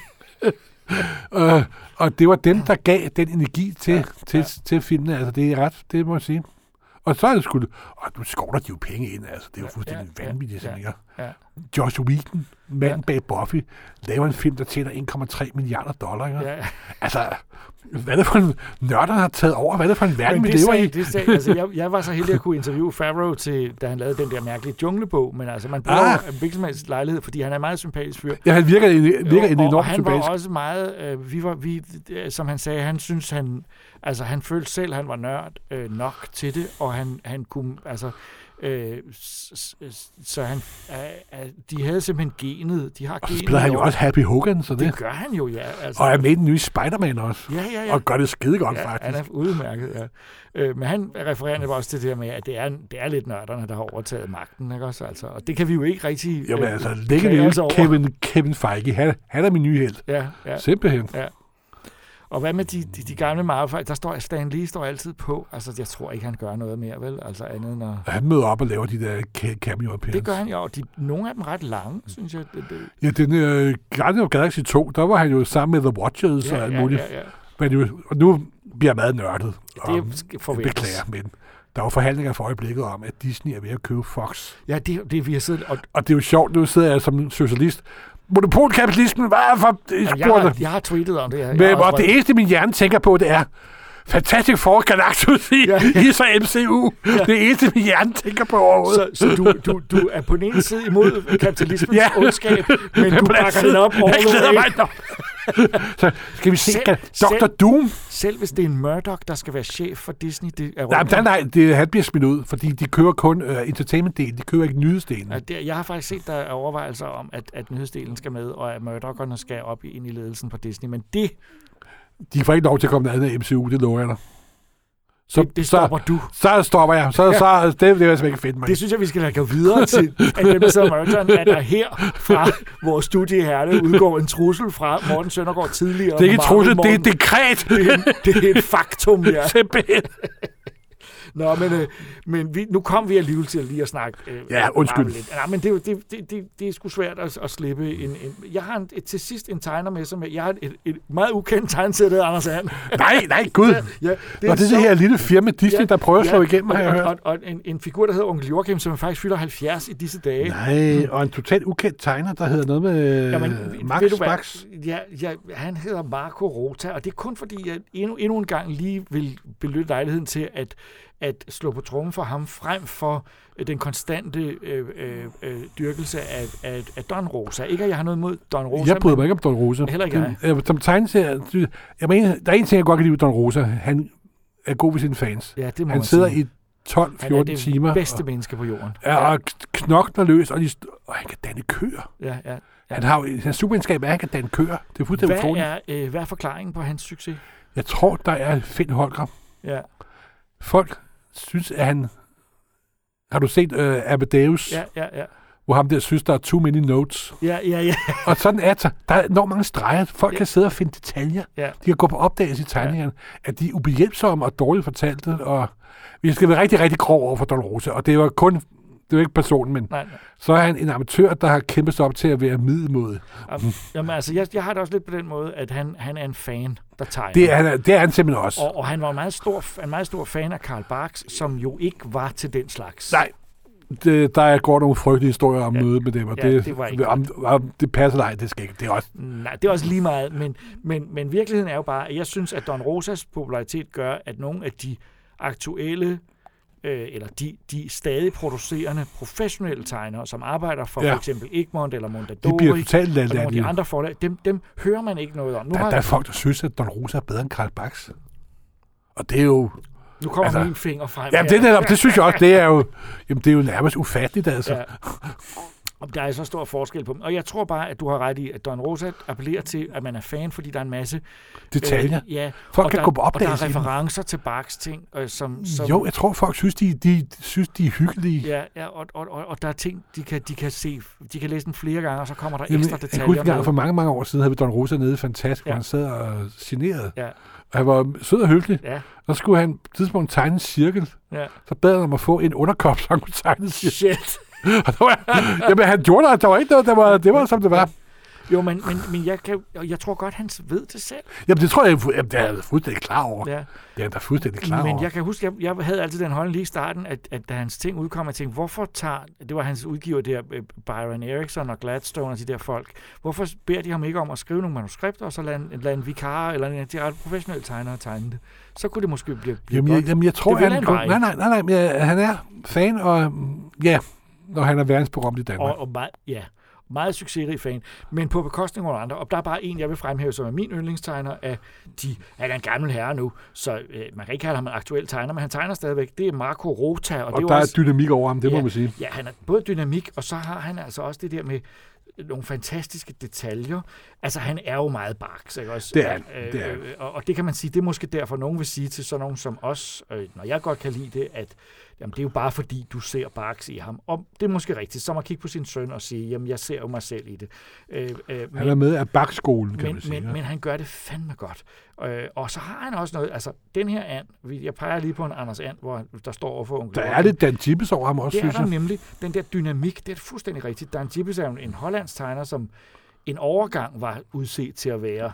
Speaker 3: øh, og det var dem, der gav den energi til, ja, til, ja. til filmene. Altså, det er ret, det må jeg sige. Og så er det sgu... Og nu skovler de jo penge ind, altså. Det er jo fuldstændig
Speaker 2: ja,
Speaker 3: ja, vanvittigt,
Speaker 2: ja,
Speaker 3: ja, ja.
Speaker 2: Ja.
Speaker 3: Josh Whedon, manden
Speaker 2: Ja.
Speaker 3: ja. bag Buffy, laver en film, der tjener 1,3 milliarder dollar. Ikke?
Speaker 2: Ja.
Speaker 3: Altså, hvad er det for en nørder, der har taget over? Hvad er det for en verden, vi
Speaker 2: det
Speaker 3: lever
Speaker 2: sagde,
Speaker 3: i?
Speaker 2: det sagde, altså, jeg, jeg var så heldig at kunne interviewe Favreau, til, da han lavede den der mærkelige junglebog, men altså, man bruger
Speaker 3: Ah.
Speaker 2: ah. hvilken som helst lejlighed, fordi han er en meget sympatisk fyr.
Speaker 3: Ja, han virker, en, virker en
Speaker 2: og, og
Speaker 3: enorm
Speaker 2: han var
Speaker 3: sympatisk.
Speaker 2: også meget, øh, vi var, vi, øh, som han sagde, han synes han, altså han følte selv, han var nørd øh, nok til det, og han, han kunne, altså, øh, s- s- s- så han, øh, øh, de havde simpelthen genet, de har
Speaker 3: Og så
Speaker 2: genet.
Speaker 3: spiller han jo
Speaker 2: over-
Speaker 3: også Happy Hogan, så det.
Speaker 2: Det gør han jo, ja. Altså,
Speaker 3: Og er med i den nye Spider-Man også.
Speaker 2: ja, ja, ja.
Speaker 3: Og gør det skide godt,
Speaker 2: Ja, han
Speaker 3: faktisk.
Speaker 2: er udmærket, ja. Øh, men han refererer netop også til det her med, at det er, det er lidt nørderne, der har overtaget magten, ikke også? Altså, og det kan vi jo ikke rigtig...
Speaker 3: Jo, men
Speaker 2: øh,
Speaker 3: altså,
Speaker 2: klage
Speaker 3: lægge det
Speaker 2: os over.
Speaker 3: Kevin, Kevin Feige. Han, han er min nye held.
Speaker 2: Ja, ja.
Speaker 3: Simpelthen.
Speaker 2: Og hvad med de, de, de gamle Marvel? Der står Stan Lee står altid på. Altså, jeg tror ikke, han gør noget mere, vel? Altså andet end at...
Speaker 3: Og Han møder op og laver de der ca- cameo appearance.
Speaker 2: Det gør han jo. og De, nogle af dem ret lange, synes jeg. Det, det,
Speaker 3: Ja, den øh, Guardians of Galaxy 2, der var han jo sammen med The Watchers ja, og alt muligt.
Speaker 2: ja, ja.
Speaker 3: Men jo, og nu bliver jeg meget nørdet. Og
Speaker 2: Det skal forventes.
Speaker 3: beklager, men der var forhandlinger for øjeblikket om, at Disney er ved at købe Fox.
Speaker 2: Ja, det, det vi har siddet... Og,
Speaker 3: Og det er jo sjovt, nu sidder jeg som socialist. Monopolkapitalismen, hvad er for... Jeg,
Speaker 2: jeg, har, jeg har tweetet om det her. Jeg har
Speaker 3: men,
Speaker 2: også
Speaker 3: og det eneste, min hjerne tænker på, det er, Fantastic Four Galactus i,
Speaker 2: Ja.
Speaker 3: ja. i så MCU. Ja. Det eneste, min hjerne tænker på overhovedet.
Speaker 2: Så, så du, du, du er på den ene side imod kapitalismens
Speaker 3: *laughs* Ja.
Speaker 2: ja. ondskab,
Speaker 3: *laughs*
Speaker 2: men
Speaker 3: Jeg
Speaker 2: du
Speaker 3: bliver
Speaker 2: pakker
Speaker 3: altid-
Speaker 2: den op all
Speaker 3: Jeg
Speaker 2: the
Speaker 3: glæder
Speaker 2: way.
Speaker 3: mig nok. så skal vi se,
Speaker 2: Selv-
Speaker 3: kan Dr.
Speaker 2: selv-
Speaker 3: Doom?
Speaker 2: Selv hvis det er en Murdoch, der skal være chef for Disney, det er
Speaker 3: Nej, men der- nej, det, han bliver smidt ud, fordi de kører kun uh, entertainment-delen, de kører ikke nyhedsdelen.
Speaker 2: Ja, det- Jeg har faktisk set, der er overvejelser om, at, at nyhedsdelen skal med, og at Murdocherne skal op i- ind i ledelsen på Disney, men det,
Speaker 3: De får ikke lov til at komme andet af MCU, det lover jeg dig. Så,
Speaker 2: det, det stopper du.
Speaker 3: Så, så stopper jeg. Så, så, det, det er jeg simpelthen ikke fedt, mand.
Speaker 2: Det synes jeg, vi skal lade gå
Speaker 3: *laughs*
Speaker 2: videre til, at dem, der sidder i Marathon, at der her fra vores studie her, der udgår en trussel fra Morten Søndergaard tidligere.
Speaker 3: det er ikke
Speaker 2: på
Speaker 3: trussel, det er
Speaker 2: Marvel
Speaker 3: et dekret.
Speaker 2: Morgen. det, er en- det er et faktum, ja.
Speaker 3: *laughs* Simpelthen.
Speaker 2: Nå, men, øh, men vi, nu kom vi alligevel til lige at snakke. Øh,
Speaker 3: Ja, undskyld.
Speaker 2: Marvel lidt. Nej, men det, er jo- det, det, det, det er sgu svært at, at slippe. En, en, jeg har en, et, til sidst en tegner med, som jeg, jeg har et, et meget ukendt tegnsæt, der hedder Anders And.
Speaker 3: Nej, nej, gud.
Speaker 2: Ja,
Speaker 3: Det og det er det her lille firma Disney, der prøver at slå igennem,
Speaker 2: og,
Speaker 3: har jeg
Speaker 2: og, og,
Speaker 3: hørt.
Speaker 2: og en, en figur, der hedder Onkel Joachim, som faktisk fylder 70 i disse dage.
Speaker 3: Nej, og en totalt ukendt tegner, der hedder noget med
Speaker 2: Jamen,
Speaker 3: Øh, Max
Speaker 2: ved du hvad?
Speaker 3: Max.
Speaker 2: Ja, ja, han hedder Marco Rota, og det er kun fordi, jeg endnu, endnu en gang lige vil benytte lejligheden til at, at slå på trommen for ham, frem for øh, den konstante øh, øh, øh, dyrkelse af, af, af Don Rosa. Ikke at jeg har noget imod Don Rosa.
Speaker 3: Jeg bryder mig ikke om Don Rosa.
Speaker 2: Heller ikke jeg.
Speaker 3: jeg. Som tegneserie, synes- jeg mener, der er en ting, jeg godt kan lide ved Don Rosa. Han er god ved sine fans.
Speaker 2: Ja, det må
Speaker 3: Han
Speaker 2: man
Speaker 3: sidder
Speaker 2: sige.
Speaker 3: i 12-14
Speaker 2: han er det
Speaker 3: timer.
Speaker 2: bedste menneske på jorden.
Speaker 3: Og, ja, og knokler løs, og, de, st- og han kan danne køer.
Speaker 2: ja, ja.
Speaker 3: Han har jo, hans superegenskab er, at han kan danne køer. Det er fuldstændig
Speaker 2: Hvad,
Speaker 3: utroligt.
Speaker 2: er, øh, hvad er forklaringen på hans succes?
Speaker 3: Jeg tror, der er Finn Holger.
Speaker 2: Ja,
Speaker 3: Folk synes, at han... Har du set øh, Amadeus,
Speaker 2: ja, ja. ja.
Speaker 3: hvor ham der synes, der er too many notes?
Speaker 2: Ja, ja, ja.
Speaker 3: Og sådan er det. Der er enormt mange streger. Folk kan sidde og finde detaljer.
Speaker 2: Ja.
Speaker 3: De kan gå på opdagelse i tegningerne, at de er ubehjælpsomme og dårligt fortalte. Og vi skal være rigtig, rigtig grov over for Don Rosa. Og det var kun... Det var ikke personen, men
Speaker 2: Nej, nej.
Speaker 3: så er han en amatør, der har kæmpet sig op til at være middelmåde.
Speaker 2: Am- Jamen, altså, jeg, jeg har det også lidt på den måde, at han, han er en fan, der tegner.
Speaker 3: Det er, han, det er han simpelthen også.
Speaker 2: Og, og han var en meget, stor, f- en meget stor fan af Karl Barks, som jo ikke var til den slags.
Speaker 3: Nej, det, der går nogle frygtelige historier om ja. mødet med dem, og
Speaker 2: Ja,
Speaker 3: det,
Speaker 2: det var ikke
Speaker 3: om, om, det passer dig, det skal ikke. Det er også,
Speaker 2: Nej, det er også lige meget. Men, men, men virkeligheden er jo bare, at jeg synes, at Don Rosas popularitet gør, at nogle af de aktuelle, øh, eller de, de stadig producerende professionelle tegnere, som arbejder for
Speaker 3: Ja.
Speaker 2: ja. f.eks. Egmont eller Mondadori,
Speaker 3: de bliver
Speaker 2: og
Speaker 3: totalt
Speaker 2: nogle af de
Speaker 3: lallandige.
Speaker 2: andre forlag, dem, dem hører man ikke noget om. Nu,
Speaker 3: Der, der er
Speaker 2: har,
Speaker 3: folk, der synes, at Don Rosa er bedre end Karl Bax. Og det er jo...
Speaker 2: nu kommer altså,
Speaker 3: altså-
Speaker 2: min finger frem.
Speaker 3: Ja,
Speaker 2: her.
Speaker 3: det, er netop, det synes jeg også, det er jo, jamen, det er jo nærmest ufatteligt, altså.
Speaker 2: Ja.
Speaker 3: Ja.
Speaker 2: Og der er så stor forskel på dem. Og jeg tror bare, at du har ret i, at Don Rosa appellerer til, at man er fan, fordi der er en masse...
Speaker 3: Detaljer.
Speaker 2: Øh, ja,
Speaker 3: Folk
Speaker 2: og
Speaker 3: kan
Speaker 2: der,
Speaker 3: gå på opdagelse
Speaker 2: Og der
Speaker 3: i
Speaker 2: er
Speaker 3: dem.
Speaker 2: referencer til Bachs ting, øh, som... som
Speaker 3: Jo, jeg tror, folk synes, de, de, synes, de er hyggelige.
Speaker 2: Ja, ja og, og, og, og, der er ting, de kan, de kan se, de kan læse den flere gange, og så kommer der
Speaker 3: Jamen,
Speaker 2: ekstra
Speaker 3: jeg kan huske
Speaker 2: detaljer
Speaker 3: engang for
Speaker 2: med.
Speaker 3: mange, mange år siden, havde vi Don Rosa nede i Fantastisk, ja.
Speaker 2: Ja.
Speaker 3: hvor han sad og generede.
Speaker 2: Ja,
Speaker 3: Og han var sød og høflig.
Speaker 2: ja,
Speaker 3: Så skulle han på et tidspunkt tegne en cirkel.
Speaker 2: ja.
Speaker 3: Så bad han om at få en underkop, så han kunne tegne en cirkel.
Speaker 2: Shit.
Speaker 3: *laughs* Og der var, jamen, han gjorde det. Der var ikke noget, der var, det var, som det var.
Speaker 2: Jo, men, men, men jeg, kan, jo- jeg tror godt, han ved det selv.
Speaker 3: Jamen, det tror jeg, jamen, det er jeg fuldstændig klar over. Ja.
Speaker 2: Ja.
Speaker 3: Det er jeg da fuldstændig klar
Speaker 2: Men
Speaker 3: over.
Speaker 2: jeg kan huske, jeg, jeg havde altid den holdning lige i starten, at, at da hans ting udkom, jeg tænkte, hvorfor tager, det var hans udgiver der, øh, Byron Erickson og Gladstone og de der folk, hvorfor beder de ham ikke om at skrive nogle manuskripter, og så lade en, lade en vikar eller en direkte professionel tegner tegne det? Så kunne det måske blive, blive
Speaker 3: Jamen,
Speaker 2: godt.
Speaker 3: jeg, jamen, jeg tror,
Speaker 2: Det vil
Speaker 3: han,
Speaker 2: han
Speaker 3: går-
Speaker 2: bare
Speaker 3: nej,
Speaker 2: ikke.
Speaker 3: nej, nej, nej, men jeg- han er fan, og mm, ja, når han er verdensberømt i Danmark.
Speaker 2: og, og meget, ja, meget succesrig fan, men på bekostning af nogle andre. Og der er bare en, jeg vil fremhæve, som er min yndlingstegner af de, han er en gammel herre nu, så øh, man kan ikke kalde ham en aktuel tegner, men han tegner stadigvæk. Det er Marco Rota. Og,
Speaker 3: og
Speaker 2: det er
Speaker 3: der
Speaker 2: jo
Speaker 3: er dynamik over ham, det må
Speaker 2: ja,
Speaker 3: man sige.
Speaker 2: Ja, han er både dynamik, og så har han altså også det der med nogle fantastiske detaljer. Altså, han er jo meget barks, ikke også?
Speaker 3: Det er han, det er han.
Speaker 2: øh, og, og det kan man sige, det er måske derfor, nogen vil sige til sådan nogen som os, øh, når jeg godt kan lide det, at jamen, det er jo bare fordi, du ser barks i ham. Og det er måske rigtigt, som at kigge på sin søn og sige, jamen, jeg ser jo mig selv i det. Øh, øh,
Speaker 3: Han er med af bakskolen, kan
Speaker 2: men,
Speaker 3: man sige.
Speaker 2: men,
Speaker 3: ja.
Speaker 2: men han gør det fandme godt. Øh, og så har han også noget, altså den her and, vi- jeg peger lige på en Anders And, hvor han- der står overfor onkel
Speaker 3: Der er
Speaker 2: Joachim.
Speaker 3: lidt Dan Gibbes over ham også,
Speaker 2: Det er
Speaker 3: synes
Speaker 2: der
Speaker 3: jeg.
Speaker 2: nemlig. Den der dynamik, det er fuldstændig rigtigt. Dan Gibbs er jo en hollandsk tegner, som en overgang var udset til at være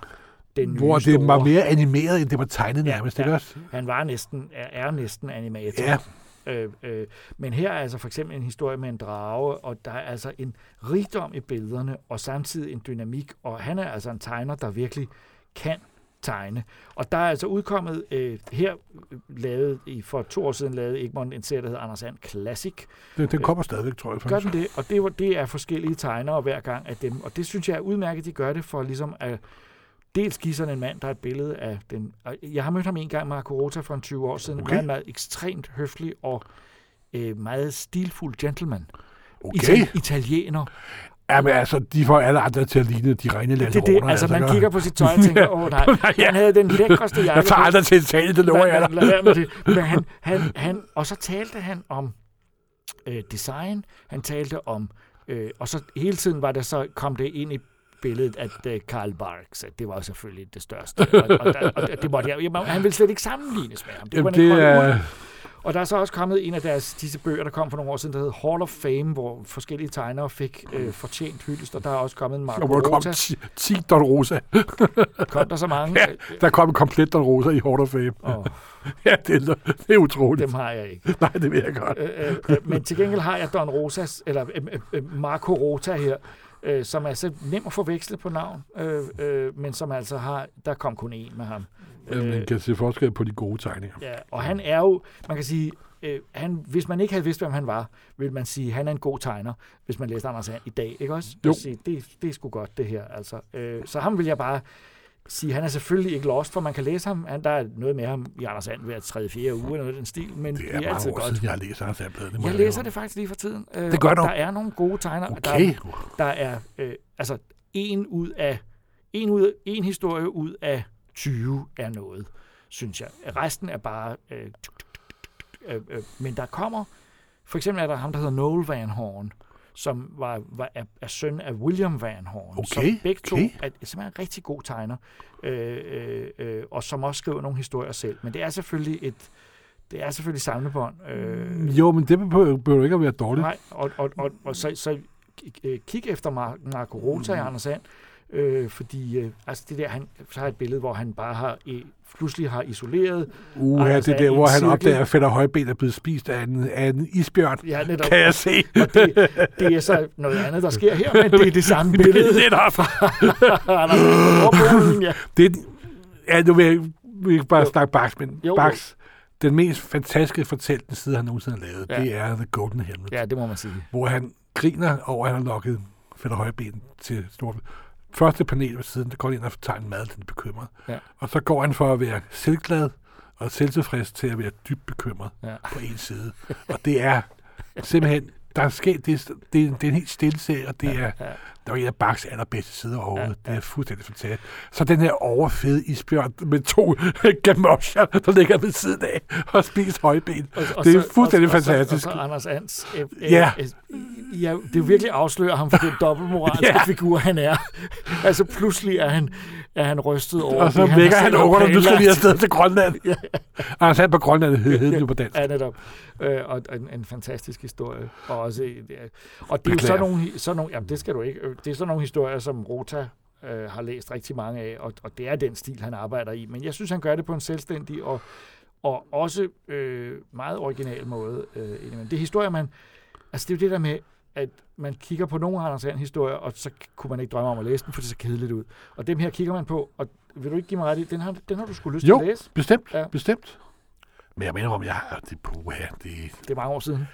Speaker 2: den nye
Speaker 3: Hvor
Speaker 2: store.
Speaker 3: det var mere animeret, end det var tegnet nærmest. Ja,
Speaker 2: ja.
Speaker 3: ja. Også.
Speaker 2: Han var næsten, er, er næsten animator.
Speaker 3: Ja.
Speaker 2: Øh, øh, men her er altså for eksempel en historie med en drage, og der er altså en rigdom i billederne, og samtidig en dynamik, og han er altså en tegner, der virkelig kan tegne. Og der er altså udkommet øh, her, øh, lavet, i, for to år siden lavede Egmont en serie, der hedder Anders Sand Classic,
Speaker 3: Den, den kommer stadigvæk, tror jeg.
Speaker 2: Gør
Speaker 3: Faktisk.
Speaker 2: den det, og det, var- det er forskellige tegnere hver gang af dem, og det synes jeg er udmærket, de gør det for ligesom at dels give sådan en mand, der er et billede af den. og Jeg har mødt ham en gang, Marco Rota, for en 20 år siden,
Speaker 3: Okay.
Speaker 2: okay. han er ekstremt høflig og øh, meget stilfuld gentleman.
Speaker 3: Okay.
Speaker 2: Ital- italiener.
Speaker 3: Jamen altså, de får alle andre til at ligne de rene
Speaker 2: Det er det,
Speaker 3: landeroner.
Speaker 2: altså man kigger på sit tøj og tænker, åh oh, nej,
Speaker 3: *laughs* Ja.
Speaker 2: han havde den lækreste jakke
Speaker 3: Jeg tager
Speaker 2: på."
Speaker 3: aldrig til Italien, det lover
Speaker 2: Lad-
Speaker 3: jeg
Speaker 2: lad-
Speaker 3: dig.
Speaker 2: lad være med det. Men han, han, han, og så talte han om øh, design, han talte om, øh, og så hele tiden var der så, kom det ind i billedet, at øh, Karl Barks, at det var selvfølgelig det største. Og, og, der, og det- det måtte jeg, jamen, han ville slet ikke sammenlignes med ham. Det, kunne
Speaker 3: Jamen,
Speaker 2: han ikke
Speaker 3: det
Speaker 2: holde ud.
Speaker 3: er...
Speaker 2: Og der er så også kommet en af deres, disse bøger, der kom for nogle år siden, der hed Hall of Fame, hvor forskellige tegnere fik øh, fortjent hyldest, og der er også kommet en Marco
Speaker 3: Og hvor der kom
Speaker 2: Rota.
Speaker 3: 10 10 Don Rosa.
Speaker 2: Kom der så mange? Øh,
Speaker 3: Ja, *laughs* der kom en komplet Don Rosa i Hall of Fame.
Speaker 2: Åh,
Speaker 3: *laughs* Ja, det er, det er utroligt.
Speaker 2: dem har jeg ikke.
Speaker 3: Nej, det vil jeg godt.
Speaker 2: øh, øh, men til gengæld har jeg Don Rosas, eller øh, øh, øh, Marco Rota her, øh, som er så nem at forveksle på navn, øh, øh, men som altså har, der kom kun én med ham.
Speaker 3: Ja, man kan se forskel på de gode tegninger.
Speaker 2: Ja, og han er jo, man kan sige, øh, han, hvis man ikke havde vidst, hvem han var, ville man sige, han er en god tegner, hvis man læste Anders And i dag, ikke også?
Speaker 3: Jo.
Speaker 2: Og Sige, det, det er sgu godt, det her, altså. Øh, så ham vil jeg bare sige, han er selvfølgelig ikke lost, for man kan læse ham, han, der er noget med ham i Anders And hver tredje, fjerde uge, eller noget i den stil, men
Speaker 3: Det er
Speaker 2: det er altid
Speaker 3: mange år
Speaker 2: godt.
Speaker 3: siden, jeg læser hans blad. Det må
Speaker 2: Jeg
Speaker 3: love.
Speaker 2: læser det faktisk lige for tiden. Øh,
Speaker 3: Det gør
Speaker 2: og
Speaker 3: du.
Speaker 2: Der er nogle gode tegner. og
Speaker 3: Okay.
Speaker 2: Der, der er øh, altså en ud af en ud en historie ud af 20 er noget, synes jeg. Resten er bare øh, tuk, tuk, tuk, tuk, tuk, øh, øh, men der kommer for eksempel er der ham der hedder Noel Van Horn som var, var er, er søn af William Van Horn,
Speaker 3: Okay,
Speaker 2: som begge to
Speaker 3: okay.
Speaker 2: er, som er en rigtig god tegner, øh, øh, øh, og som også skriver nogle historier selv. Men det er selvfølgelig et det er selvfølgelig samlebånd. Øh,
Speaker 3: Jo, men det behøver behøver ikke at være dårligt.
Speaker 2: Nej, og, og, og, og så, så k- øh, kig efter Mar- Marco Rota i
Speaker 3: Mm.
Speaker 2: Anders And, øh, fordi øh, altså det der, han så har jeg et billede, hvor han bare har øh, pludselig har isoleret.
Speaker 3: Uha,
Speaker 2: Anders
Speaker 3: det
Speaker 2: er
Speaker 3: der,
Speaker 2: altså, i en
Speaker 3: hvor han
Speaker 2: cirkel.
Speaker 3: opdager, at Fætter Højben er blevet spist af en, af en isbjørn. *laughs*
Speaker 2: Ja, netop.
Speaker 3: Kan jeg se?
Speaker 2: Og det, det er så noget andet, der sker her, men det er det
Speaker 3: *laughs*
Speaker 2: samme billede.
Speaker 3: Netop.
Speaker 2: *laughs* Anders And over Polen, ja.
Speaker 3: Det, er- ja, nu vil jeg vil ikke bare jo. snakke Bax, men
Speaker 2: Jo,
Speaker 3: jo,
Speaker 2: jo.
Speaker 3: Bax, den mest fantastiske fortællende side, han nogensinde har lavet, ja.
Speaker 2: Ja.
Speaker 3: det er The Golden Helmet, ja.
Speaker 2: ja, det må man sige.
Speaker 3: hvor han griner over, at han har lukket Fætter Højben til Storby. Første panel ved siden, der går han ind og tager en mad, den er bekymret.
Speaker 2: Ja.
Speaker 3: Og så går han for at være selvglad og selvtilfreds til at være dybt bekymret
Speaker 2: Ja.
Speaker 3: på en side. Og det er simpelthen der er sket, det, er- det, er- det er en helt stille serie, og det er, der er en af Bachs allerbedste sider overhovedet. Det er fuldstændig fantastisk. Så den her overfede isbjørn med to *laughs* gamosjer, der ligger ved siden af og spiser højben. det er
Speaker 2: så-
Speaker 3: fuldstændig
Speaker 2: og, så-
Speaker 3: fantastisk.
Speaker 2: Og så, og så Anders Ans. Øh, øh,
Speaker 3: Ja.
Speaker 2: øh, ja. Det er virkelig afslører ham for den dobbeltmoralske
Speaker 3: *laughs* Ja.
Speaker 2: figur, han er. altså pludselig er han, er han rystet over
Speaker 3: Og så
Speaker 2: det,
Speaker 3: vækker han
Speaker 2: selv har
Speaker 3: ungerne, du skal lige
Speaker 2: planlagt.
Speaker 3: afsted til Grønland. ja. *laughs* Og han sad på Grønland, hed hed det jo på
Speaker 2: *laughs*
Speaker 3: dansk.
Speaker 2: Ja, netop. Øh, og og en, en fantastisk historie. Og, også, øh, det er- og det er jo
Speaker 3: Beklager.
Speaker 2: sådan nogle, hi- sådan nogle, jamen det skal du ikke, Øh, det er sådan nogle historier, som Rota øh, har læst rigtig mange af, og, og det er den stil, han arbejder i. Men jeg synes, han gør det på en selvstændig og, og også øh, meget original måde. Øh, indimellem. det er historier, man... Altså det er jo det der med, at man kigger på nogle Anders Sand historier, og så kunne man ikke drømme om at læse den, for det ser kedeligt ud. Og dem her kigger man på, og vil du ikke give mig ret i, den har, den har du skulle lyst
Speaker 3: Jo,
Speaker 2: til at læse.
Speaker 3: bestemt,
Speaker 2: Ja.
Speaker 3: bestemt. Men jeg mener om, jeg har det på her. Det,
Speaker 2: Det er mange år siden.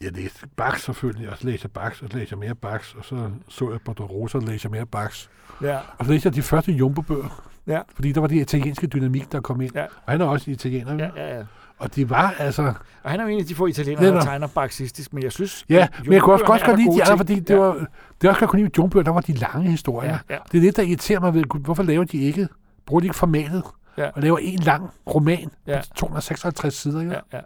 Speaker 3: jeg læste Bach selvfølgelig, og så læste jeg Bach, og så læste jeg mere Bach, og så så jeg Barbarossa, og læste jeg mere Bach.
Speaker 2: Ja,
Speaker 3: Og så læste jeg de første Jumbo-bøger,
Speaker 2: ja,
Speaker 3: fordi der var det italienske dynamik, der kom ind.
Speaker 2: Ja.
Speaker 3: Og han er også italiener,
Speaker 2: ja,
Speaker 3: ja.
Speaker 2: ja. ja.
Speaker 3: og det var altså...
Speaker 2: Og han er jo en af de få italienere, der
Speaker 3: Netop.
Speaker 2: tegner marxistisk, men jeg synes...
Speaker 3: Ja,
Speaker 2: at
Speaker 3: men jeg kunne også
Speaker 2: julebøgerne
Speaker 3: godt
Speaker 2: er
Speaker 3: godt
Speaker 2: der
Speaker 3: lide de
Speaker 2: gode
Speaker 3: andre,
Speaker 2: ting.
Speaker 3: fordi det,
Speaker 2: Ja.
Speaker 3: var, det er også godt kunne lide med Jumbo, der var de lange historier.
Speaker 2: Ja, ja.
Speaker 3: Det er det, der irriterer mig ved, hvorfor laver de ikke, bruger de ikke formatet,
Speaker 2: Ja.
Speaker 3: og laver en lang roman
Speaker 2: Ja.
Speaker 3: på 256 sider, ikke? Ja.
Speaker 2: Ja, ja.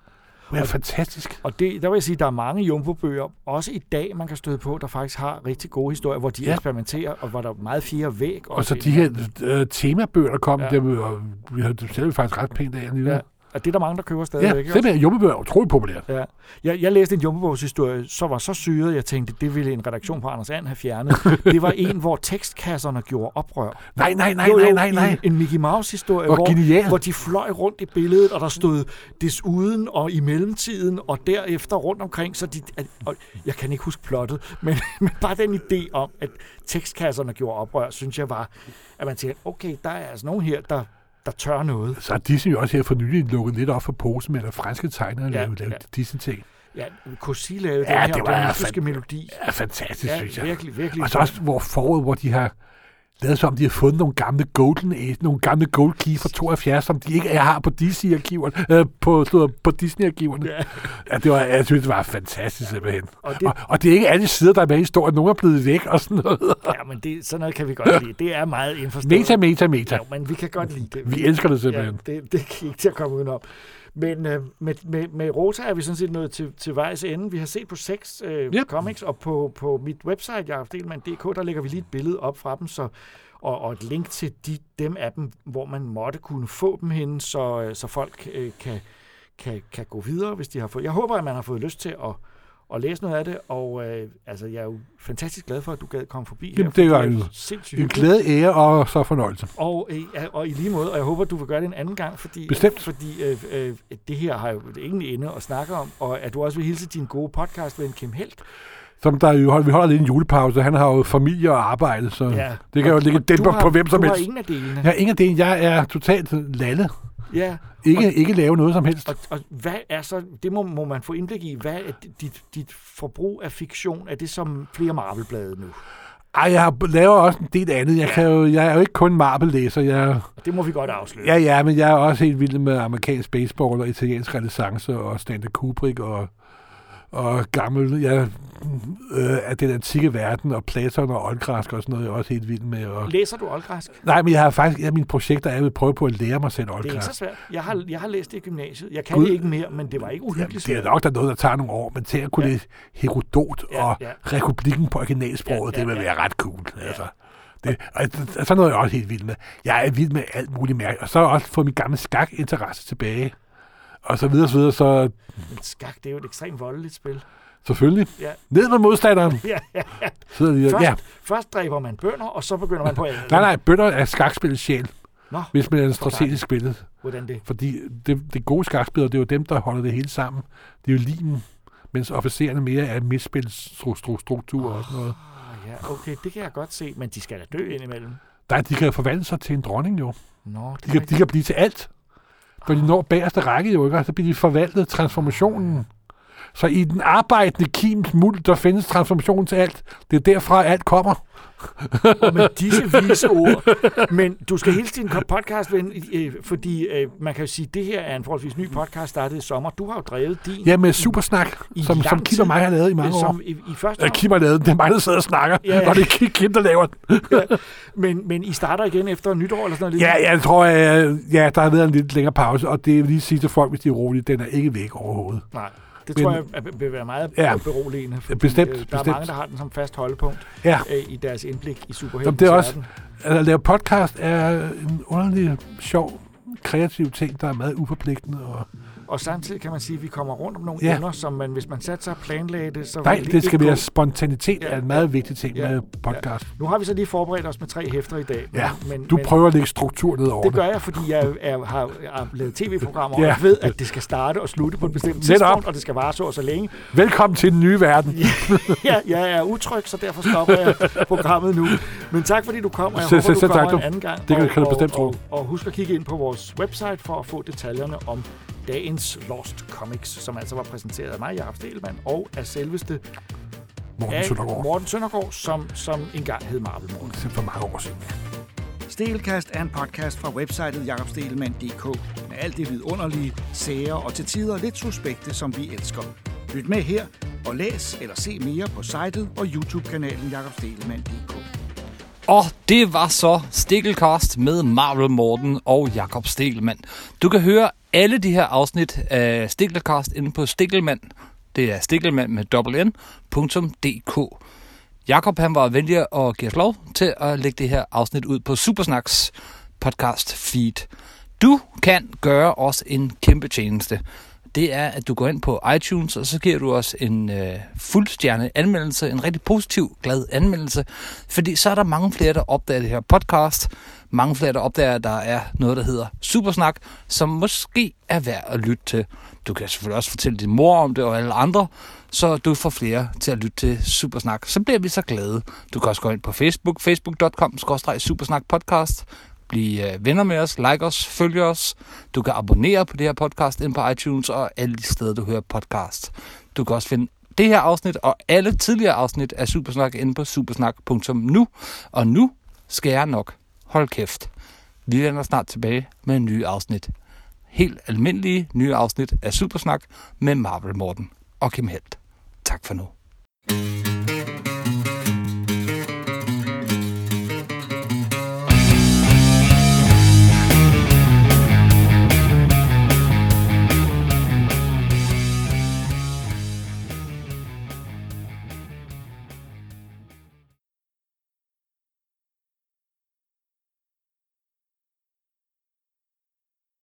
Speaker 3: Det er fantastisk.
Speaker 2: Og det, der vil jeg sige, at der er mange jumbo-bøger, også i dag, man kan støde på, der faktisk har rigtig gode historier, hvor de
Speaker 3: Ja.
Speaker 2: ja. eksperimenterer, og hvor der er meget fjerde væg.
Speaker 3: Og så
Speaker 2: i.
Speaker 3: de her øh, temabøger, der kom, ja.
Speaker 2: Ja.
Speaker 3: dem, og vi havde dem selv faktisk ret pænt af.
Speaker 2: Ja.
Speaker 3: Ja,
Speaker 2: Og det er der mange, der køber
Speaker 3: ja
Speaker 2: stadigvæk. ikke?
Speaker 3: simpelthen. Jummebøger er utrolig populært.
Speaker 2: Ja. Jeg, jeg læste en jumbebogshistorie, så var så syret, jeg tænkte, det ville en redaktion på Anders And have
Speaker 3: *laughs*
Speaker 2: fjernet. Det var en, hvor tekstkasserne gjorde oprør.
Speaker 3: Nej, nej, nej,
Speaker 2: Jo, jo,
Speaker 3: nej, nej, nej.
Speaker 2: En, en Mickey Mouse-historie,
Speaker 3: Hvor genialt.
Speaker 2: hvor, hvor de fløj rundt i billedet, og der stod desuden og i mellemtiden, og derefter rundt omkring, så de... at- Og jeg kan ikke huske plottet, *laughs* men, men bare den idé om, at tekstkasserne gjorde oprør, synes jeg var, at man tænkte, okay, der er altså nogen her, der, der tør noget.
Speaker 3: Så har Disney jo også her for nylig lukket lidt op for posen med, at der er franske tegnere
Speaker 2: Ja,
Speaker 3: ja, lavede
Speaker 2: ja.
Speaker 3: ja. Disney-ting.
Speaker 2: Ja, Cosi lavede
Speaker 3: Ja,
Speaker 2: den her
Speaker 3: det var
Speaker 2: rytmiske
Speaker 3: fandt-
Speaker 2: melodi.
Speaker 3: Ja, fantastisk,
Speaker 2: Ja,
Speaker 3: synes jeg.
Speaker 2: virkelig, virkelig.
Speaker 3: Og så også hvor foråret, hvor de har lavet som om, de har fundet nogle gamle Golden Age, nogle gamle Gold Key fra 72, som de ikke har på Disney-arkiverne, øh, på, slået på Disney-arkiverne. Ja. ja. det var, jeg synes, det var fantastisk simpelthen. Og
Speaker 2: Og
Speaker 3: det,
Speaker 2: det-
Speaker 3: og, og det er ikke alle sider, der er med i historien. Nogle er blevet væk og sådan noget.
Speaker 2: Ja, men det, sådan noget kan vi godt lide. Det er meget indforstået.
Speaker 3: Meta, meta, meta.
Speaker 2: Jo, men vi kan godt lide det.
Speaker 3: Vi elsker det simpelthen.
Speaker 2: Ja, det, det kan ikke til at komme udenom. Men øh, med, med, med Rota er vi sådan set nået til, til vejs ende. Vi har set på seks øh,
Speaker 3: Yep.
Speaker 2: yep. comics, og på, på mit website, jakobdelmann.dk, der lægger vi lige et billede op fra dem, så, og, og et link til de, dem af dem, hvor man måtte kunne få dem henne, så, øh, så folk øh, kan, kan, kan gå videre, hvis de har fået... Jeg håber, at man har fået lyst til at, at læse noget af det, og øh, altså, jeg er jo fantastisk glad for, at du gad komme forbi
Speaker 3: Jamen,
Speaker 2: her, for
Speaker 3: det var
Speaker 2: er
Speaker 3: en-
Speaker 2: jo sindssygt
Speaker 3: En
Speaker 2: hyggeligt.
Speaker 3: glæde, ære og så fornøjelse.
Speaker 2: Og, øh, ja, og i lige måde, og jeg håber, du vil gøre det en anden gang, fordi,
Speaker 3: Bestemt.
Speaker 2: fordi øh, øh, det her har jo ingen ende at snakke om, og at du også vil hilse din gode podcastven Kim Helt.
Speaker 3: Som der jo, hold- vi holder lidt en julepause. Han har jo familie og arbejde, så ja. det kan jo
Speaker 2: Og-
Speaker 3: ligge
Speaker 2: og du
Speaker 3: dæmper
Speaker 2: har-
Speaker 3: på hvem som
Speaker 2: du
Speaker 3: helst.
Speaker 2: Du har ingen af delene.
Speaker 3: Ja, ingen af det. Jeg er totalt lalle.
Speaker 2: ja.
Speaker 3: Ikke, ikke lave noget som helst.
Speaker 2: Og, og hvad er så, det må, må man få indblik i, hvad er dit, dit forbrug af fiktion, er det som flere Marvel-blade nu?
Speaker 3: Ej, jeg har- laver også en del andet. Jeg, kan jo, jeg er jo ikke kun Marvel-læser. Jeg,
Speaker 2: Og det må vi godt afsløre.
Speaker 3: ja, ja, men jeg er også helt vild med amerikansk baseball og italiensk renaissance og Stanley Kubrick og, og gammel, ja, øh, af den antikke verden og Platon og Oldgræsk og sådan noget, jeg er også helt vild med. Og,
Speaker 2: Læser du oldgræsk?
Speaker 3: nej, men jeg har faktisk, et af mine projekter er, at jeg vil prøve på at lære mig selv
Speaker 2: Det er ikke så
Speaker 3: oldgræsk.
Speaker 2: svært. Jeg har, jeg har læst det i gymnasiet. Jeg kan
Speaker 3: Gud.
Speaker 2: det ikke mere, men det var ikke
Speaker 3: Jamen,
Speaker 2: uhyggeligt
Speaker 3: det er
Speaker 2: svært.
Speaker 3: nok der er noget, der tager nogle år, men til at kunne
Speaker 2: Ja.
Speaker 3: ja. læse Herodot
Speaker 2: Ja,
Speaker 3: og
Speaker 2: ja.
Speaker 3: Republikken på
Speaker 2: Ja,
Speaker 3: originalsproget, ja,
Speaker 2: ja,
Speaker 3: ja, det vil
Speaker 2: ja.
Speaker 3: være ret cool. Altså. Det, og det- sådan noget er jeg også helt vild med. Jeg er vild med alt muligt mærke, og så har jeg også fået min gamle skakinteresse tilbage. Og så videre, så videre, så
Speaker 2: Men Skak, det er jo et ekstremt voldeligt spil.
Speaker 3: selvfølgelig.
Speaker 2: Ja. *laughs*
Speaker 3: Ned med modstanderen,
Speaker 2: Ja, ja, ja.
Speaker 3: sidder de der.
Speaker 2: Først,
Speaker 3: Ja.
Speaker 2: ja. først dræber man bønder, og så begynder man på adelen.
Speaker 3: Nej, nej, bønder er skakspillets sjæl,
Speaker 2: Nå,
Speaker 3: hvis man er en strategisk spillet.
Speaker 2: hvordan det?
Speaker 3: Fordi det, det gode skakspillere, det er jo dem, der holder det hele sammen. Det er jo limen, mens officererne mere er misspilsstruktur og sådan noget.
Speaker 2: Ah, ja, okay, det kan jeg godt se, men de skal da dø indimellem.
Speaker 3: Nej, de kan forvandle sig til en dronning jo.
Speaker 2: Nå,
Speaker 3: De kan, de kan Altså, blive til alt. Når de når bagerste række jo, ikke? Og så bliver de forvandlet transformationen. Så i den arbejdende kims muld, der findes transformation til alt. Det er derfra, alt kommer.
Speaker 2: Og med disse vise ord. *laughs* Men du skal hele tiden komme podcast, ven, øh, fordi øh, man kan jo sige, at det her er en forholdsvis ny podcast, startede i sommer. Du har jo drevet din...
Speaker 3: Ja, med Supersnak,
Speaker 2: i
Speaker 3: som,
Speaker 2: lang
Speaker 3: som Kim og
Speaker 2: tid,
Speaker 3: mig har lavet i mange
Speaker 2: øh,
Speaker 3: år.
Speaker 2: som I, i første
Speaker 3: Ja, Kim har lavet den. Det er mig, der sidder og snakker,
Speaker 2: Ja, ja.
Speaker 3: og det er Kim- Kim, der laver den.
Speaker 2: Men, men I starter igen efter nytår eller sådan noget?
Speaker 3: Ja, jeg tror, jeg, ja, der har været en lidt længere pause, og det vil lige sige til folk, hvis de er rolige, den er ikke væk overhovedet.
Speaker 2: Nej, det
Speaker 3: Men-
Speaker 2: tror jeg at- vil være meget
Speaker 3: Ja.
Speaker 2: ja. beroligende. Fordi,
Speaker 3: bestemt,
Speaker 2: øh, Der
Speaker 3: bestemt.
Speaker 2: er mange, der har den som fast holdepunkt
Speaker 3: Ja.
Speaker 2: øh, i deres indblik i
Speaker 3: Jamen,
Speaker 2: superheltens
Speaker 3: det er også,
Speaker 2: verden.
Speaker 3: at lave podcast er en underlig, sjov, kreativ ting, der er meget uforpligtende. Og,
Speaker 2: Og samtidig kan man sige, at vi kommer rundt om nogle
Speaker 3: Ja.
Speaker 2: ja. emner, som man, hvis man satte sig og planlagde det, så
Speaker 3: nej,
Speaker 2: ville
Speaker 3: det skal
Speaker 2: ikke
Speaker 3: være
Speaker 2: gå.
Speaker 3: spontanitet,
Speaker 2: Ja.
Speaker 3: er en meget vigtig ting
Speaker 2: Ja.
Speaker 3: med podcast.
Speaker 2: Nu har vi så lige forberedt os med tre hæfter i dag.
Speaker 3: Ja, du prøver at lægge struktur ned over
Speaker 2: Det
Speaker 3: det.
Speaker 2: gør jeg, fordi jeg er, har, har lavet tv-programmer, og
Speaker 3: Ja.
Speaker 2: jeg ved, at det skal starte og slutte på et bestemt
Speaker 3: Netop.
Speaker 2: tidspunkt, og det skal vare så og så længe.
Speaker 3: Velkommen til den nye verden.
Speaker 2: Ja, jeg er utryg, så derfor stopper jeg programmet nu. Men tak, fordi du kom, og jeg
Speaker 3: Selv-
Speaker 2: håber,
Speaker 3: selv-
Speaker 2: du
Speaker 3: selv tak,
Speaker 2: kommer
Speaker 3: du.
Speaker 2: en anden gang.
Speaker 3: Det kan du- kan du
Speaker 2: og,
Speaker 3: bestemt
Speaker 2: og,
Speaker 3: tro.
Speaker 2: og, og husk at kigge ind på vores website for at få detaljerne om dagens Lost Comics, som altså var præsenteret af mig, Jacob Stelmann, og af selveste
Speaker 3: Morten
Speaker 2: af
Speaker 3: Søndergaard.
Speaker 2: Morten Søndergaard, som, som engang hed Marvel Morten.
Speaker 3: Det er for mange år siden.
Speaker 10: Stelkast er en podcast fra websitet jakobstelmand.dk med alt det vidunderlige, sære og til tider lidt suspekte, som vi elsker. Lyt med her og læs eller se mere på sitet og YouTube-kanalen jakobstelmand.dk.
Speaker 1: Og det var så Stikkelcast med Marvel Morten og Jakob Stikkelmand. Du kan høre alle de her afsnit af Stikkelcast inde på Stikkelmand. Det er stikkelmand med dobbelt n, punktum .dk. Jakob han var venlig at give os lov til at lægge det her afsnit ud på Supersnacks podcast feed. Du kan gøre os en kæmpe tjeneste. Det er, at du går ind på iTunes, og så giver du os en øh, fuldstjerne anmeldelse, en rigtig positiv, glad anmeldelse, fordi så er der mange flere, der opdager det her podcast, mange flere, der opdager, at der er noget, der hedder Supersnak, som måske er værd at lytte til. Du kan selvfølgelig også fortælle din mor om det og alle andre, så du får flere til at lytte til Supersnak. Så bliver vi så glade. Du kan også gå ind på Facebook, facebook.com-supersnakpodcast. Bliv øh, venner med os, like os, følg os. Du kan abonnere på det her podcast ind på iTunes og alle de steder, du hører podcast. Du kan også finde det her afsnit og alle tidligere afsnit af Supersnak inde på supersnak.nu. Og nu skal jeg nok. Hold kæft. Vi vender snart tilbage med en ny afsnit. Helt almindelige nye afsnit af Supersnak med Marvel Morten og Kim Helt. Tak for nu.